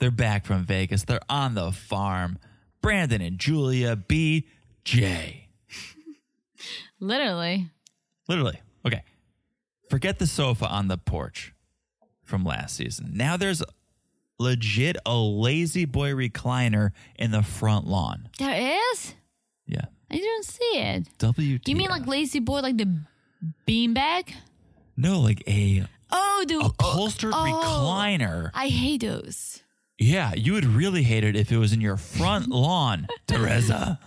A: They're back from Vegas. They're on the farm. Brandon and Julia B. J.
B: Literally.
A: Literally. Okay. Forget the sofa on the porch from last season. Now there's legit a lazy boy recliner in the front lawn.
B: There is?
A: Yeah.
B: I didn't see it.
A: WT.
B: You mean like lazy boy, like the beanbag?
A: no, like a
B: Oh, the
A: upholstered
B: oh,
A: recliner.
B: I hate those.
A: Yeah, you would really hate it if it was in your
B: [laughs]
A: front lawn, Teresa.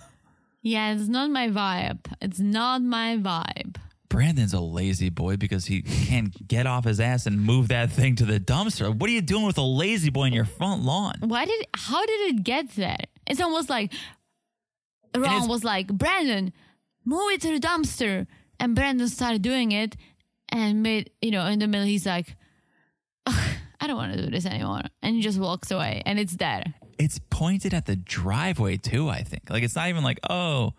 B: Yeah, it's not my vibe. It's not my vibe.
A: Brandon's a lazy boy because he can't get off his ass and move that thing to the dumpster. What are you doing with a lazy boy in your front lawn?
B: Why did? How did it get there? It's almost like
A: it's-
B: Ron was like, Brandon, move it to the dumpster, and Brandon started doing it, and made you know in the middle he's like, "Ugh, I don't want to do this anymore, and he just walks away, and it's there.
A: it's pointed at the driveway too. I think like it's not even like oh,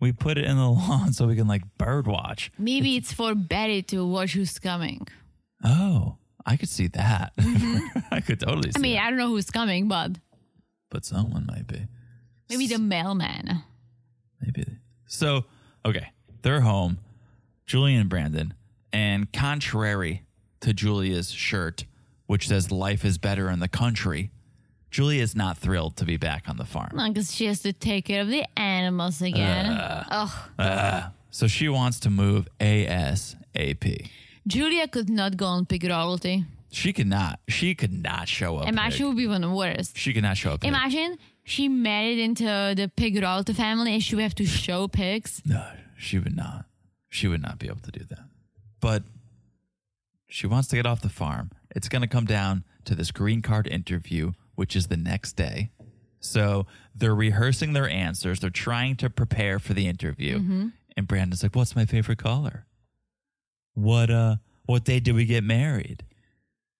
A: we put it in the [laughs] lawn so we can like bird watch.
B: Maybe it's for Betty to watch who's coming.
A: Oh, I could see that. [laughs] I could totally. See
B: I mean,
A: that.
B: I don't know who's coming, but
A: but someone might be
B: maybe the mailman.
A: maybe. So okay, they're home. Julian and Brandon, and contrary to Julia's shirt, which says life is better in the country, Julia is not thrilled to be back on the farm.
B: Because she has to take care of the animals again. Ugh.
A: So she wants to move ASAP.
B: Julia could not go on pig royalty.
A: She could not. She could not show up.
B: Imagine
A: big.
B: would be even worse.
A: She could not show up. big.
B: Imagine she married into the pig royalty family and she would have to show pigs.
A: No, she would not. She would not be able to do that. But she wants to get off the farm. It's going to come down to this green card interview, which is the next day. So they're rehearsing their answers. They're trying to prepare for the interview. And Brandon's like, "What's my favorite color? What uh, what day did we get married?"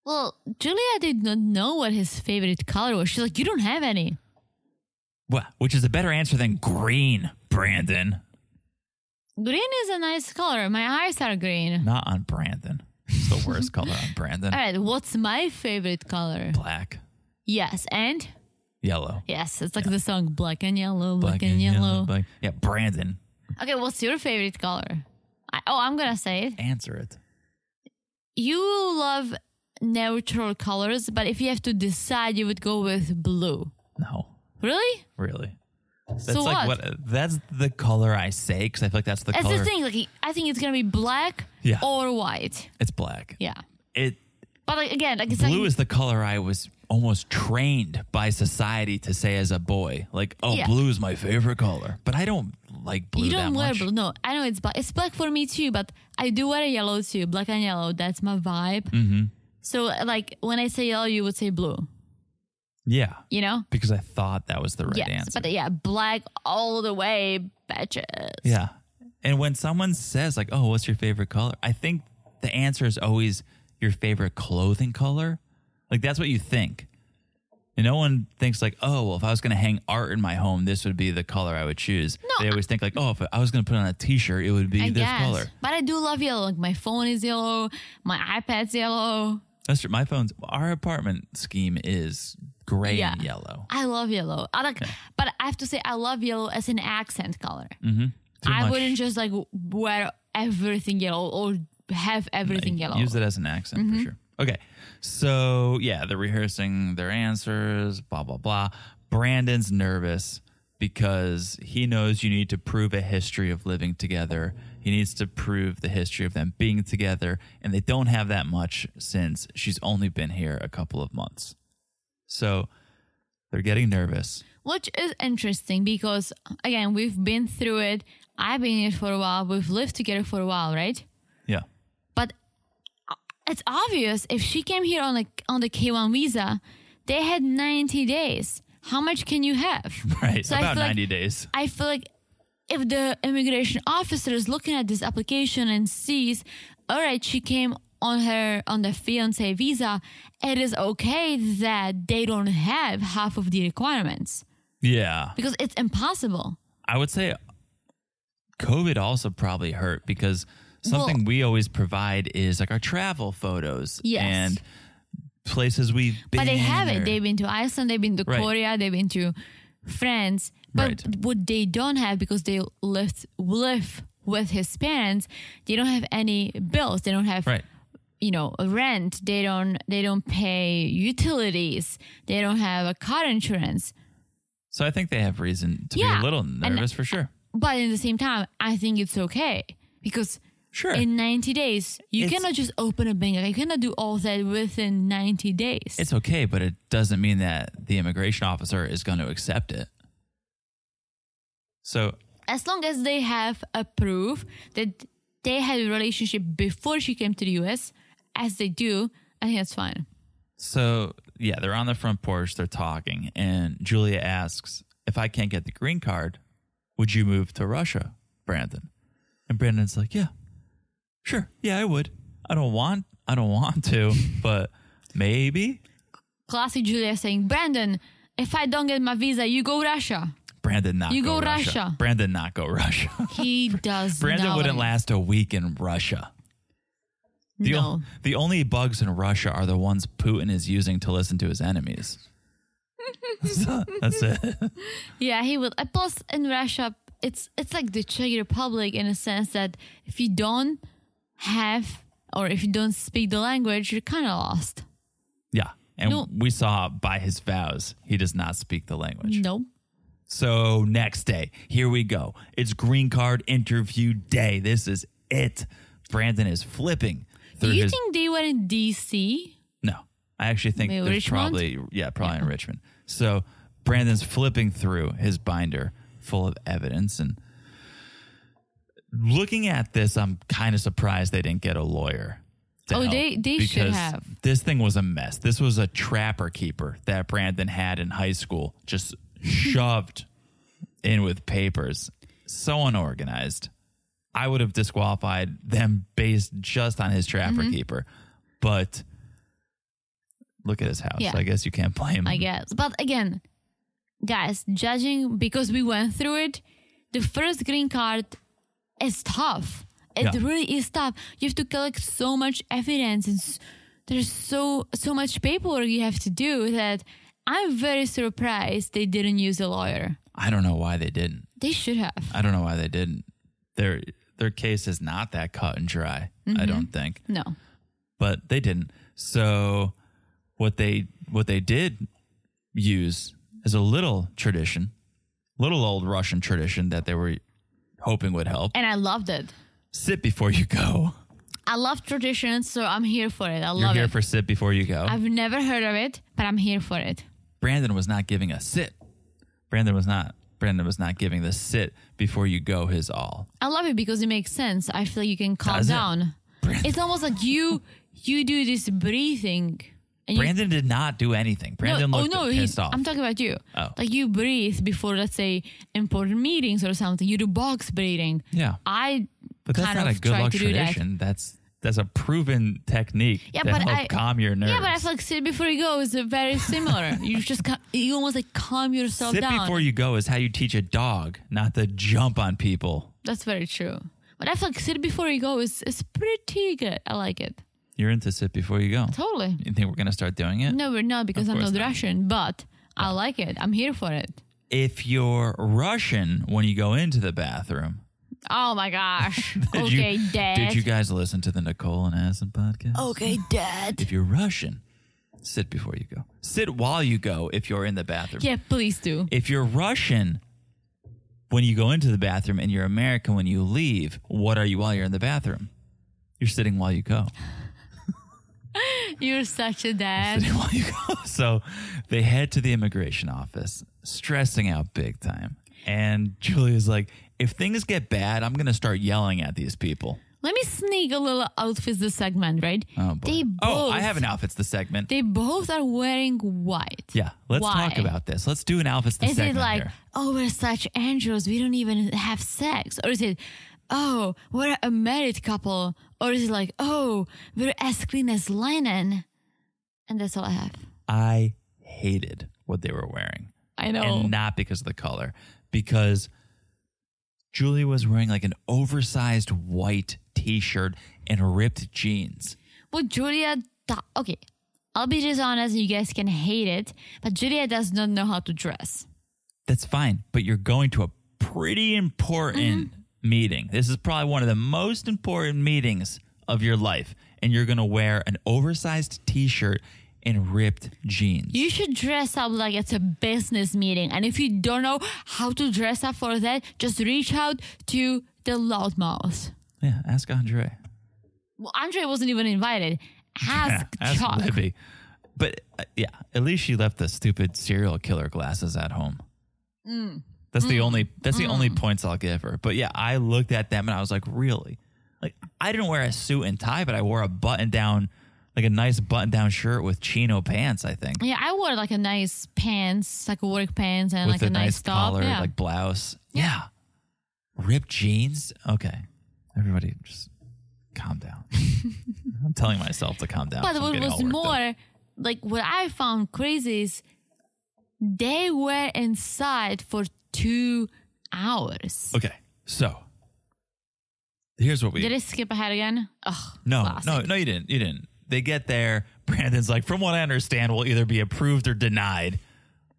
B: Well, Julia did not know what his favorite color was. She's like, You don't have any.
A: Well, which is a better answer than green, Brandon.
B: Green is a nice color. My eyes are green.
A: Not on Brandon. It's the worst color on Brandon.
B: All right, what's my favorite color?
A: Black,
B: Yes, and
A: yellow,
B: yes, it's like the song Black and Yellow, Black,
A: black
B: and, Yellow.
A: black. Yeah, Brandon,
B: Okay, what's your favorite color? I, oh, I'm gonna say it.
A: answer it.
B: You love neutral colors, but if you have to decide, you would go with blue.
A: No,
B: Really?
A: really. That's
B: So
A: like
B: what?
A: That's the color I say because I feel like that's the
B: That's
A: color.
B: the thing. Like, I think it's gonna be black
A: Yeah.
B: or white.
A: It's black.
B: Yeah.
A: It
B: But like again, like it's
A: blue
B: like,
A: is the color I was almost trained by society to say as a boy. Like, oh,
B: Yeah.
A: blue is my favorite color, but I don't like blue.
B: you don't
A: that
B: wear
A: much.
B: blue. No, I know it's black. It's black for me too, but I do wear yellow too. Black and yellow. That's my vibe. Mm-hmm. So like when I say yellow, you would say blue.
A: Yeah,
B: You know?
A: because I thought that was the right
B: yes.
A: answer.
B: But yeah, black all the way, bitches.
A: Yeah. And when someone says like, "Oh, what's your favorite color?" I think the answer is always your favorite clothing color. Like that's what you think. And no one thinks like, "Oh, well, if I was going to hang art in my home, this would be the color I would choose."
B: No,
A: they always think like, "Oh, if I was going to put on a t-shirt, it would be
B: I
A: this
B: guess.
A: color."
B: But I do love yellow. Like my phone is yellow, my iPad's yellow.
A: That's true. My phone's our apartment scheme is gray
B: Yeah.
A: and yellow.
B: I love yellow. I like, but I have to say, I love yellow as an accent color.
A: Mm, Too
B: I
A: much.
B: wouldn't just like wear everything yellow or have everything yellow. Mm-hmm.
A: Use it as an accent for sure. Okay. So, yeah, they're rehearsing their answers, blah, blah, blah. Brandon's nervous because he knows you need to prove a history of living together. He needs to prove the history of them being together. And they don't have that much since she's only been here a couple of months. So they're getting nervous.
B: which is interesting because again we've been through it i've been in it for a while we've lived together for a while right
A: Yeah. [laughs]
B: but it's obvious if she came here on a on the k1 visa they had 90 days how much can you have
A: [laughs] Right.
B: So I
A: About
B: feel like-
A: 90
B: [laughs]
A: days.
B: i feel like if the immigration officer is looking at this application and sees all right she came on her on the fiance visa it is okay that they don't have half of the requirements
A: Yeah.
B: because it's impossible
A: I would say COVID also probably hurt because something
B: Well-
A: we always provide is like our travel photos
B: Yes.
A: and places we've been.
B: But they have
A: or-
B: it. They've been to Iceland, they've been to
A: Right.
B: Korea, they've been to France. But
A: Right.
B: what they don't have because they lived live with his parents, they don't have any bills. They don't have
A: Right.
B: you know, rent. They don't they don't pay utilities. They don't have a car insurance.
A: So I think they have reason to
B: Yeah.
A: be a little
B: And-
A: nervous for sure.
B: But at the same time, I think it's okay. Because
A: Sure.
B: in 90 days, you
A: It's-
B: cannot just open a bank. account. You cannot do all that within 90 days.
A: it's okay, but it doesn't mean that the immigration officer is going to accept it. So
B: as long as they have a proof that they had a relationship before she came to the US, as they do, I think that's fine.
A: So, yeah, they're on the front porch, they're talking, and Julia asks, If I can't get the green card, would you move to Russia, Brandon? And Brandon's like, Yeah, sure. Yeah, I would. I don't want, I don't want to, [laughs] but maybe.
B: Classic Julia saying, Brandon, if I don't get my visa, you
A: [laughs]
B: go Russia.
A: Brandon not
B: You go
A: Russia.
B: Russia.
A: Brandon not go Russia.
B: [laughs] He does
A: Brandon
B: not.
A: wouldn't last a week in Russia. The,
B: No.
A: o- the only bugs in Russia are the ones Putin is using to listen to his enemies.
B: [laughs]
A: So, that's it.
B: Yeah, he would. Uh, Plus, in Russia, it's it's like the Czech Republic in a sense that if you don't have or if you don't speak the language, you're kind of lost.
A: Yeah. And
B: No.
A: we saw by his vows, he does not speak the language.
B: No.
A: So next day, here we go. It's green card interview day. This is it. Brandon is flipping through
B: Do you
A: his.
B: think they were in D.C.?
A: no, I actually think
B: Maybe
A: there's
B: Richmond?
A: probably, yeah, probably in Richmond. So Brandon's flipping through his binder full of evidence. And looking at this, I'm kind of surprised they didn't get a lawyer. to
B: Oh,
A: help
B: they- they should
A: because
B: have.
A: This thing was a mess. This was a trapper keeper that Brandon had in high school,
B: [laughs]
A: just shoved in with papers. So unorganized. I would have disqualified them based just on his trapper
B: Mm-hmm.
A: keeper. But look at his house.
B: Yeah.
A: I guess you can't blame him.
B: I guess. But again, guys, judging because we went through it, the first green card is tough. It
A: Yeah.
B: really is tough. You have to collect so much evidence, and s- there's so so much paperwork you have to do that I'm very surprised they didn't use a lawyer.
A: I don't know why they didn't.
B: They should have.
A: I don't know why they didn't. Their their case is not that cut and dry,
B: Mm-hmm.
A: I don't think.
B: No.
A: But they didn't. So what they what they did use is a little tradition, little old Russian tradition that they were hoping would help.
B: And I loved it.
A: sit before you go.
B: I love traditions, so I'm here for it.
A: You're
B: I love
A: here
B: it.
A: for sit before you go.
B: I've never heard of it, but I'm here for it.
A: Brandon was not giving a sit. Brandon was not. Brandon was not giving the sit before you go his all.
B: I love it because it makes sense. I feel like you can calm
A: Does it?
B: down. It's almost like you you do this breathing. And you, oh,
A: Brandon did not do anything. Brandon looked
B: he-
A: pissed off.
B: I'm talking about you.
A: Oh.
B: Like you breathe before, let's say, important meetings or something. You do box breathing.
A: yeah,
B: I
A: but that's
B: kind
A: not
B: of
A: a good
B: try
A: luck
B: to do that.
A: tradition. That's that's a proven technique
B: Yeah,
A: to
B: but
A: help
B: I-
A: calm your nerves.
B: Yeah, but I feel like sit before you go is uh, very
A: [laughs]
B: similar. you just ca- you almost like calm yourself
A: sit
B: down.
A: before you go is how you teach a dog not to jump on people.
B: That's very true. But I feel like sit before you go is is pretty good. I like it.
A: You're into it before you go.
B: Totally.
A: You think we're going to start doing it?
B: No, we're not because
A: Of
B: I'm
A: course
B: not
A: not. Oh.
B: Russian, but I like it. I'm here for it.
A: If you're Russian when you go into the bathroom,
B: Oh my gosh.
A: [laughs] did
B: okay,
A: you,
B: dad.
A: Did you guys listen to the Nicole and Asim podcast?
B: okay, dad.
A: If you're Russian, sit before you go. Sit while you go if you're in the bathroom.
B: Yeah, please do.
A: If you're Russian when you go into the bathroom and you're American when you leave, what are you while you're in the bathroom? You're sitting while you go.
B: You're such a
A: [laughs]
B: dad.
A: Sitting while you go. So they head to the immigration office, stressing out big time. And Julia's like, if things get bad, I'm going to start yelling at these people.
B: Let me sneak a little outfit this segment, right?
A: Oh, boy.
B: They
A: oh
B: both
A: I have an outfits the segment.
B: they both are wearing white.
A: yeah, let's
B: Why?
A: talk about this. Let's do an outfits the
B: Is
A: segment
B: it like,
A: here.
B: oh, we're such angels, we don't even have sex? Or is it, oh, we're a married couple? Or is it like, oh, we're as clean as linen? And that's all I have.
A: I hated what they were wearing.
B: I know.
A: and not because of the color, because Julia was wearing like an oversized white t-shirt and ripped jeans.
B: Well, Julia, do- okay, I'll be just honest, you guys can hate it, but Julia does not know how to dress.
A: That's fine, but you're going to a pretty important meeting. This is probably one of the most important meetings of your life, and you're going to wear an oversized t-shirt and ripped jeans.
B: You should dress up like it's a business meeting. And if you don't know how to dress up for that, just reach out to the loudmouth.
A: yeah, ask Andre.
B: Well, Andre wasn't even invited.
A: [laughs]
B: Ask
A: ask
B: Chuck.
A: Libby. But uh, yeah, at least she left the stupid serial killer glasses at home.
B: Mm.
A: That's the only. That's the only points I'll give her. But yeah, I looked at them and I was like, really? Like I didn't wear a suit and tie, but I wore a button down, like a nice button down shirt with chino pants. I think
B: Yeah, I wore like a nice pants, like work pants, and
A: with
B: like a, nice, top.
A: collar,
B: yeah.
A: like blouse. Yeah. ripped jeans. Okay, everybody, just calm
B: [laughs]
A: down. I'm telling myself to calm down.
B: but
A: 'cause I'm
B: what
A: getting
B: was
A: all worked up.
B: more, like what I found crazy is they were inside for two hours.
A: Okay, so here's what we
B: Did I skip ahead again? Ugh,
A: no
B: classic.
A: no no you didn't you didn't. They get there. [laughs] Brandon's like, from what I understand, will either be approved or denied.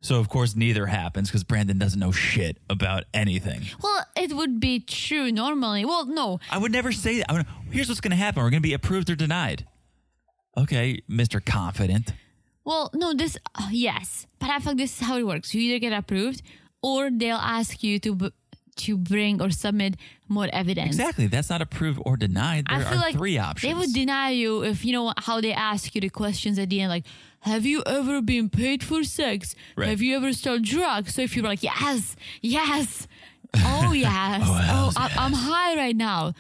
A: So of course neither happens because Brandon doesn't know shit about anything.
B: Well, it would be true normally. Well, no,
A: I would never say that. I would, here's what's going to happen: we're going to be approved or denied. Okay, Mister Confident.
B: Well, no, this, uh, yes. But I think this is how it works. You either get approved or they'll ask you to b- to bring or submit more evidence.
A: Exactly. That's not approved or denied. There
B: I feel
A: are
B: like
A: three options.
B: They would deny you if you know how they ask you the questions at the end, like, "Have you ever been paid for sex?
A: Right.
B: Have you ever sold drugs?" So if you're like, "Yes, yes,
A: [laughs]
B: oh yes, oh,
A: hells
B: I- I'm high right now,"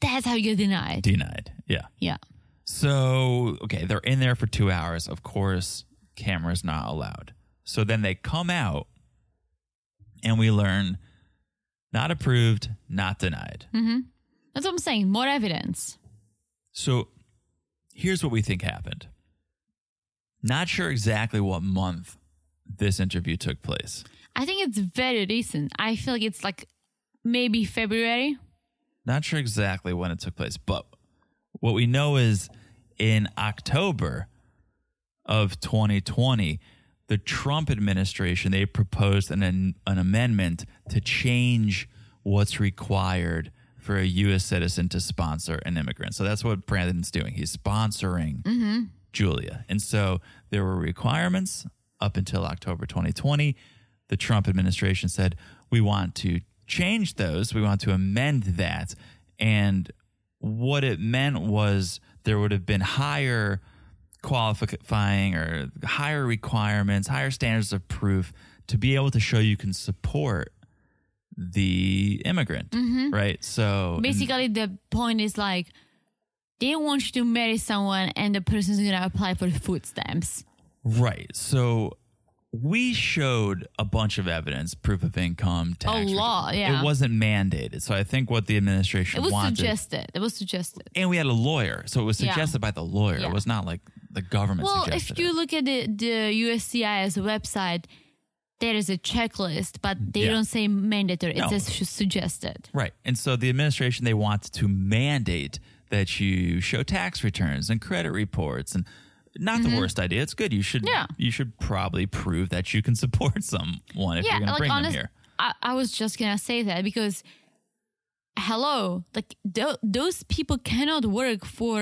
B: that's how you get denied.
A: denied. Yeah.
B: yeah.
A: So, okay, they're in there for two hours. Of course, camera's not allowed. So then they come out and we learn not approved, not denied.
B: That's what I'm saying. More evidence.
A: So here's what we think happened. Not sure exactly what month this interview took place.
B: I think it's very recent. I feel like it's like maybe February.
A: Mm-hmm. Not sure exactly when it took place, but what we know is in October of 2020, the Trump administration they proposed an an amendment to change what's required for a U.S. citizen to sponsor an immigrant. So that's what Brandon's doing. He's sponsoring Julia, and so there were requirements up until October 2020. The Trump administration said we want to change those. We want to amend that, and what it meant was there would have been higher qualifying or higher requirements, higher standards of proof to be able to show you can support the immigrant, right? So and
B: Basically, the point is like they want you to marry someone, and the person's gonna apply for food stamps.
A: Right. So we showed a bunch of evidence, proof of income, tax. return.
B: lot, yeah.
A: It wasn't mandated. So I think what the administration
B: It was
A: wanted.
B: suggested. It was suggested.
A: and we had a lawyer. So it was
B: Yeah.
A: suggested by the lawyer.
B: Yeah.
A: It was not like the government
B: Well,
A: suggested
B: if you
A: it.
B: look at the, the USCIS website, there is a checklist, but they
A: Yeah.
B: don't say mandatory. It
A: No.
B: says says su- suggested.
A: Right. And so the administration, they want to mandate that you show tax returns and credit reports and not the worst idea. It's good. You should
B: Mm-hmm. Yeah.
A: you should probably prove that you can support [laughs] someone if
B: yeah,
A: you're going to
B: like
A: bring
B: honest,
A: them here.
B: I, I was just gonna say that because hello, like tho- those people cannot work for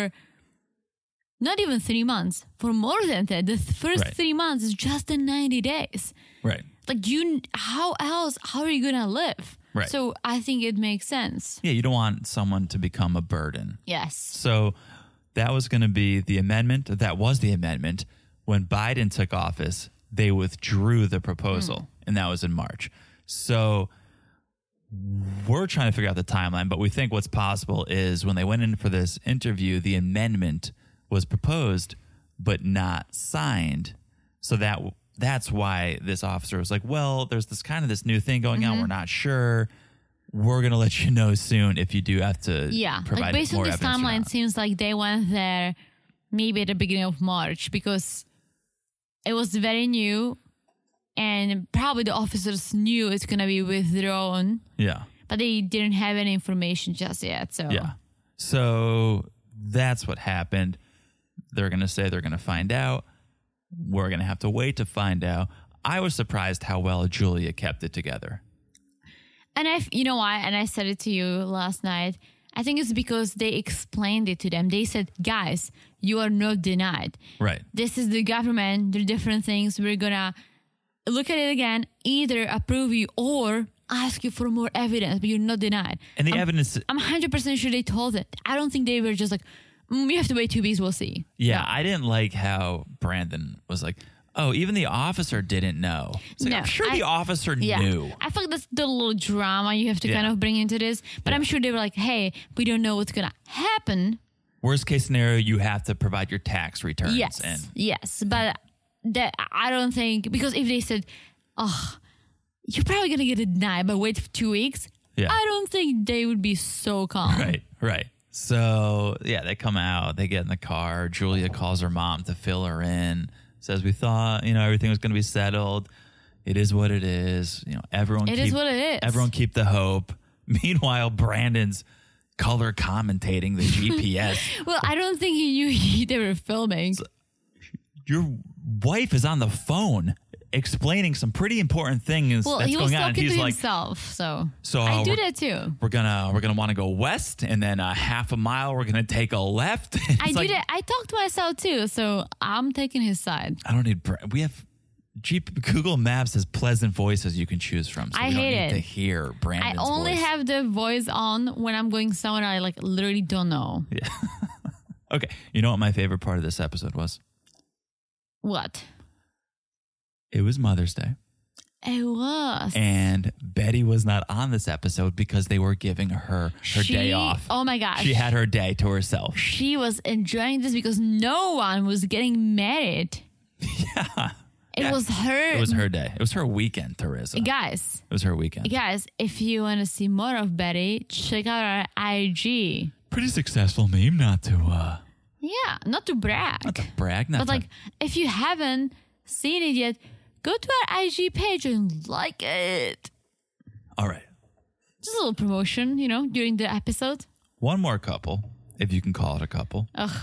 B: not even three months for more than that. The first
A: Right.
B: three months is just the ninety days.
A: Right.
B: Like you, how else? How are you gonna live?
A: Right.
B: So I think it makes sense.
A: Yeah, you don't want someone to become a burden.
B: Yes.
A: So that was going to be the amendment. That was the amendment. When Biden took office, they withdrew the proposal,
B: Hmm.
A: and that was in March. So we're trying to figure out the timeline, but we think what's possible is when they went in for this interview, the amendment was proposed but not signed. So that that's why this officer was like, "Well, there's this kind of this new thing going on. We're
B: Mm-hmm.
A: not sure. We're gonna let you know soon if you do have to
B: Yeah. Like
A: provide
B: based on
A: more
B: this
A: evidence or
B: timeline,
A: not."
B: seems like they went there maybe at the beginning of March because it was very new, and probably the officers knew it's gonna be withdrawn,
A: Yeah.
B: but they didn't have any information just yet. So
A: Yeah. Uh-huh. So that's what happened. They're going to say they're going to find out. We're going to have to wait to find out. I was surprised how well Julia kept it together.
B: And I, you know why? And I said it to you last night. I think it's because they explained it to them. They said, guys, you are not denied.
A: Right.
B: This is the government. There are different things. We're going to look at it again, either approve you or ask you for more evidence, but you're not denied.
A: And the evidence,
B: I'm 100% sure they told it. I don't think they were just like, mm, you have to wait two weeks, we'll see.
A: yeah, I didn't like how Brandon was like, oh, even the officer didn't know. It's like,
B: No,
A: I'm sure
B: I-
A: the officer
B: Yeah.
A: knew.
B: I feel like that's the little drama you have to
A: Yeah.
B: kind of bring into this. But I'm sure they were like, hey, we don't know what's going to happen.
A: Worst case scenario, you have to provide your tax returns.
B: Yes,
A: And
B: yes, but that I don't think because if they said, "Oh, you're probably gonna get it denied," but wait for two weeks,
A: Yeah.
B: I don't think they would be so calm.
A: Right, right. So yeah, they come out, they get in the car. Julia calls her mom to fill her in. Says we thought you know everything was going to be settled. It is what it is. You know everyone.
B: It is what it is.
A: Everyone keep the hope. [laughs] Meanwhile, Brandon's color commentating the
B: [laughs]
A: GPS.
B: Well, I don't think he knew [laughs] he, they were filming.
A: Your wife is on the phone explaining some pretty important things
B: well,
A: that's
B: he was
A: going on. And
B: talking
A: he's
B: to
A: like,
B: himself, so
A: So,
B: I
A: uh,
B: do
A: we're-
B: that too.
A: "We're gonna we're gonna want to go west, and then a half a mile we're gonna take a left." [laughs] It's
B: I do
A: like,
B: that. I talk to myself too, so I'm taking his side.
A: I don't need. bra- We have Jeep, Google Maps has pleasant voices you can choose from. So
B: I
A: we don't
B: hate
A: need to
B: it.
A: hear
B: I
A: Brandon's
B: only
A: voice.
B: have the voice on when I'm going somewhere I like literally don't know
A: Okay, you know what my favorite part of this episode was?
B: what
A: It was Mother's Day,
B: it was.
A: and Betty was not on this episode because they were giving her her day
B: She-
A: off.
B: Oh my gosh.
A: she had her day to herself.
B: she was enjoying this because no one was getting married. Yeah. It
A: [laughs] Yeah.
B: was her.
A: It was her day. It was her weekend, Teresa.
B: Guys,
A: It was her weekend.
B: guys, if you want to see more of Betty, check out our IG.
A: Pretty successful meme, not to uh,
B: Yeah, not to brag.
A: not to brag, not
B: but
A: to-
B: like, if you haven't seen it yet, go to our IG page and like it.
A: All right,
B: Just a little promotion, you know, during the episode.
A: one more couple, if you can call it a couple.
B: Ugh.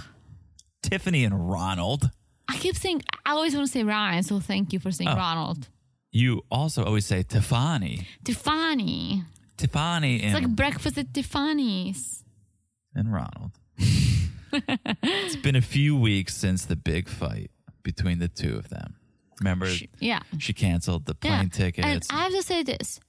A: Tiffany and Ronald.
B: I keep saying, I always want to say Ryan, so thank you for saying
A: Oh.
B: Ronald.
A: You also always say Tiffany.
B: Tiffany.
A: Tiffany and,
B: It's like breakfast at Tiffany's.
A: and
B: [laughs]
A: Ronald. it's been a few weeks since the big fight between the two of them. Remember, she,
B: Yeah.
A: canceled the
B: Yeah.
A: plane tickets.
B: And I have to say this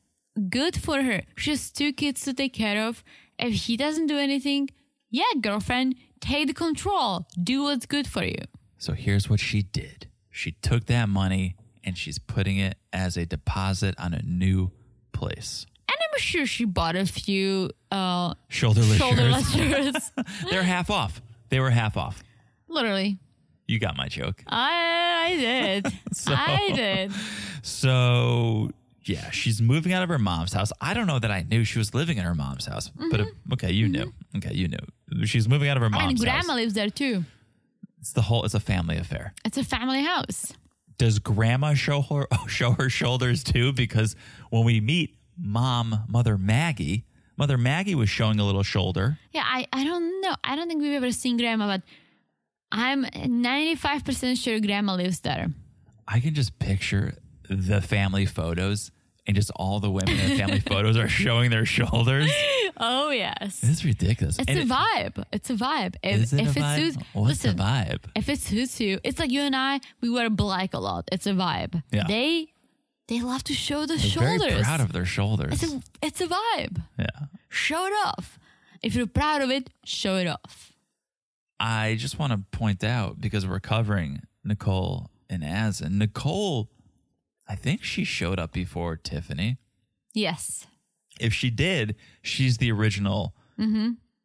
B: good for her. She has two kids to take care of. If he doesn't do anything, yeah, girlfriend, take the control. Do what's good for you.
A: so here's what she did she took that money and she's putting it as a deposit on a new place.
B: And I'm sure she bought a few uh,
A: Shoulderless, [laughs]
B: shoulderless
A: shirts.
B: shirts.
A: They're half off. They were half off.
B: Literally.
A: You got my joke.
B: I, I did. I did.
A: So yeah, she's moving out of her mom's house. I don't know that I knew she was living in her mom's house, but
B: Mm-hmm.
A: uh, okay, you knew. Okay, you knew she's moving out of her
B: And
A: mom's
B: grandma
A: house.
B: lives there too.
A: It's the whole. It's a family affair.
B: It's a family house.
A: Does grandma [laughs] show her show her shoulders too? Because when we meet mom, mother Maggie, Mother Maggie was showing a little shoulder.
B: Yeah, I, I don't know. I don't think we've ever seen grandma, but I'm 95% sure grandma lives there.
A: I can just picture the family photos and just all the women in the
B: [laughs]
A: family photos are showing their shoulders.
B: Oh, yes.
A: It's ridiculous.
B: It's
A: And
B: a
A: it-
B: vibe. It's a vibe. If,
A: Is it
B: if
A: a vibe?
B: suits,
A: What's
B: listen,
A: the vibe?
B: if it suits you, it's like you and I. We wear black a lot. It's a vibe.
A: Yeah.
B: They they love to show the
A: They're
B: shoulders.
A: Very proud of their shoulders.
B: it's a it's a vibe.
A: yeah.
B: Show it off. If you're proud of it, show it off.
A: I just want to point out because we're covering Nicole and Az, and Nicole, I think she showed up before Tiffany.
B: Yes.
A: If she did, she's the original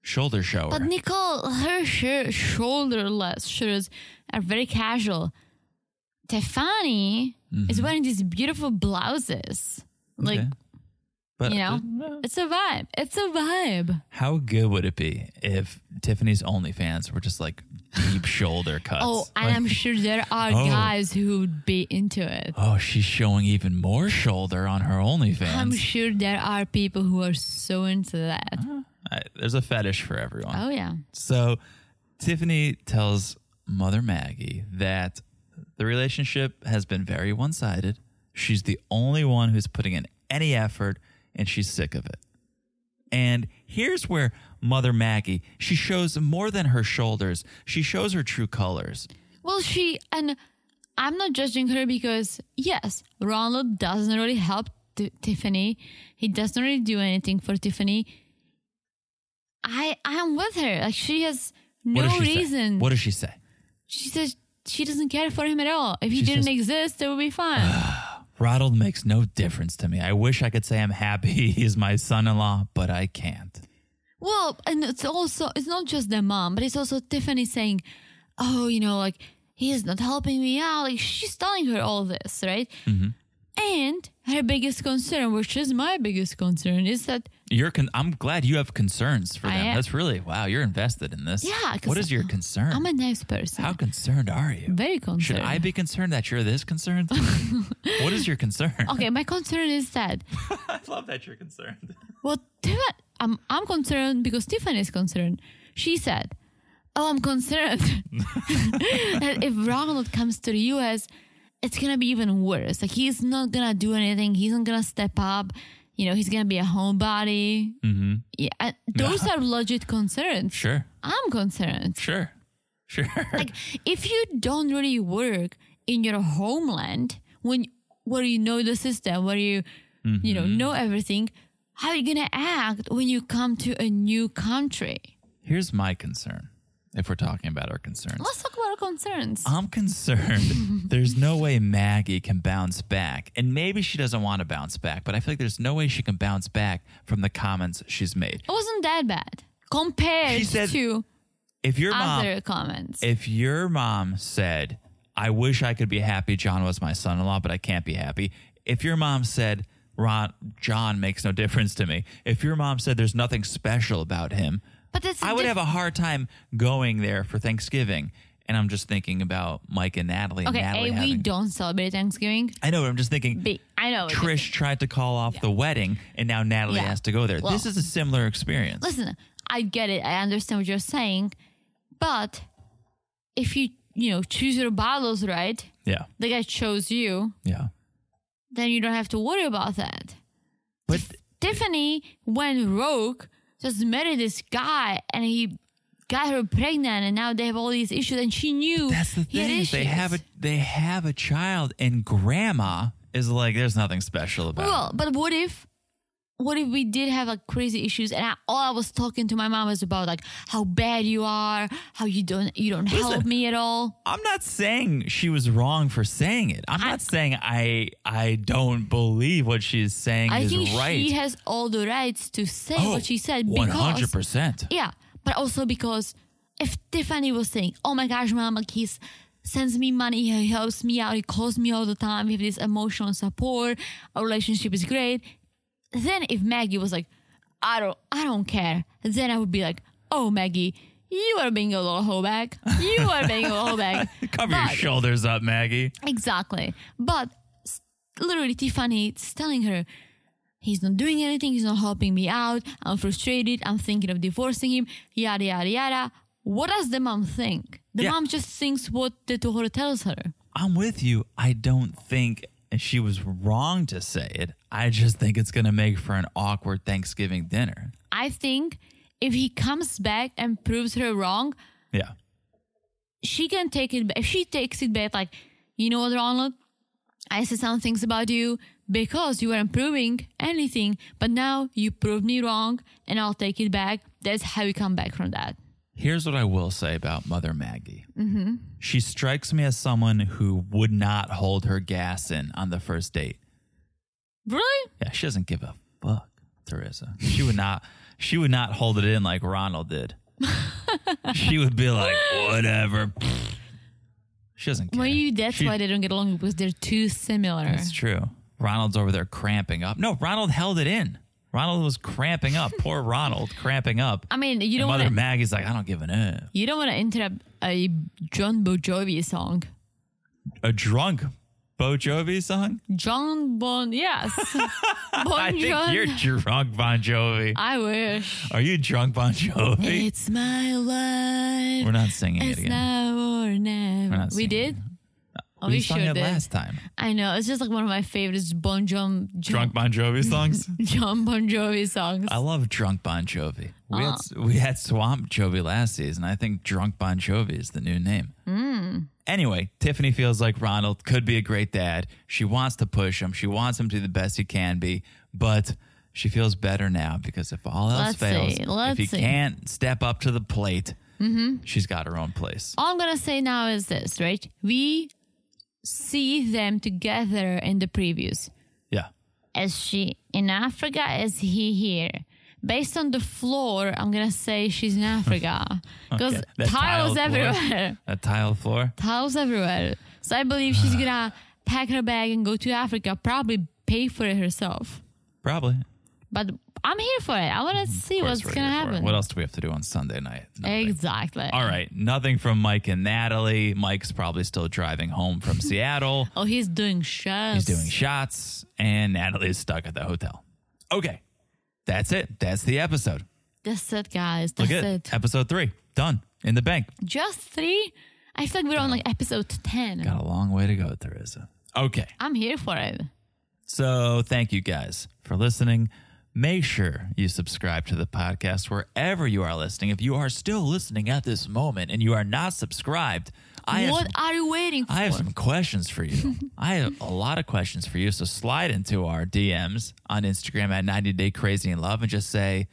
A: shoulder shower.
B: Mm-hmm. But Nicole, her shir- shoulderless shirts are very casual. Tiffany is wearing these beautiful blouses. Like,
A: Mm-hmm. Okay. but
B: you know, it's a vibe. It's a vibe.
A: how good would it be if Tiffany's OnlyFans were just like
B: [laughs]
A: deep shoulder cuts?
B: Oh, and
A: Like,
B: I'm sure there are
A: Oh.
B: guys who would be into it.
A: oh, she's showing even more shoulder on her
B: I'm
A: OnlyFans.
B: sure there are people who are so into that.
A: Ah. I- there's a fetish for everyone.
B: Oh, yeah.
A: So Tiffany tells Mother Maggie that the relationship has been very one sided. She's the only one who's putting in any effort and she's sick of it. And here's where Mother Maggie, she shows more than her shoulders. She shows her true colors.
B: Well, she, and I'm not judging her because, yes, Ronald doesn't really help T- Tiffany. He doesn't really do anything for Tiffany. I I'm with her. Like, she has
A: What
B: no
A: does she Say?
B: reason.
A: What does she say?
B: She says she doesn't care for him at all. If he
A: She
B: didn't
A: says-
B: exist, it would
A: [laughs]
B: be fine.
A: Ronald makes no difference to me. I wish I could say I'm happy [laughs] he's my son in law, but I can't.
B: Well, and it's also it's not just the mom, but it's also Tiffany saying, "Oh, you know, like he is not helping me out." Like she's telling her all this, right?
A: Mm-hmm.
B: And her biggest concern, which is my biggest concern, is that
A: You're con- I'm glad you have concerns for
B: I
A: them.
B: am.
A: That's really wow. You're invested in this.
B: Yeah, 'cause
A: What is your concern?
B: I'm a nice person.
A: How concerned are you?
B: very concerned.
A: Should I be concerned that you're this
B: [laughs]
A: concerned? what is your concern?
B: okay, my concern is that
A: [laughs] I love that you're concerned.
B: Well, Tiff- I'm I'm concerned because Tiffany is concerned. She said, "Oh, I'm concerned that if Ronald comes to the U.S., it's gonna be even worse. Like he's not gonna do anything. He's not gonna step up. You know, he's gonna be a homebody. Yeah, and those are legit concerns.
A: Sure,
B: I'm concerned.
A: sure, sure.
B: Like if you don't really work in your homeland when where you know the system where you you
A: Mm-hmm.
B: know know everything how are you gonna act when you come to a new country
A: Here's my concern. If we're talking about our concerns,
B: let's talk about our concerns
A: I'm
B: [laughs]
A: concerned there's no way Maggie can bounce back. And maybe she doesn't want to bounce back, but I feel like there's no way she can bounce back from the comments she's made.
B: it wasn't that bad compared
A: She said-
B: to
A: If
B: Ah,
A: your mom
B: other comments
A: if your mom said, I wish I could be happy John was my son in law, but I can't be happy. If your mom said, Ron, John makes no difference to me. If your mom said there's nothing special about him,
B: but that's
A: I would have a hard time going there for Thanksgiving. And I'm just thinking about Mike and Natalie. and
B: okay
A: Natalie
B: a we
A: having-
B: don't celebrate thanksgiving
A: I know, but I'm just thinking
B: b i know what you're saying.
A: Trish tried to call off the wedding and now Natalie
B: Yeah.
A: has to go there.
B: Well-
A: this is a similar experience.
B: listen, I get it. I understand what you're saying. But if you, you know, choose your battles right,
A: Yeah.
B: the guy chose you,
A: Yeah.
B: then you don't have to worry about that.
A: But
B: Tiffany went rogue, just married this guy, and he got her pregnant, and now they have all these issues, and she knew
A: That's
B: [laughs]
A: the
B: he had
A: thing. is They
B: issues.
A: have a they have a child, and grandma is like, "There's nothing special about." it."
B: Well, but what if, what if we did have like crazy issues, and I, all I was talking to my mom was about like how bad you are, how you don't you don't help me at all.
A: I'm not saying she was wrong for saying it. I'm
B: I-
A: not saying I I don't believe what she's saying
B: I
A: is
B: think
A: right.
B: she has all the rights to say
A: Oh,
B: what she said because
A: 100%.
B: yeah, but also because if Tiffany was saying, "Oh my gosh, mom, like he's sends me money, he helps me out, he calls me all the time, we have this emotional support, our relationship is great," then if Maggie was like, "I don't, I don't care," then I would be like, "Oh, Maggie." You are being a little hoback. You are being a little hoback.
A: [laughs] Cover your
B: But-
A: shoulders up, Maggie.
B: Exactly. But s- literally, Tiffany is telling her, He's not doing anything. He's not helping me out. I'm frustrated. I'm thinking of divorcing him. Yada, yada, yada. What does the mom think? The
A: Yeah.
B: mom just thinks what the Tohoro tells her.
A: I'm with you. I don't think she was wrong to say it. I just think it's going to make for an awkward Thanksgiving dinner.
B: I think if he comes back and proves her wrong,
A: Yeah.
B: she can take it back. If she takes it back, like, you know what, Ronald? I said some things about you because you weren't proving anything, but now you proved me wrong and I'll take it back. That's how you come back from that.
A: Here's what I will say about Mother Maggie.
B: Mm-hmm.
A: She strikes me as someone who would not hold her gas in on the first date.
B: Really?
A: Yeah, she doesn't give a fuck, Teresa. She would not. She would not hold it in like Ronald
B: [laughs]
A: did. she would be like, whatever. She doesn't care.
B: Well, you, that's
A: She-
B: why they don't get along because they're too similar.
A: That's true. Ronald's over there cramping up. No, Ronald held it in. Ronald was cramping up.
B: [laughs]
A: Poor Ronald, cramping up.
B: I mean, you
A: And
B: don't
A: Mother
B: want to
A: Maggie's like, I don't give an F.
B: you don't want to interrupt a John Bon Jovi song.
A: A drunk Bo Jovi song?
B: John Bon,
A: [laughs]
B: yes,
A: I
B: Bon
A: think
B: Jovi.
A: you're drunk, Bon Jovi.
B: I wish.
A: Are you drunk, Bon Jovi?
B: It's my life.
A: We're not singing it
B: It's
A: again.
B: now or never.
A: not
B: We
A: singing
B: did. Oh,
A: we
B: we
A: sung
B: sure
A: it
B: did.
A: last time.
B: I know. It's just like one of my favorites, Bon John, John,
A: Drunk Bon Jovi songs?
B: [laughs] John Bon Jovi songs.
A: I love Drunk Bon Jovi. We, had, we had Swamp Jovi last season. I think Drunk Bon Jovi is the new name.
B: Hmm.
A: Anyway, Tiffany feels like Ronald could be a great dad. She wants to push him, she wants him to be the best he can be, but she feels better now because if all else
B: Let's
A: fails,
B: see, let's
A: if he
B: see. Mm-hmm.
A: can't step up to the plate, she's got her own place.
B: All I'm gonna say now is this, right? We see them together in the previews.
A: Yeah.
B: Is she in Africa? Is he here? Based on the floor, I'm gonna say she's in Africa [laughs]
A: [laughs]
B: because
A: Okay. That
B: tiles
A: tile floor.
B: everywhere. [laughs]
A: A tile floor.
B: Tiles everywhere. So I believe she's
A: [sighs]
B: gonna pack her bag and go to Africa. Probably pay for it herself.
A: Probably.
B: But I'm here for it. I want to see
A: Mm-hmm. Of course
B: what's
A: we're
B: gonna
A: here for it.
B: happen.
A: What else do we have to do on Sunday night? Nothing.
B: Exactly.
A: All right, nothing from Mike and Natalie. Mike's probably still driving home
B: [laughs]
A: from Seattle.
B: Oh, he's doing shows.
A: He's doing shots, and Natalie's stuck at the hotel. Okay, that's it. That's the episode.
B: That's it, guys.
A: Look
B: That's
A: at
B: it.
A: it. Episode three done in the bank.
B: Just three? I feel like we're on like episode 10.
A: Got a long way to go, Theresa. Okay,
B: I'm here for it.
A: so thank you guys for listening. Make sure you subscribe to the podcast wherever you are listening. If you are still listening at this moment and you are not subscribed, I have
B: what are you waiting for?
A: I have some questions for
B: [laughs]
A: you. I have a lot of questions for you. So slide into our DMs on Instagram at 90 Day Crazy in Love and just say,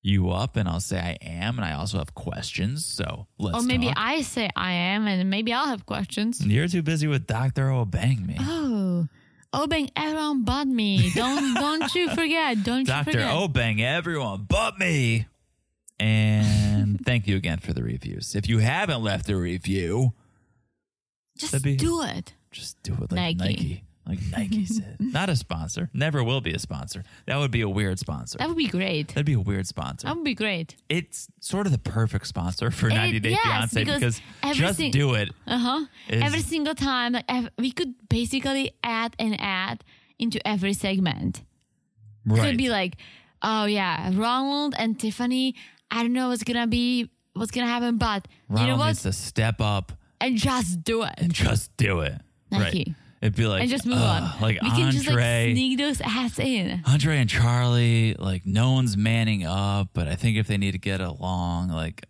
A: You up? And I'll say, I am. And I also have questions. So let's
B: or maybe
A: talk.
B: I say I am, and maybe I'll have questions.
A: You're too busy with Dr. Obang me.
B: Oh, obeying everyone but me. Don't don't
A: [laughs]
B: you forget. Don't you
A: Dr.
B: forget.
A: Obang, everyone but me.
B: [laughs]
A: And thank you again for the reviews. If you haven't left a review,
B: Just
A: that'd be-
B: do it.
A: just do it like Nike.
B: Nike.
A: Like
B: [laughs]
A: Nike said. Not a sponsor. Never will be a sponsor. That would be a weird sponsor.
B: That would be great.
A: That'd be a weird sponsor.
B: That would be great.
A: it's sort of the perfect sponsor for 90 Day
B: yes,
A: Fiance
B: because
A: because,
B: every
A: just
B: sing-
A: do it.
B: Uh huh.
A: Is-
B: Every single time, like ev- we could basically add and add into every segment. So
A: Right.
B: it'd be like, oh yeah, Ronald and Tiffany. I don't know what's gonna be, what's gonna happen, but
A: Ronald
B: you know what?
A: needs to step up
B: and just do it.
A: and just do it.
B: Nike.
A: Right. It'd be like
B: and just move
A: ugh,
B: on.
A: Like
B: we
A: Andre,
B: can just like sneak those ass in.
A: Andre and Charlie, like no one's manning up, but I think if they need to get along, like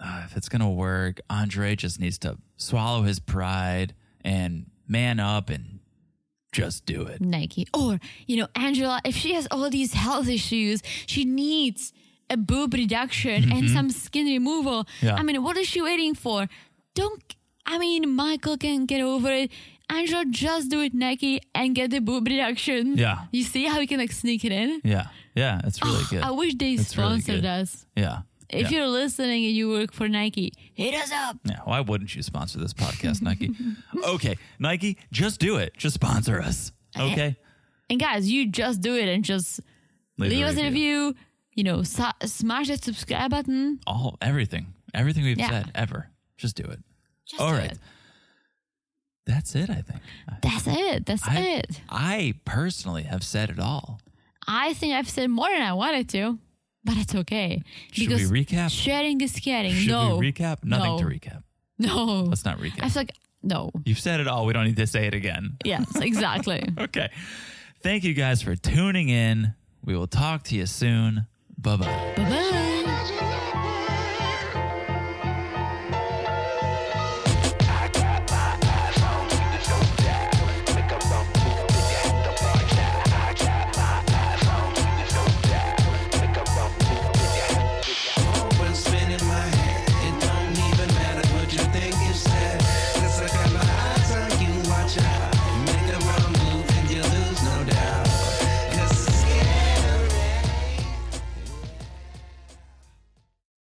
A: uh, if it's gonna work, Andre just needs to swallow his pride and man up and just do it.
B: Nike. Or, you know, Angela, if she has all these health issues, she needs a boob reduction and some skin removal.
A: Mm-hmm. Yeah.
B: I mean, what is she waiting for? Don't, I mean, Michael can get over it. Angela, just do it, Nike, and get the boob reduction.
A: Yeah.
B: You see how we can like sneak it in?
A: Yeah, yeah, it's
B: [sighs]
A: really good.
B: I wish they
A: It's really
B: sponsored
A: good.
B: us.
A: yeah,
B: If
A: yeah.
B: you're listening and you work for Nike, hit us up.
A: Yeah, why wouldn't you sponsor this podcast,
B: [laughs]
A: Nike? okay, Nike, just do it. Just sponsor us.
B: Eh?
A: Okay?
B: And guys, you just do it and just
A: Leave a
B: leave us a review. You know, su- smash that subscribe button.
A: All everything. Everything we've
B: Yeah.
A: said ever. Just do it.
B: Just
A: All
B: do
A: right.
B: it.
A: That's it, I think.
B: That's it. That's
A: I,
B: it.
A: I personally have said it all.
B: I think I've said more than I wanted to, but it's okay.
A: Should we recap?
B: sharing is caring.
A: Should
B: no.
A: we recap? Nothing
B: No.
A: to recap.
B: No.
A: Let's not recap.
B: I feel like, no.
A: You've said it all. We don't need to say it again.
B: Yes,
A: [laughs]
B: exactly.
A: Okay. Thank you guys for tuning in. We will talk to you soon. Bye bye.
B: bye bye.